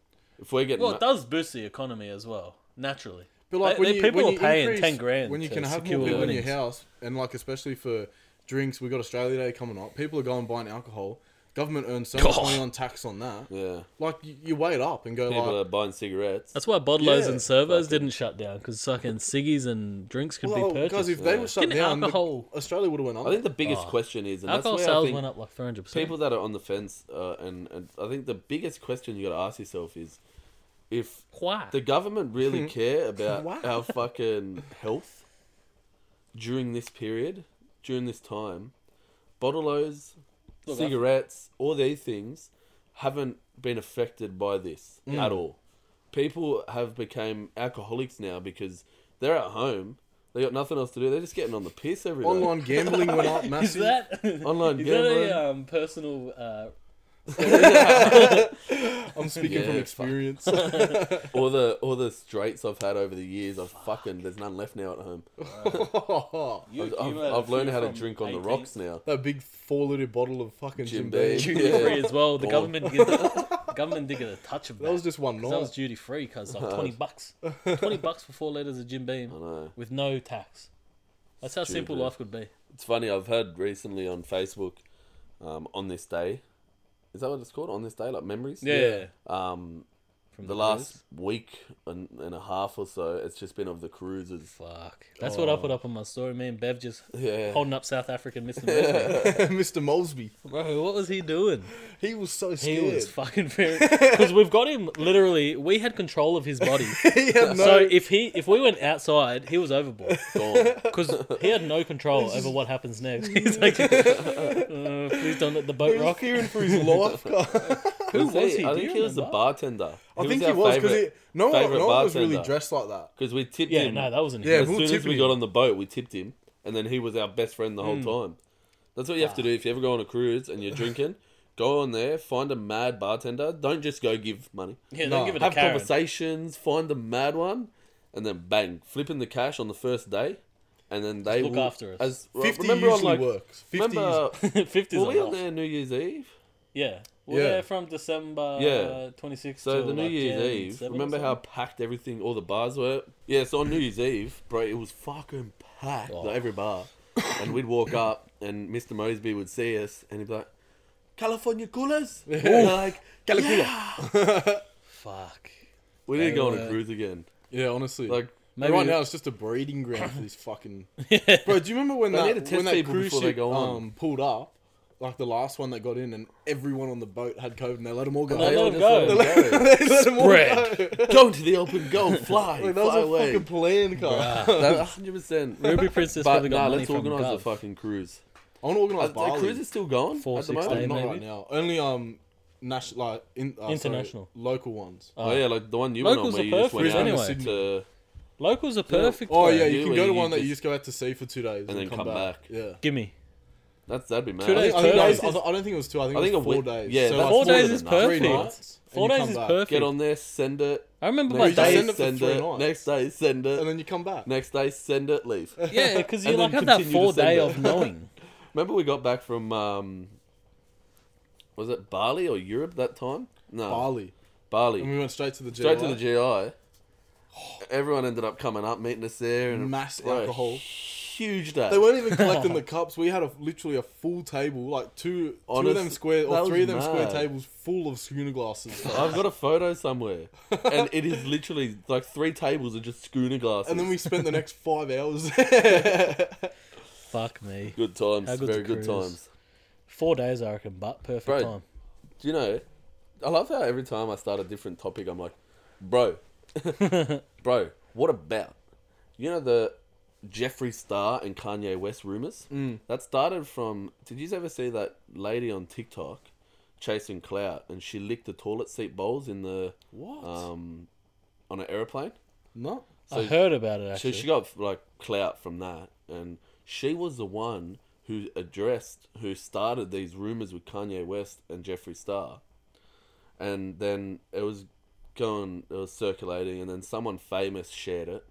Speaker 2: If we're getting
Speaker 1: Well,
Speaker 2: ma-
Speaker 1: it does boost the economy as well, naturally.
Speaker 3: But like
Speaker 1: They-
Speaker 3: when
Speaker 1: they-
Speaker 3: you,
Speaker 1: people
Speaker 3: when
Speaker 1: are
Speaker 3: you
Speaker 1: paying
Speaker 3: increase-
Speaker 1: ten grand
Speaker 3: when you
Speaker 1: to
Speaker 3: can have
Speaker 1: secure
Speaker 3: more people in your
Speaker 1: weddings.
Speaker 3: house, and like especially for drinks, we got Australia Day coming up. People are going buying alcohol. Government earns so much
Speaker 1: God.
Speaker 3: money on tax on that.
Speaker 2: yeah,
Speaker 3: Like you, you wait up and go
Speaker 2: people
Speaker 3: like,
Speaker 2: are buying cigarettes.
Speaker 1: That's why bottlers
Speaker 3: Yeah,
Speaker 1: and servos didn't shut down because fucking ciggies and drinks could
Speaker 3: well,
Speaker 1: be purchased.
Speaker 3: guys, if they were shut
Speaker 1: Didn't
Speaker 3: down, the-
Speaker 1: alcohol-
Speaker 3: Australia would have went under.
Speaker 2: I think the biggest
Speaker 1: Oh.
Speaker 2: question is, and
Speaker 1: Alcohol
Speaker 2: that's where I
Speaker 1: sales
Speaker 2: think
Speaker 1: went up like 400%.
Speaker 2: people that are on the fence, uh, and, and I think the biggest question you got to ask yourself is if
Speaker 1: Why?
Speaker 2: the government
Speaker 1: Hmm.
Speaker 2: really care about
Speaker 3: Wow.
Speaker 2: our fucking health during this period, during this time, bottolos,
Speaker 1: Look, I-
Speaker 2: cigarettes, all these things haven't been affected by this
Speaker 1: Hmm.
Speaker 2: at all. People have become alcoholics now because they're at home. They got nothing else to do. They're just getting on the piss every day.
Speaker 3: Online gambling went
Speaker 1: (laughs)
Speaker 3: up
Speaker 1: is
Speaker 3: massive. (laughs)
Speaker 1: that
Speaker 2: Online
Speaker 1: is that
Speaker 2: gambling.
Speaker 1: a um, personal? Uh,
Speaker 3: I'm speaking
Speaker 2: Yeah,
Speaker 3: from
Speaker 2: fuck.
Speaker 3: experience. (laughs)
Speaker 2: All the all the straights I've had over the years, I've fucking there's none left now at home.
Speaker 1: (laughs) you
Speaker 2: I've, I've,
Speaker 1: accumulated
Speaker 2: I've learned
Speaker 1: food
Speaker 2: how to
Speaker 1: from
Speaker 2: drink on
Speaker 1: 18
Speaker 2: the rocks now.
Speaker 3: that big four liter bottle of fucking
Speaker 2: Jim
Speaker 3: Jim, Beam.
Speaker 2: Beam.
Speaker 1: Duty
Speaker 2: Yeah.
Speaker 1: free as well. The
Speaker 2: Ball.
Speaker 1: government did the government did get a touch of that.
Speaker 3: That was just one
Speaker 1: 'cause
Speaker 3: night.
Speaker 1: that was duty free because like
Speaker 2: (laughs)
Speaker 1: twenty bucks, twenty bucks for four liters of Jim Beam
Speaker 2: I know.
Speaker 1: with no tax. That's how simple
Speaker 2: Stupid.
Speaker 1: life could be.
Speaker 2: It's funny. I've heard recently on Facebook, um, on this day, is that what it's called? On this day, like memories.
Speaker 1: Yeah,
Speaker 2: Um,
Speaker 1: from
Speaker 2: the last week and, and a half or so, it's just been of the cruises.
Speaker 1: cruise. Fuck. That's what I put up on my story. Me and Bev just
Speaker 2: Oh. Yeah.
Speaker 1: holding up South
Speaker 2: (laughs)
Speaker 1: African Mr. Mercury.
Speaker 3: (laughs) Mr. Molesby.
Speaker 1: Bro, what was he doing?
Speaker 3: He was so
Speaker 1: He
Speaker 3: scared. He,
Speaker 1: was fucking very because we've got him literally. We had control of his
Speaker 2: (laughs)
Speaker 1: body,
Speaker 3: (laughs) had no.
Speaker 1: (laughs) so if he if we went outside, he was overboard
Speaker 2: Gone.
Speaker 1: because he had no control over what happens next. (laughs) He's like, "Uh, please don't let the boat
Speaker 3: he was
Speaker 1: rock.
Speaker 3: fearing for his life.
Speaker 1: (laughs) Who was, he?
Speaker 2: I
Speaker 1: Do
Speaker 2: think
Speaker 1: you
Speaker 2: he was the
Speaker 1: remember?
Speaker 2: bartender.
Speaker 3: I think he was because no one, no one was really dressed like that.
Speaker 2: Because we tipped
Speaker 1: Yeah,
Speaker 2: him.
Speaker 1: no, that wasn't
Speaker 3: Yeah,
Speaker 1: him.
Speaker 2: as
Speaker 3: we'll
Speaker 2: soon
Speaker 3: tip
Speaker 2: as we
Speaker 3: him. Hmm.
Speaker 2: got on the boat, we tipped him, and then he was our best friend the whole time. That's what you have to do if you ever go on a cruise and
Speaker 3: (laughs)
Speaker 2: you're drinking. Go on there, find a mad bartender. Don't just go give money.
Speaker 1: Yeah,
Speaker 3: Nah.
Speaker 1: don't give it a
Speaker 2: Have
Speaker 1: Karen.
Speaker 2: conversations, find the mad one, and then bang, flipping the cash on the first day, and then they
Speaker 1: look
Speaker 2: will-
Speaker 1: after us.
Speaker 2: As, well,
Speaker 3: Fifty
Speaker 2: remember on,
Speaker 3: usually
Speaker 2: like-
Speaker 3: works. Fifty. is-
Speaker 2: Remember,
Speaker 1: (laughs) Fifties
Speaker 2: (laughs) were
Speaker 1: on
Speaker 2: we on
Speaker 1: off.
Speaker 2: there New Year's Eve?
Speaker 1: Yeah, we're
Speaker 3: Yeah.
Speaker 1: there from December
Speaker 2: Yeah.
Speaker 1: twenty sixth.
Speaker 2: So the New Year's Eve, remember how packed everything, all the bars were? Yeah, so on New Year's Eve, bro, it was fucking packed,
Speaker 1: Oh.
Speaker 2: like every bar. And we'd walk up, and Mr. Mosby would see us, and he'd be like,
Speaker 1: (laughs)
Speaker 2: California coolers? And we're like,
Speaker 3: Calicula.
Speaker 2: yeah. (laughs)
Speaker 1: Fuck.
Speaker 2: We need to
Speaker 1: They
Speaker 2: go on
Speaker 1: were-
Speaker 2: a cruise again.
Speaker 3: Yeah, honestly.
Speaker 2: Like,
Speaker 1: Maybe-
Speaker 3: right now, it's just a breeding ground for
Speaker 2: (laughs)
Speaker 3: these fucking. Bro, do you remember when
Speaker 2: They
Speaker 3: that,
Speaker 2: need to test
Speaker 3: when that
Speaker 2: people
Speaker 3: cruise
Speaker 2: before they
Speaker 3: ship
Speaker 2: go on.
Speaker 3: um, pulled up? Like the last one that got in, and everyone on the boat had COVID, and they let them all go.
Speaker 1: They let 'em
Speaker 2: just
Speaker 1: go.
Speaker 2: let 'em go.
Speaker 3: They let 'em all
Speaker 1: Spread.
Speaker 3: go.
Speaker 2: (laughs) go into the open,
Speaker 1: (laughs)
Speaker 2: go fly,
Speaker 3: Like, that was
Speaker 2: fly
Speaker 3: a
Speaker 2: away. (laughs)
Speaker 3: fucking plan, car.
Speaker 2: That- 100%.
Speaker 1: (laughs) Ruby Princess
Speaker 2: But
Speaker 1: probably
Speaker 2: nah,
Speaker 1: got money
Speaker 2: let's
Speaker 1: from
Speaker 2: organise a
Speaker 1: Gov.
Speaker 2: fucking cruise.
Speaker 3: (laughs) I want to
Speaker 2: Are,
Speaker 3: organize
Speaker 2: the
Speaker 3: Bali.
Speaker 2: cruise is still gone
Speaker 1: Four,
Speaker 2: at the
Speaker 1: six
Speaker 2: moment?
Speaker 1: day.
Speaker 3: Not
Speaker 1: maybe?
Speaker 3: right now. Only um, national, like in, uh, sorry,
Speaker 1: International.
Speaker 3: local ones.
Speaker 2: Oh yeah, like the one you
Speaker 1: Uh, Locals
Speaker 2: went
Speaker 1: are
Speaker 2: on where you just went
Speaker 1: perfect
Speaker 2: out
Speaker 1: anyway.
Speaker 2: to Sydney.
Speaker 1: Locals are perfect.
Speaker 3: Oh
Speaker 1: bro.
Speaker 3: yeah,
Speaker 2: you-
Speaker 3: you can
Speaker 2: you
Speaker 3: go to one that
Speaker 2: just-
Speaker 3: you just go out to sea for two days and,
Speaker 2: then
Speaker 3: come,
Speaker 2: come
Speaker 3: back.
Speaker 2: back.
Speaker 3: Yeah.
Speaker 1: Gimme.
Speaker 2: That's that'd be mad.
Speaker 1: Two
Speaker 3: I
Speaker 1: days
Speaker 3: think, I, think that was-
Speaker 1: perfect.
Speaker 3: I th- I don't think it was two. I think
Speaker 2: I think
Speaker 3: it
Speaker 2: a
Speaker 3: was four
Speaker 2: week-
Speaker 3: days.
Speaker 2: yeah,
Speaker 3: so
Speaker 2: that's
Speaker 3: like
Speaker 1: Four
Speaker 2: more
Speaker 1: days
Speaker 2: than
Speaker 1: is
Speaker 2: enough.
Speaker 3: three
Speaker 1: perfect.
Speaker 3: nights, and
Speaker 1: Four
Speaker 3: you
Speaker 1: days
Speaker 3: come
Speaker 1: is
Speaker 3: back.
Speaker 1: perfect.
Speaker 2: Get on there, send it.
Speaker 1: I remember my
Speaker 2: Next
Speaker 3: just
Speaker 2: day,
Speaker 1: days.
Speaker 3: send it for
Speaker 2: send
Speaker 3: three
Speaker 2: it.
Speaker 3: nights.
Speaker 2: Next day, send
Speaker 3: and
Speaker 2: it.
Speaker 3: then you come back.
Speaker 2: Next day, send it.
Speaker 3: (laughs)
Speaker 2: Leave.
Speaker 1: (laughs) Yeah, because you
Speaker 2: And
Speaker 1: like
Speaker 2: then
Speaker 1: have that
Speaker 2: continue to
Speaker 1: four
Speaker 2: send
Speaker 1: day
Speaker 2: it.
Speaker 1: of
Speaker 2: (laughs)
Speaker 1: knowing.
Speaker 2: Remember, we got back from um, was it Bali or Europe that time? No,
Speaker 3: Bali, Mm-hmm.
Speaker 2: Bali.
Speaker 3: and we went straight to the
Speaker 2: Straight
Speaker 3: GI.
Speaker 2: to the GI. Everyone ended up coming up, meeting us there, and
Speaker 3: Mass
Speaker 2: bro,
Speaker 3: alcohol.
Speaker 2: huge day.
Speaker 3: They weren't
Speaker 2: (laughs)
Speaker 3: even collecting the cups. We had a, literally a full table, like two, two of them
Speaker 2: Honest-
Speaker 3: square
Speaker 2: that
Speaker 3: or
Speaker 2: was
Speaker 3: three of them square
Speaker 2: mad.
Speaker 3: tables full of schooner glasses.
Speaker 2: I've got a photo
Speaker 3: (laughs)
Speaker 2: somewhere, and it is literally like three tables are just schooner glasses.
Speaker 3: and then we spent the next five hours.
Speaker 2: (laughs)
Speaker 3: there.
Speaker 1: Fuck me.
Speaker 2: good times,
Speaker 1: How good's
Speaker 2: very
Speaker 1: the
Speaker 2: good
Speaker 1: cruise?
Speaker 2: times.
Speaker 1: Four days, I reckon, but perfect
Speaker 2: Bro.
Speaker 1: time.
Speaker 2: Do you know? I love how every time I start a different topic, I'm like, bro, bro, what about you know the Jeffree Star and Kanye West rumors? Mm. That started from. Did you ever see that lady on TikTok chasing clout, and she licked the toilet seat bowls in the
Speaker 3: what?
Speaker 2: um on an airplane?
Speaker 3: no.
Speaker 1: I heard about it
Speaker 2: So
Speaker 1: actually.
Speaker 2: she got like clout from that, and she was the one who addressed, who started these rumors with Kanye West and Jeffree Star, and then it was going, it was circulating, and then someone famous shared it,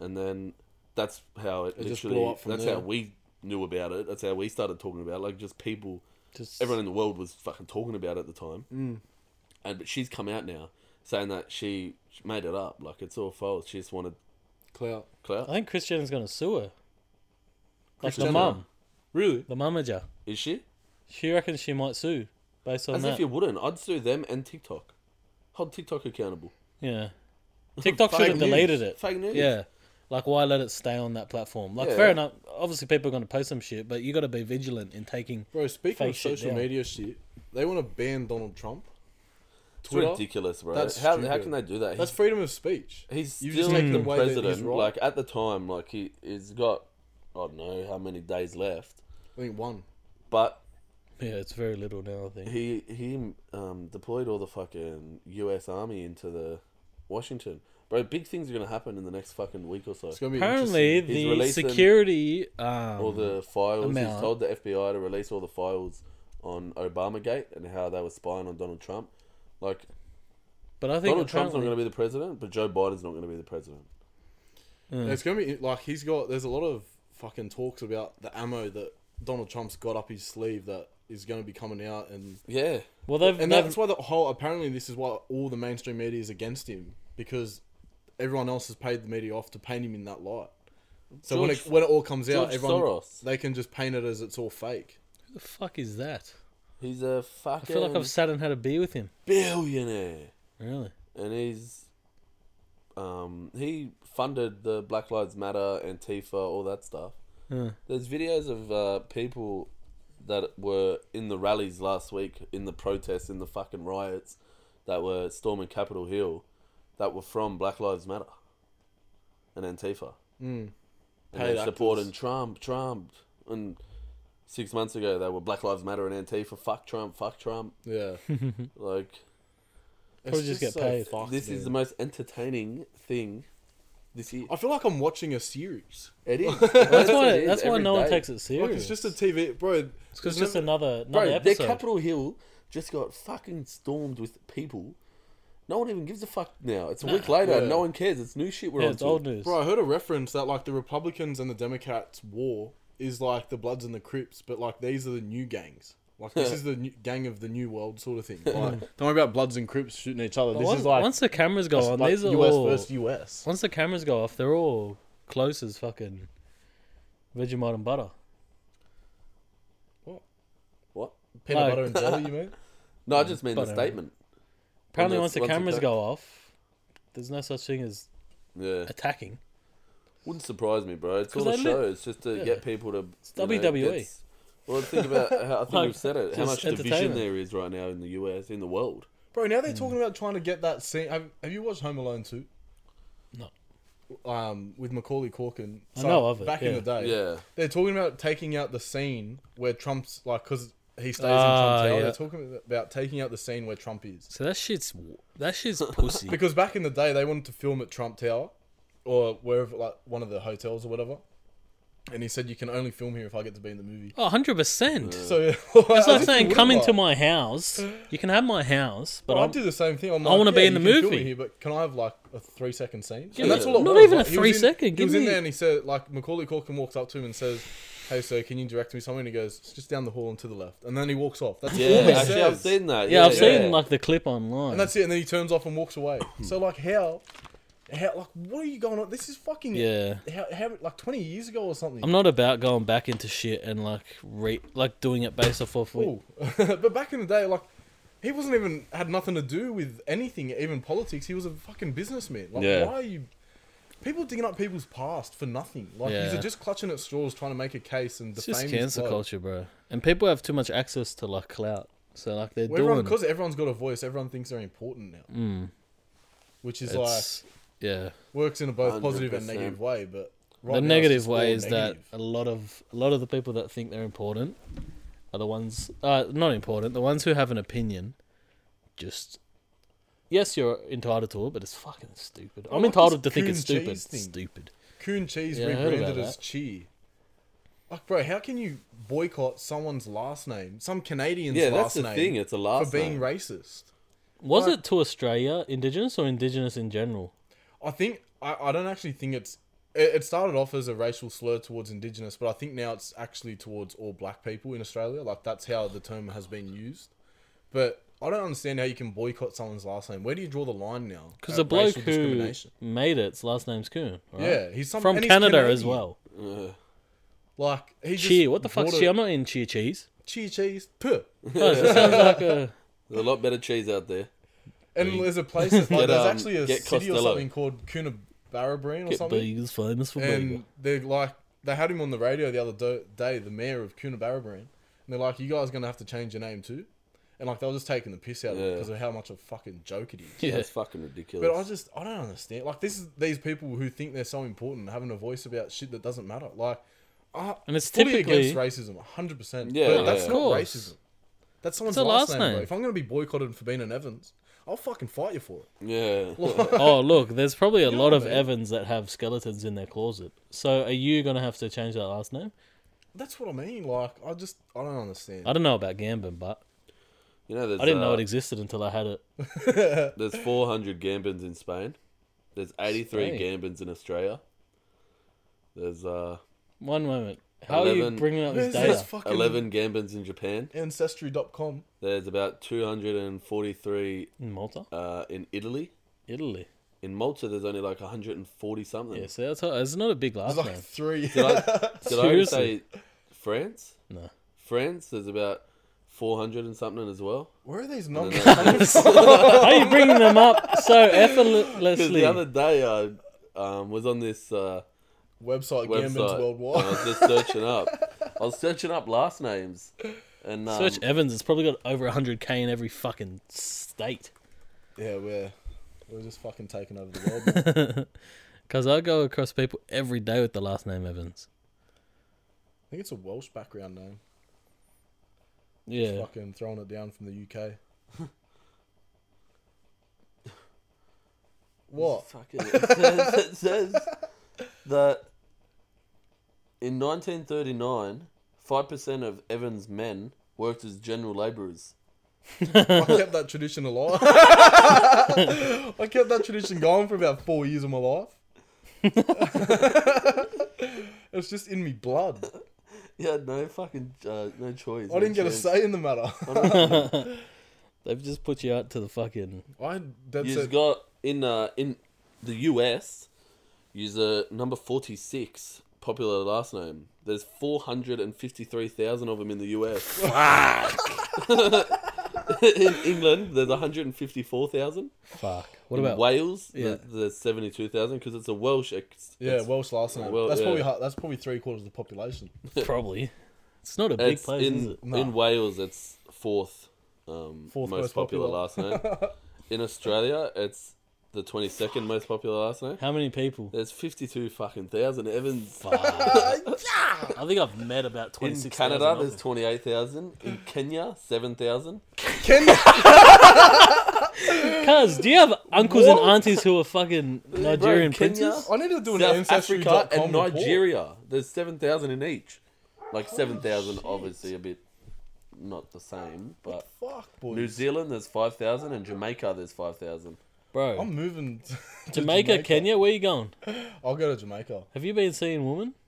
Speaker 2: and then that's how it,
Speaker 3: It just blew
Speaker 2: literally.
Speaker 3: up from
Speaker 2: that's
Speaker 3: there.
Speaker 2: how we knew about it. That's how we started talking about it. like just people
Speaker 1: Just
Speaker 2: everyone in the world was fucking talking about it at the time. Mm. And but she's come out now saying that she she made it up. Like it's all false. She just wanted
Speaker 3: Clout.
Speaker 2: clout.
Speaker 1: I think Chris Jenner's gonna sue her. Like
Speaker 2: Jenner?
Speaker 1: the mum,
Speaker 3: Really?
Speaker 1: the mummager.
Speaker 2: Is she?
Speaker 1: She reckons she might sue based on
Speaker 2: As
Speaker 1: that.
Speaker 2: if you wouldn't. I'd sue them and TikTok. Hold TikTok accountable. (laughs)
Speaker 1: Yeah. TikTok should
Speaker 3: Fake
Speaker 1: have
Speaker 3: news.
Speaker 1: deleted it.
Speaker 2: Fake news.
Speaker 1: Yeah. Like, why let it stay on that platform? Like,
Speaker 2: Yeah.
Speaker 1: fair enough. Obviously, people are going to post some shit, but you got to be vigilant in taking.
Speaker 3: Bro, speaking
Speaker 1: Fake
Speaker 3: of
Speaker 1: shit
Speaker 3: social
Speaker 1: down.
Speaker 3: media shit, they want to ban Donald Trump.
Speaker 2: It's
Speaker 3: Twitter?
Speaker 2: ridiculous, bro.
Speaker 3: That's
Speaker 2: how, how
Speaker 3: stupid.
Speaker 2: can they do that?
Speaker 3: That's
Speaker 2: He's,
Speaker 3: freedom of speech.
Speaker 2: he's
Speaker 3: you
Speaker 2: still
Speaker 3: just taken
Speaker 2: the
Speaker 3: away that he's
Speaker 2: president.
Speaker 3: right.
Speaker 2: Like at the time, like he he's got I don't know how many days left,
Speaker 3: I think one.
Speaker 2: but
Speaker 1: Yeah, it's very little now, I think.
Speaker 2: he he um, deployed all the fucking U.S. Army into the Washington. Bro, big things are gonna happen in the next fucking week or so.
Speaker 3: It's gonna be
Speaker 1: Apparently,
Speaker 3: interesting.
Speaker 2: He's
Speaker 1: the
Speaker 2: releasing
Speaker 1: security. Um,
Speaker 2: all the
Speaker 3: Mm-hmm.
Speaker 2: files. He's
Speaker 1: amount.
Speaker 2: told the FBI to release all the files on Obamagate and how they were spying on Donald Trump. Like
Speaker 1: but I think
Speaker 2: Donald Trump's not
Speaker 1: apparently-
Speaker 2: gonna be the president, but Joe Biden's not gonna be the president.
Speaker 1: Hmm.
Speaker 3: It's gonna be like he's got. There's a lot of fucking talks about the ammo that Donald Trump's got up his sleeve that is going to be coming out, and
Speaker 2: Yeah,
Speaker 1: Well, they've,
Speaker 3: and
Speaker 1: they've
Speaker 3: that's why the whole. Apparently, this is why all the mainstream media is against him because everyone else has paid the media off to paint him in that light. So when it
Speaker 2: George-
Speaker 3: when it all comes out,
Speaker 2: George
Speaker 3: everyone
Speaker 2: Soros.
Speaker 3: they can just paint it as it's all fake.
Speaker 1: the fuck is that?
Speaker 2: he's a
Speaker 1: I
Speaker 2: fucking
Speaker 1: feel like I've sat and had a beer with him.
Speaker 2: billionaire,
Speaker 1: Really?
Speaker 2: and he's um he funded the Black Lives Matter, Antifa, all that stuff.
Speaker 1: Yeah.
Speaker 2: There's videos of uh, people that were in the rallies last week, in the protests, in the fucking riots that were storming Capitol Hill, that were from Black Lives Matter and Antifa. Mm. And
Speaker 3: Paid
Speaker 2: they're supporting Trump, Trump. And six months ago, they were Black Lives Matter and Antifa. Fuck Trump, fuck Trump.
Speaker 1: (laughs)
Speaker 3: Yeah,
Speaker 2: Like,
Speaker 3: It's uh,
Speaker 1: just get paid.
Speaker 3: fucked,
Speaker 2: this is
Speaker 3: dude.
Speaker 2: the most entertaining thing this year.
Speaker 3: I feel like I'm watching a series.
Speaker 2: It (laughs) is.
Speaker 1: That's why. That's why no one takes it serious.
Speaker 3: Like it's just a TV, bro.
Speaker 1: Because it's
Speaker 3: there's
Speaker 1: just
Speaker 3: never-
Speaker 1: another another
Speaker 2: Bro, their
Speaker 1: episode.
Speaker 2: Capitol Hill just got fucking stormed with people. No one even gives a fuck now. It's a week later.
Speaker 3: Yeah.
Speaker 2: No one cares. It's new shit we're
Speaker 1: yeah,
Speaker 2: on.
Speaker 1: it's old news.
Speaker 3: Bro, I heard a reference that like the Republicans and the Democrats war is like the Bloods and the Crips, but like these are the new gangs. Like this is the new, gang of the new world sort (laughs) of thing. Like, don't worry about Bloods and Crips shooting each other.
Speaker 1: But
Speaker 3: This
Speaker 1: once,
Speaker 3: is like,
Speaker 1: once the cameras go on,
Speaker 3: like
Speaker 1: these are
Speaker 3: US
Speaker 1: all.
Speaker 3: versus US.
Speaker 1: Once the cameras go off, they're all close as fucking Vegemite and butter.
Speaker 2: What?
Speaker 3: Peanut
Speaker 1: Like-
Speaker 3: butter and jelly, (laughs) you mean?
Speaker 2: No, I just mean the
Speaker 1: But, uh,
Speaker 2: statement.
Speaker 1: Apparently,
Speaker 2: that's-
Speaker 1: once the
Speaker 2: once it
Speaker 1: cameras
Speaker 2: go-
Speaker 1: go off, there's no such thing as
Speaker 2: Yeah,
Speaker 1: attacking.
Speaker 2: wouldn't surprise me, bro. It's all
Speaker 1: 'Cause
Speaker 2: a
Speaker 1: they
Speaker 2: show.
Speaker 1: lit-
Speaker 2: It's just to
Speaker 1: Yeah.
Speaker 2: get people to. you know,
Speaker 1: WWE.
Speaker 2: gets- well, think about how I think
Speaker 1: E. Like,
Speaker 2: we've said it. How
Speaker 1: just
Speaker 2: much division
Speaker 1: entertainment.
Speaker 2: there is right now in the US, in the world.
Speaker 3: Bro, now they're talking about trying to get that scene. Have, have you watched Home Alone too?
Speaker 1: No.
Speaker 3: Um, with Macaulay Corkin.
Speaker 1: I know of it,
Speaker 3: Back in
Speaker 1: yeah.
Speaker 3: the day,
Speaker 2: Yeah.
Speaker 3: they're talking about taking out the scene where Trump's like because he stays
Speaker 1: Ah,
Speaker 3: in Trump Tower.
Speaker 1: yeah.
Speaker 3: They're talking about taking out the scene where Trump is.
Speaker 1: So that shit's that
Speaker 3: (laughs)
Speaker 1: shit's pussy.
Speaker 3: Because back in the day, they wanted to film at Trump Tower or wherever, like one of the hotels or whatever. And he said, "You can only film here if I get to be in the movie." (laughs)
Speaker 1: Oh, 100 percent.
Speaker 3: So it's
Speaker 1: It's
Speaker 3: (laughs)
Speaker 1: like saying, "Come into my house. You can have my house, but
Speaker 3: I
Speaker 1: I'm
Speaker 3: do the same thing. I'm
Speaker 1: I
Speaker 3: like,
Speaker 1: wanna be
Speaker 3: "Yeah,
Speaker 1: in
Speaker 3: you
Speaker 1: the
Speaker 3: can film
Speaker 1: movie."
Speaker 3: me here, but can I have like a three second scene?
Speaker 1: Yeah, but
Speaker 3: And that's all it
Speaker 1: not
Speaker 3: was,
Speaker 1: even
Speaker 3: like,
Speaker 1: a
Speaker 3: he was
Speaker 1: three
Speaker 3: in-
Speaker 1: second,
Speaker 3: He
Speaker 1: give
Speaker 3: was in
Speaker 1: me-
Speaker 3: there and he said, like Macaulay Culkin walks up to him and says, "Hey, sir, can you direct me somewhere?" And he goes, "It's just down the hall and to the left." And then he walks off. That's all
Speaker 2: Yeah,
Speaker 3: he
Speaker 2: actually, I've
Speaker 3: says.
Speaker 2: seen that.
Speaker 1: yeah, I've
Speaker 3: yeah.
Speaker 1: seen like the clip online. Hmm.
Speaker 3: and that's it. And then he turns off and walks away. so like, how How, like, what are you going on? This is fucking
Speaker 1: Yeah.
Speaker 3: How, how like twenty years ago or something?
Speaker 1: I'm not about going back into shit and like re like doing it based off of
Speaker 3: Ooh. (laughs) but back in the day, like he wasn't even had nothing to do with anything, even politics. He was a fucking businessman. Like,
Speaker 2: Yeah.
Speaker 3: why are you? People digging up people's past for nothing. Like,
Speaker 1: Yeah.
Speaker 3: these are just clutching at straws, trying to make a case and
Speaker 1: It's
Speaker 3: defame
Speaker 1: just
Speaker 3: this
Speaker 1: cancer
Speaker 3: bloke.
Speaker 1: culture, bro. And people have too much access to like clout, so like they're
Speaker 3: Well, everyone,
Speaker 1: doing.
Speaker 3: because everyone's got a voice, everyone thinks they're important now,
Speaker 1: Mm,
Speaker 3: which is
Speaker 1: it's yeah.
Speaker 3: like works in a both positive and
Speaker 2: 100%.
Speaker 3: negative way. But right
Speaker 1: the
Speaker 3: now, it's
Speaker 1: negative
Speaker 3: just all
Speaker 1: way is
Speaker 3: negative.
Speaker 1: that a lot of a lot of the people that think they're important are the ones uh, not important. The ones who have an opinion, just yes, you're entitled to it, but it's fucking stupid.
Speaker 3: I
Speaker 1: I'm
Speaker 3: like
Speaker 1: entitled to
Speaker 3: this
Speaker 1: think it's
Speaker 3: coon
Speaker 1: stupid.
Speaker 3: cheese thing.
Speaker 1: Stupid.
Speaker 3: Coon Cheese
Speaker 1: Yeah, I heard
Speaker 3: rebranded
Speaker 1: about
Speaker 3: as
Speaker 1: that.
Speaker 3: Cheer. Like, bro, how can you boycott someone's last name, some Canadian's
Speaker 2: Yeah, that's
Speaker 3: last
Speaker 2: the
Speaker 3: name,
Speaker 2: thing. It's a
Speaker 3: for
Speaker 2: last
Speaker 3: being
Speaker 2: name.
Speaker 3: racist?
Speaker 1: Was
Speaker 3: Like-
Speaker 1: it to Australia, Indigenous or Indigenous in general?
Speaker 3: I think I, I don't actually think it's. It, it started off as a racial slur towards Indigenous, but I think now it's actually towards all Black people in Australia. Like that's how the term has been used. But I don't understand how you can boycott someone's last name. Where do you draw the line now?
Speaker 1: Because
Speaker 3: at
Speaker 1: the bloke
Speaker 3: Uh, racial
Speaker 1: who made it, its last name's Coon. right?
Speaker 3: Yeah, he's some,
Speaker 1: from
Speaker 3: and he's
Speaker 1: Canada as
Speaker 3: Canadian.
Speaker 1: well.
Speaker 2: Ugh.
Speaker 3: Like he's
Speaker 1: Cheer, what the fuck's cheer? I'm not in cheer cheese.
Speaker 3: Cheer cheese. Puh.
Speaker 1: No, it sounds like a
Speaker 2: There's a lot better cheese out there.
Speaker 3: And there's a
Speaker 2: (laughs)
Speaker 3: place. That, like,
Speaker 2: Get,
Speaker 3: there's
Speaker 2: um,
Speaker 3: actually a
Speaker 2: get
Speaker 3: city or
Speaker 2: Costello.
Speaker 3: something called Coonabarabran or
Speaker 1: get
Speaker 3: something.
Speaker 1: burgers famous for burger.
Speaker 3: and they're like they had him on the radio the other do- day, the mayor of Coonabarabran, and they're like, "You guys are gonna have to change your name too," and like they were just taking the piss out of it
Speaker 2: Yeah.
Speaker 3: because of how much of a fucking joke it is.
Speaker 1: Yeah.
Speaker 2: That's fucking ridiculous.
Speaker 3: But I just I don't understand. Like this is these people who think they're so important having a voice about shit that doesn't matter. Like, I,
Speaker 1: And it's
Speaker 3: fully
Speaker 1: typically-
Speaker 3: against racism, hundred percent.
Speaker 2: Yeah,
Speaker 3: but
Speaker 2: yeah,
Speaker 3: that's
Speaker 2: yeah.
Speaker 3: not
Speaker 1: Of course.
Speaker 3: racism. That's someone's
Speaker 1: It's a
Speaker 3: last,
Speaker 1: last
Speaker 3: name. Bro.
Speaker 1: name.
Speaker 3: If I'm gonna be boycotted for being an Evans, I'll fucking fight you for it.
Speaker 2: yeah.
Speaker 1: (laughs) oh look, there's probably a
Speaker 3: You know
Speaker 1: lot
Speaker 3: what
Speaker 1: of
Speaker 3: I mean?
Speaker 1: Evans that have skeletons in their closet. So are you gonna have to change that last name?
Speaker 3: That's what I mean. Like, I just I don't understand.
Speaker 1: I don't know about Gambin, but
Speaker 2: (laughs) You know, there's,
Speaker 1: I didn't
Speaker 2: uh,
Speaker 1: know it existed until I had it.
Speaker 2: There's 400 gambins in Spain. There's 83
Speaker 1: Spain.
Speaker 2: gambins in Australia. There's uh,
Speaker 1: One moment. How are
Speaker 2: Eleven-
Speaker 1: you bringing up this
Speaker 3: Where's this
Speaker 1: data?
Speaker 3: fucking
Speaker 2: 11 gambins in Japan.
Speaker 3: Ancestry.com.
Speaker 2: There's about 243
Speaker 1: in Malta,
Speaker 2: uh, in Italy.
Speaker 1: Italy.
Speaker 2: In Malta, there's only like 140 something.
Speaker 1: Yeah, see, that's how, it's not a big last
Speaker 3: There's like
Speaker 1: name.
Speaker 3: three.
Speaker 2: Did I, did I already say
Speaker 1: Seriously?
Speaker 2: France?
Speaker 1: No.
Speaker 2: France, there's about 400 and something as
Speaker 1: (laughs)
Speaker 2: well.
Speaker 3: (laughs) Where are these numbers?
Speaker 2: then
Speaker 3: coming from?
Speaker 1: How are you bringing them
Speaker 3: (laughs)
Speaker 1: up so
Speaker 2: Because
Speaker 1: effortlessly?
Speaker 2: the other day I um, was on this. Uh,
Speaker 3: Website Gambins
Speaker 2: website. Uh-huh.
Speaker 3: Worldwide.
Speaker 2: I was just searching up. I was searching up last names, and um,
Speaker 1: Search Evans. It's probably got over 100k in every fucking state.
Speaker 3: yeah, we're we're just fucking taking over the world. man.
Speaker 1: Because I go across people every day with the last name Evans.
Speaker 3: I think it's a Welsh background name. Just
Speaker 1: Yeah.
Speaker 3: fucking throwing it down from the UK. what?
Speaker 2: Fucking, it says, it says that in 1939, five percent of Evans' men worked as general labourers.
Speaker 3: I kept that tradition alive. I kept that tradition going for about four years of my life. (laughs) it's just in me blood.
Speaker 2: He had no fucking uh, no choice.
Speaker 3: I didn't get a
Speaker 2: say.
Speaker 3: say in the matter.
Speaker 1: They've just put you out to the fucking.
Speaker 3: I that's
Speaker 2: You've
Speaker 3: it.
Speaker 2: got in uh, in the US, use a number 46 popular last name. There's 453,000 of them in the US. (laughs) in England, there's 154,000.
Speaker 1: Fuck. What
Speaker 2: In
Speaker 1: about.
Speaker 2: Wales,
Speaker 1: Yeah.
Speaker 2: there's, there's 72,000 because it's a Welsh. Ex-
Speaker 3: Yeah,
Speaker 2: it's-
Speaker 3: Welsh last name.
Speaker 2: Well,
Speaker 3: that's
Speaker 2: yeah.
Speaker 3: probably probably that's probably three quarters of
Speaker 2: (laughs)
Speaker 3: the population.
Speaker 1: Probably. It's not a big
Speaker 2: it's
Speaker 1: place, is
Speaker 2: in,
Speaker 1: it?
Speaker 3: No.
Speaker 2: in Wales, it's fourth, um,
Speaker 3: Fourth
Speaker 2: most,
Speaker 3: most
Speaker 2: popular,
Speaker 3: popular.
Speaker 2: last name. in Australia, it's the 22nd most popular last name.
Speaker 1: How many people?
Speaker 2: There's 52 fucking thousand Evans.
Speaker 1: Fuck. I think I've met about
Speaker 2: In
Speaker 1: 26.
Speaker 2: Canada, there's 28,000. In Kenya, 7,000.
Speaker 3: Ken,
Speaker 1: Cuz, do you have uncles and
Speaker 3: What?
Speaker 1: aunties who are fucking Nigerian
Speaker 2: (laughs) Bro, Kenya,
Speaker 1: princes?
Speaker 3: (laughs) I need to do an
Speaker 2: South Africa
Speaker 3: ancestry.com
Speaker 2: and
Speaker 3: report.
Speaker 2: Nigeria. There's 7,000 in each. Like 7,000, obviously, a bit not the same, but.
Speaker 3: Fuck
Speaker 2: New
Speaker 3: boys.
Speaker 2: Zealand, there's 5,000. And Jamaica, there's 5,000.
Speaker 1: Bro.
Speaker 3: I'm moving (laughs) to
Speaker 1: Jamaica, Kenya, where you going?
Speaker 3: I'll go to Jamaica.
Speaker 1: Have you been seeing women? (laughs)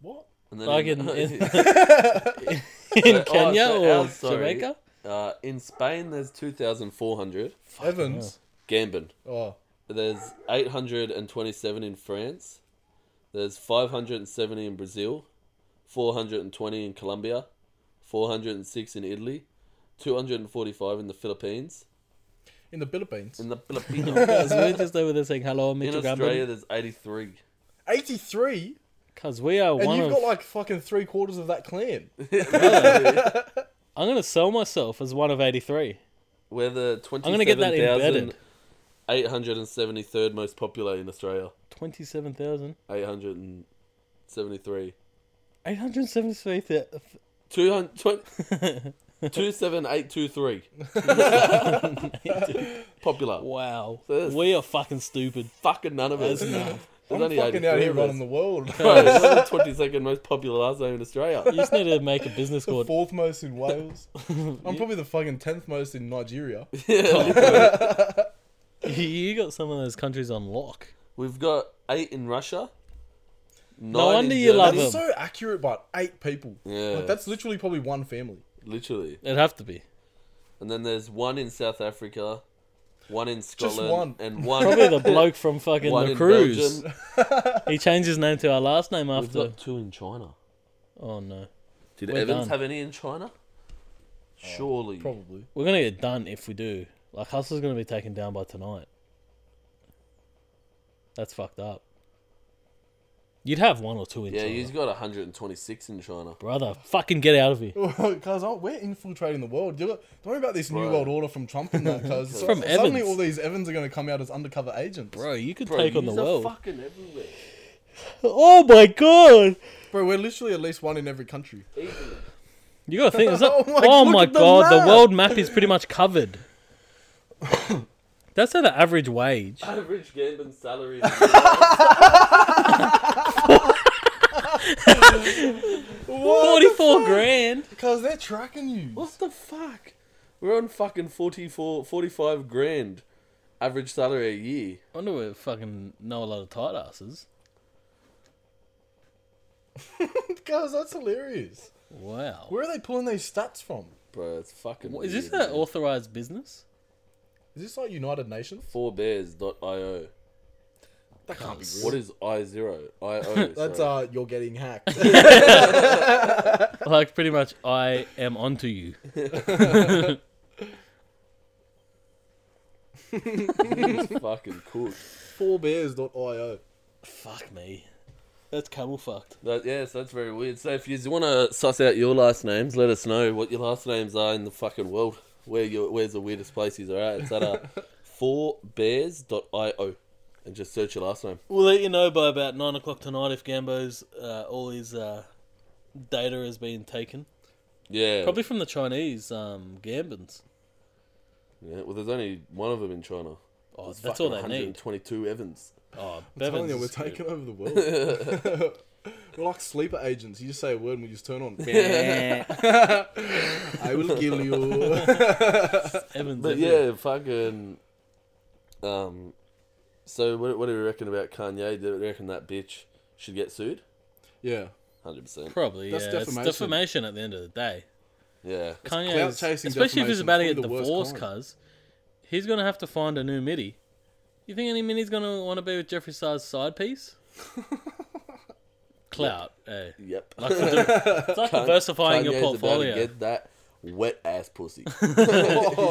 Speaker 3: What?
Speaker 2: And then
Speaker 1: Like in-
Speaker 2: (laughs) Oh,
Speaker 1: (laughs) In Kenya
Speaker 2: so
Speaker 1: or
Speaker 2: ours, sorry.
Speaker 1: Jamaica?
Speaker 2: uh, in Spain, there's 2,400.
Speaker 3: Evans.
Speaker 2: Gambin,
Speaker 3: Oh,
Speaker 2: there's 827 in France. There's 570 in Brazil, 420 in Colombia, 406 in Italy, 245 in the Philippines.
Speaker 3: in the Philippines.
Speaker 2: In
Speaker 1: (laughs)
Speaker 2: the Philippines.
Speaker 1: Because we're just over there saying hello,
Speaker 2: in
Speaker 1: Mitchell
Speaker 2: Australia,
Speaker 1: Gumby.
Speaker 2: there's 83.
Speaker 3: 83?
Speaker 1: Because we are
Speaker 3: And
Speaker 1: one
Speaker 3: you've
Speaker 1: of.
Speaker 3: got like fucking three quarters of that clan.
Speaker 1: I'm going to sell myself as one of 83.
Speaker 2: We're the
Speaker 1: I'm going to get that embedded.
Speaker 2: 27,873rd most popular in Australia.
Speaker 1: 27,873.
Speaker 2: 873.
Speaker 1: (laughs)
Speaker 2: (laughs) 27823. Popular.
Speaker 1: Wow.
Speaker 2: That's-
Speaker 1: We are fucking stupid.
Speaker 2: Fucking none of us. (laughs) There's
Speaker 3: I'm
Speaker 2: only
Speaker 3: fucking out
Speaker 2: 83
Speaker 3: here
Speaker 2: of
Speaker 3: running
Speaker 2: us.
Speaker 3: the
Speaker 2: (laughs)
Speaker 3: world. (laughs)
Speaker 2: Bro, we're the 22nd most popular last name in Australia.
Speaker 1: You
Speaker 2: (laughs)
Speaker 1: just need to make a business
Speaker 3: the
Speaker 1: called
Speaker 3: fourth most in
Speaker 1: (laughs)
Speaker 3: Wales. I'm probably the fucking tenth most in Nigeria.
Speaker 1: (laughs) you got some of those countries on lock.
Speaker 2: We've got eight in Russia. Nine
Speaker 1: wonder
Speaker 2: in
Speaker 1: you love
Speaker 2: Germany.
Speaker 1: them.
Speaker 3: It's so accurate, but eight people.
Speaker 2: Yeah.
Speaker 3: Like, that's literally probably one family.
Speaker 2: Literally.
Speaker 1: It'd have to be.
Speaker 2: And then there's one in South Africa, one in Scotland,
Speaker 3: one.
Speaker 2: and one,
Speaker 1: Probably the bloke from fucking
Speaker 2: (laughs) one
Speaker 1: the
Speaker 2: in
Speaker 1: cruise.
Speaker 2: Belgium.
Speaker 1: He changed his name to our last name
Speaker 2: We've
Speaker 1: after.
Speaker 2: got two in China.
Speaker 1: Oh no.
Speaker 2: Did
Speaker 1: We're
Speaker 2: Evans
Speaker 1: done.
Speaker 2: have any in China? Oh, Surely.
Speaker 3: Probably.
Speaker 1: We're gonna get done if we do. Like Hustler's gonna be taken down by tonight. That's fucked up. You'd have one or two in
Speaker 2: Yeah,
Speaker 1: China.
Speaker 2: he's got 126 in China.
Speaker 1: Brother, fucking get out of here.
Speaker 3: Because we're infiltrating the world. You got- Don't worry about this new
Speaker 2: Bro.
Speaker 3: world order from Trump and that. Because
Speaker 1: from
Speaker 3: suddenly
Speaker 1: Evans.
Speaker 3: all these Evans are going to come out as undercover agents.
Speaker 1: Bro, you could
Speaker 2: Bro,
Speaker 1: take on the
Speaker 2: yous are
Speaker 1: world.
Speaker 2: fucking everywhere.
Speaker 1: oh my god.
Speaker 3: Bro, we're literally at least one in every country.
Speaker 2: Easily.
Speaker 1: You gotta think. Is that,
Speaker 3: Oh
Speaker 1: (laughs) oh
Speaker 3: my-
Speaker 1: my,
Speaker 3: look at the
Speaker 1: god, the,
Speaker 3: map.
Speaker 1: world map is pretty much (coughs) covered. That's at an average wage.
Speaker 2: Average Gambin salary.
Speaker 1: (laughs) Forty-four grand.
Speaker 3: Because they're tracking you. (laughs)
Speaker 2: what the fuck? We're on fucking 44, 45 grand average salary a year.
Speaker 1: Wonder we fucking know a lot of tight asses.
Speaker 3: Because that's hilarious.
Speaker 1: Wow.
Speaker 3: Where are they pulling these stats from?
Speaker 2: Bro, it's fucking.
Speaker 1: What, Is this
Speaker 2: weird,
Speaker 1: an authorized (laughs) business?
Speaker 3: Is this like United Nations?
Speaker 2: Fourbears.io.
Speaker 3: That can't be real.
Speaker 2: What is I zero?
Speaker 1: (laughs)
Speaker 2: I O.
Speaker 3: That's
Speaker 2: sorry.
Speaker 3: uh, you're getting hacked.
Speaker 1: Like pretty much, I am onto you.
Speaker 2: It's fucking cool.
Speaker 3: Fourbears.io.
Speaker 1: Fuck me. That's camel fucked.
Speaker 2: That, yes, that's very weird. So if you want to suss out your last names, let us know what your last names are in the fucking world. Where you, where's the weirdest places? All right, it's
Speaker 1: (laughs)
Speaker 2: at uh, fourbears.io, and just search your last name.
Speaker 1: We'll let you know by about nine o'clock tonight if Gambo's uh, all his uh, data has been taken.
Speaker 2: Yeah,
Speaker 1: Probably from the Chinese um, Gambins.
Speaker 2: Yeah, well, there's only one of them in China.
Speaker 1: Oh,
Speaker 2: There's
Speaker 1: that's all
Speaker 2: fucking
Speaker 1: they need.
Speaker 2: 122 Evans.
Speaker 1: Oh,
Speaker 3: I'm telling you,
Speaker 1: Bevins
Speaker 3: we're
Speaker 1: is-
Speaker 3: taking over the world. (laughs) we're like sleeper agents. You just say a word and we just turn on. (laughs) I will kill you. (laughs)
Speaker 1: Evans.
Speaker 2: But yeah, fucking. Um, so what, what do we reckon about Kanye? Do we reckon that bitch should get sued?
Speaker 3: yeah.
Speaker 2: Hundred percent.
Speaker 1: probably.
Speaker 3: That's
Speaker 1: yeah,
Speaker 3: defamation.
Speaker 1: it's defamation at the end of the day.
Speaker 2: Yeah.
Speaker 1: Kanye,
Speaker 3: clout
Speaker 1: is-
Speaker 3: chasing
Speaker 1: especially if he's about
Speaker 3: defamation,
Speaker 1: to
Speaker 3: probably
Speaker 1: get
Speaker 3: the worst
Speaker 1: divorced,
Speaker 3: crime.
Speaker 1: cuz he's gonna have to find a new midi. You think any midi's gonna want to be with Jeffree Star's side
Speaker 3: (laughs)
Speaker 1: piece? Clout. eh.
Speaker 2: Yep.
Speaker 1: Like to do-
Speaker 3: (laughs)
Speaker 1: it's like diversifying your
Speaker 2: Kanye's
Speaker 1: portfolio.
Speaker 2: About to get that wet ass
Speaker 1: (laughs)
Speaker 2: pussy. He's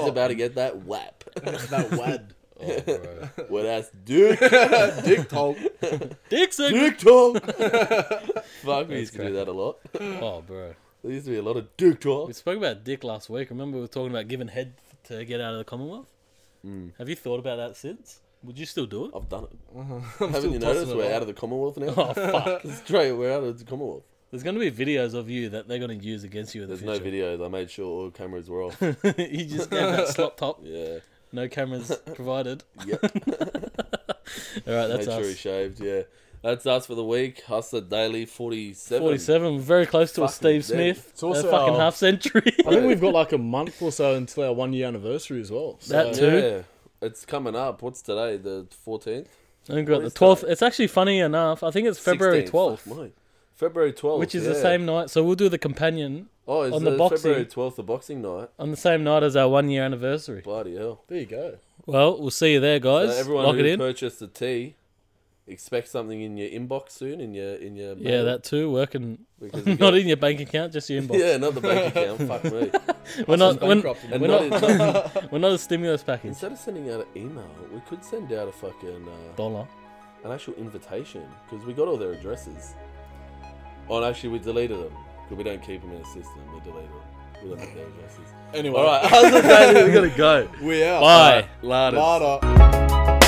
Speaker 2: about to get that whap.
Speaker 3: That wad.
Speaker 1: Oh, bro.
Speaker 2: wet ass dick.
Speaker 3: Dick talk. (laughs)
Speaker 1: Dixon. (laughs)
Speaker 2: Dick talk. Fuck, we used to do
Speaker 1: cracking.
Speaker 2: that a lot.
Speaker 1: Oh, bro.
Speaker 2: There used to be a lot of dick
Speaker 1: We
Speaker 2: talk.
Speaker 1: spoke about dick last week. Remember we were talking about giving head to get out of the Commonwealth.
Speaker 2: Mm.
Speaker 1: Have you thought about that since? Would you still do it?
Speaker 2: I've
Speaker 1: (laughs)
Speaker 2: done it.
Speaker 3: still
Speaker 2: Haven't you
Speaker 3: tossing
Speaker 2: noticed
Speaker 3: it
Speaker 2: we're
Speaker 3: up.
Speaker 2: out of the Commonwealth now?
Speaker 1: Oh fuck!
Speaker 2: (laughs) Straight, we're out of the Commonwealth.
Speaker 1: There's going to be videos of you that they're going to use against you in the
Speaker 2: There's no
Speaker 1: future.
Speaker 2: videos. I made sure all cameras were
Speaker 1: (laughs)
Speaker 2: off.
Speaker 1: you just gave that slop top.
Speaker 2: Yeah.
Speaker 1: No
Speaker 2: (laughs)
Speaker 1: cameras provided.
Speaker 2: Yep.
Speaker 1: All right, that's
Speaker 2: made sure he
Speaker 1: us.
Speaker 2: shaved. Yeah. That's us for the week. Hustler Daily 47.
Speaker 1: Forty-seven, very close to a
Speaker 2: Fucking
Speaker 1: Steve
Speaker 2: dead.
Speaker 1: Smith.
Speaker 3: It's also
Speaker 1: a fucking
Speaker 3: our-
Speaker 1: half
Speaker 2: (laughs)
Speaker 1: century.
Speaker 3: I think we've got like a month or so until our one year anniversary as well. So
Speaker 1: That too.
Speaker 2: Uh, Yeah. It's coming up. What's today? The
Speaker 1: I
Speaker 2: 14th?
Speaker 1: think (laughs) we've got
Speaker 2: What
Speaker 1: the
Speaker 2: is
Speaker 1: twelfth.
Speaker 2: today?
Speaker 1: It's actually funny enough. I think it's February
Speaker 2: 16th.
Speaker 1: twelfth,
Speaker 2: Fuck mine. February 12th.
Speaker 1: which is the
Speaker 2: yeah.
Speaker 1: same night. So we'll do the companion
Speaker 2: Oh, it's
Speaker 1: on
Speaker 2: on
Speaker 1: the
Speaker 2: the
Speaker 1: boxing.
Speaker 2: February 12th, the boxing night.
Speaker 1: on the same night as our one-year anniversary.
Speaker 2: Bloody hell.
Speaker 3: there you go.
Speaker 1: Well, we'll see you there,
Speaker 2: So
Speaker 1: guys.
Speaker 2: everyone
Speaker 1: Lock
Speaker 2: who
Speaker 1: it in.
Speaker 2: purchased a tea, expect something in your inbox soon. In your in your
Speaker 1: Yeah,
Speaker 2: mail,
Speaker 1: that too. Working (laughs)
Speaker 2: because you
Speaker 1: not
Speaker 2: got-
Speaker 1: in your bank account, just your inbox.
Speaker 2: yeah, not the bank account.
Speaker 1: (laughs)
Speaker 2: Fuck me.
Speaker 1: we're not we're,
Speaker 3: bankrupt.
Speaker 2: And
Speaker 1: we're
Speaker 2: not,
Speaker 1: not
Speaker 2: in-
Speaker 1: (laughs) we're not a stimulus package.
Speaker 2: instead of sending out an email, we could send out a fucking uh,
Speaker 1: Dollar.
Speaker 2: an actual invitation because we got all their addresses. Oh, and actually, we deleted them because we don't keep them in a system. We deleted them. We don't have their addresses.
Speaker 3: Anyway,
Speaker 2: All right, other than that, we gotta go.
Speaker 3: we out.
Speaker 1: Bye.
Speaker 2: Larders.
Speaker 3: Bye.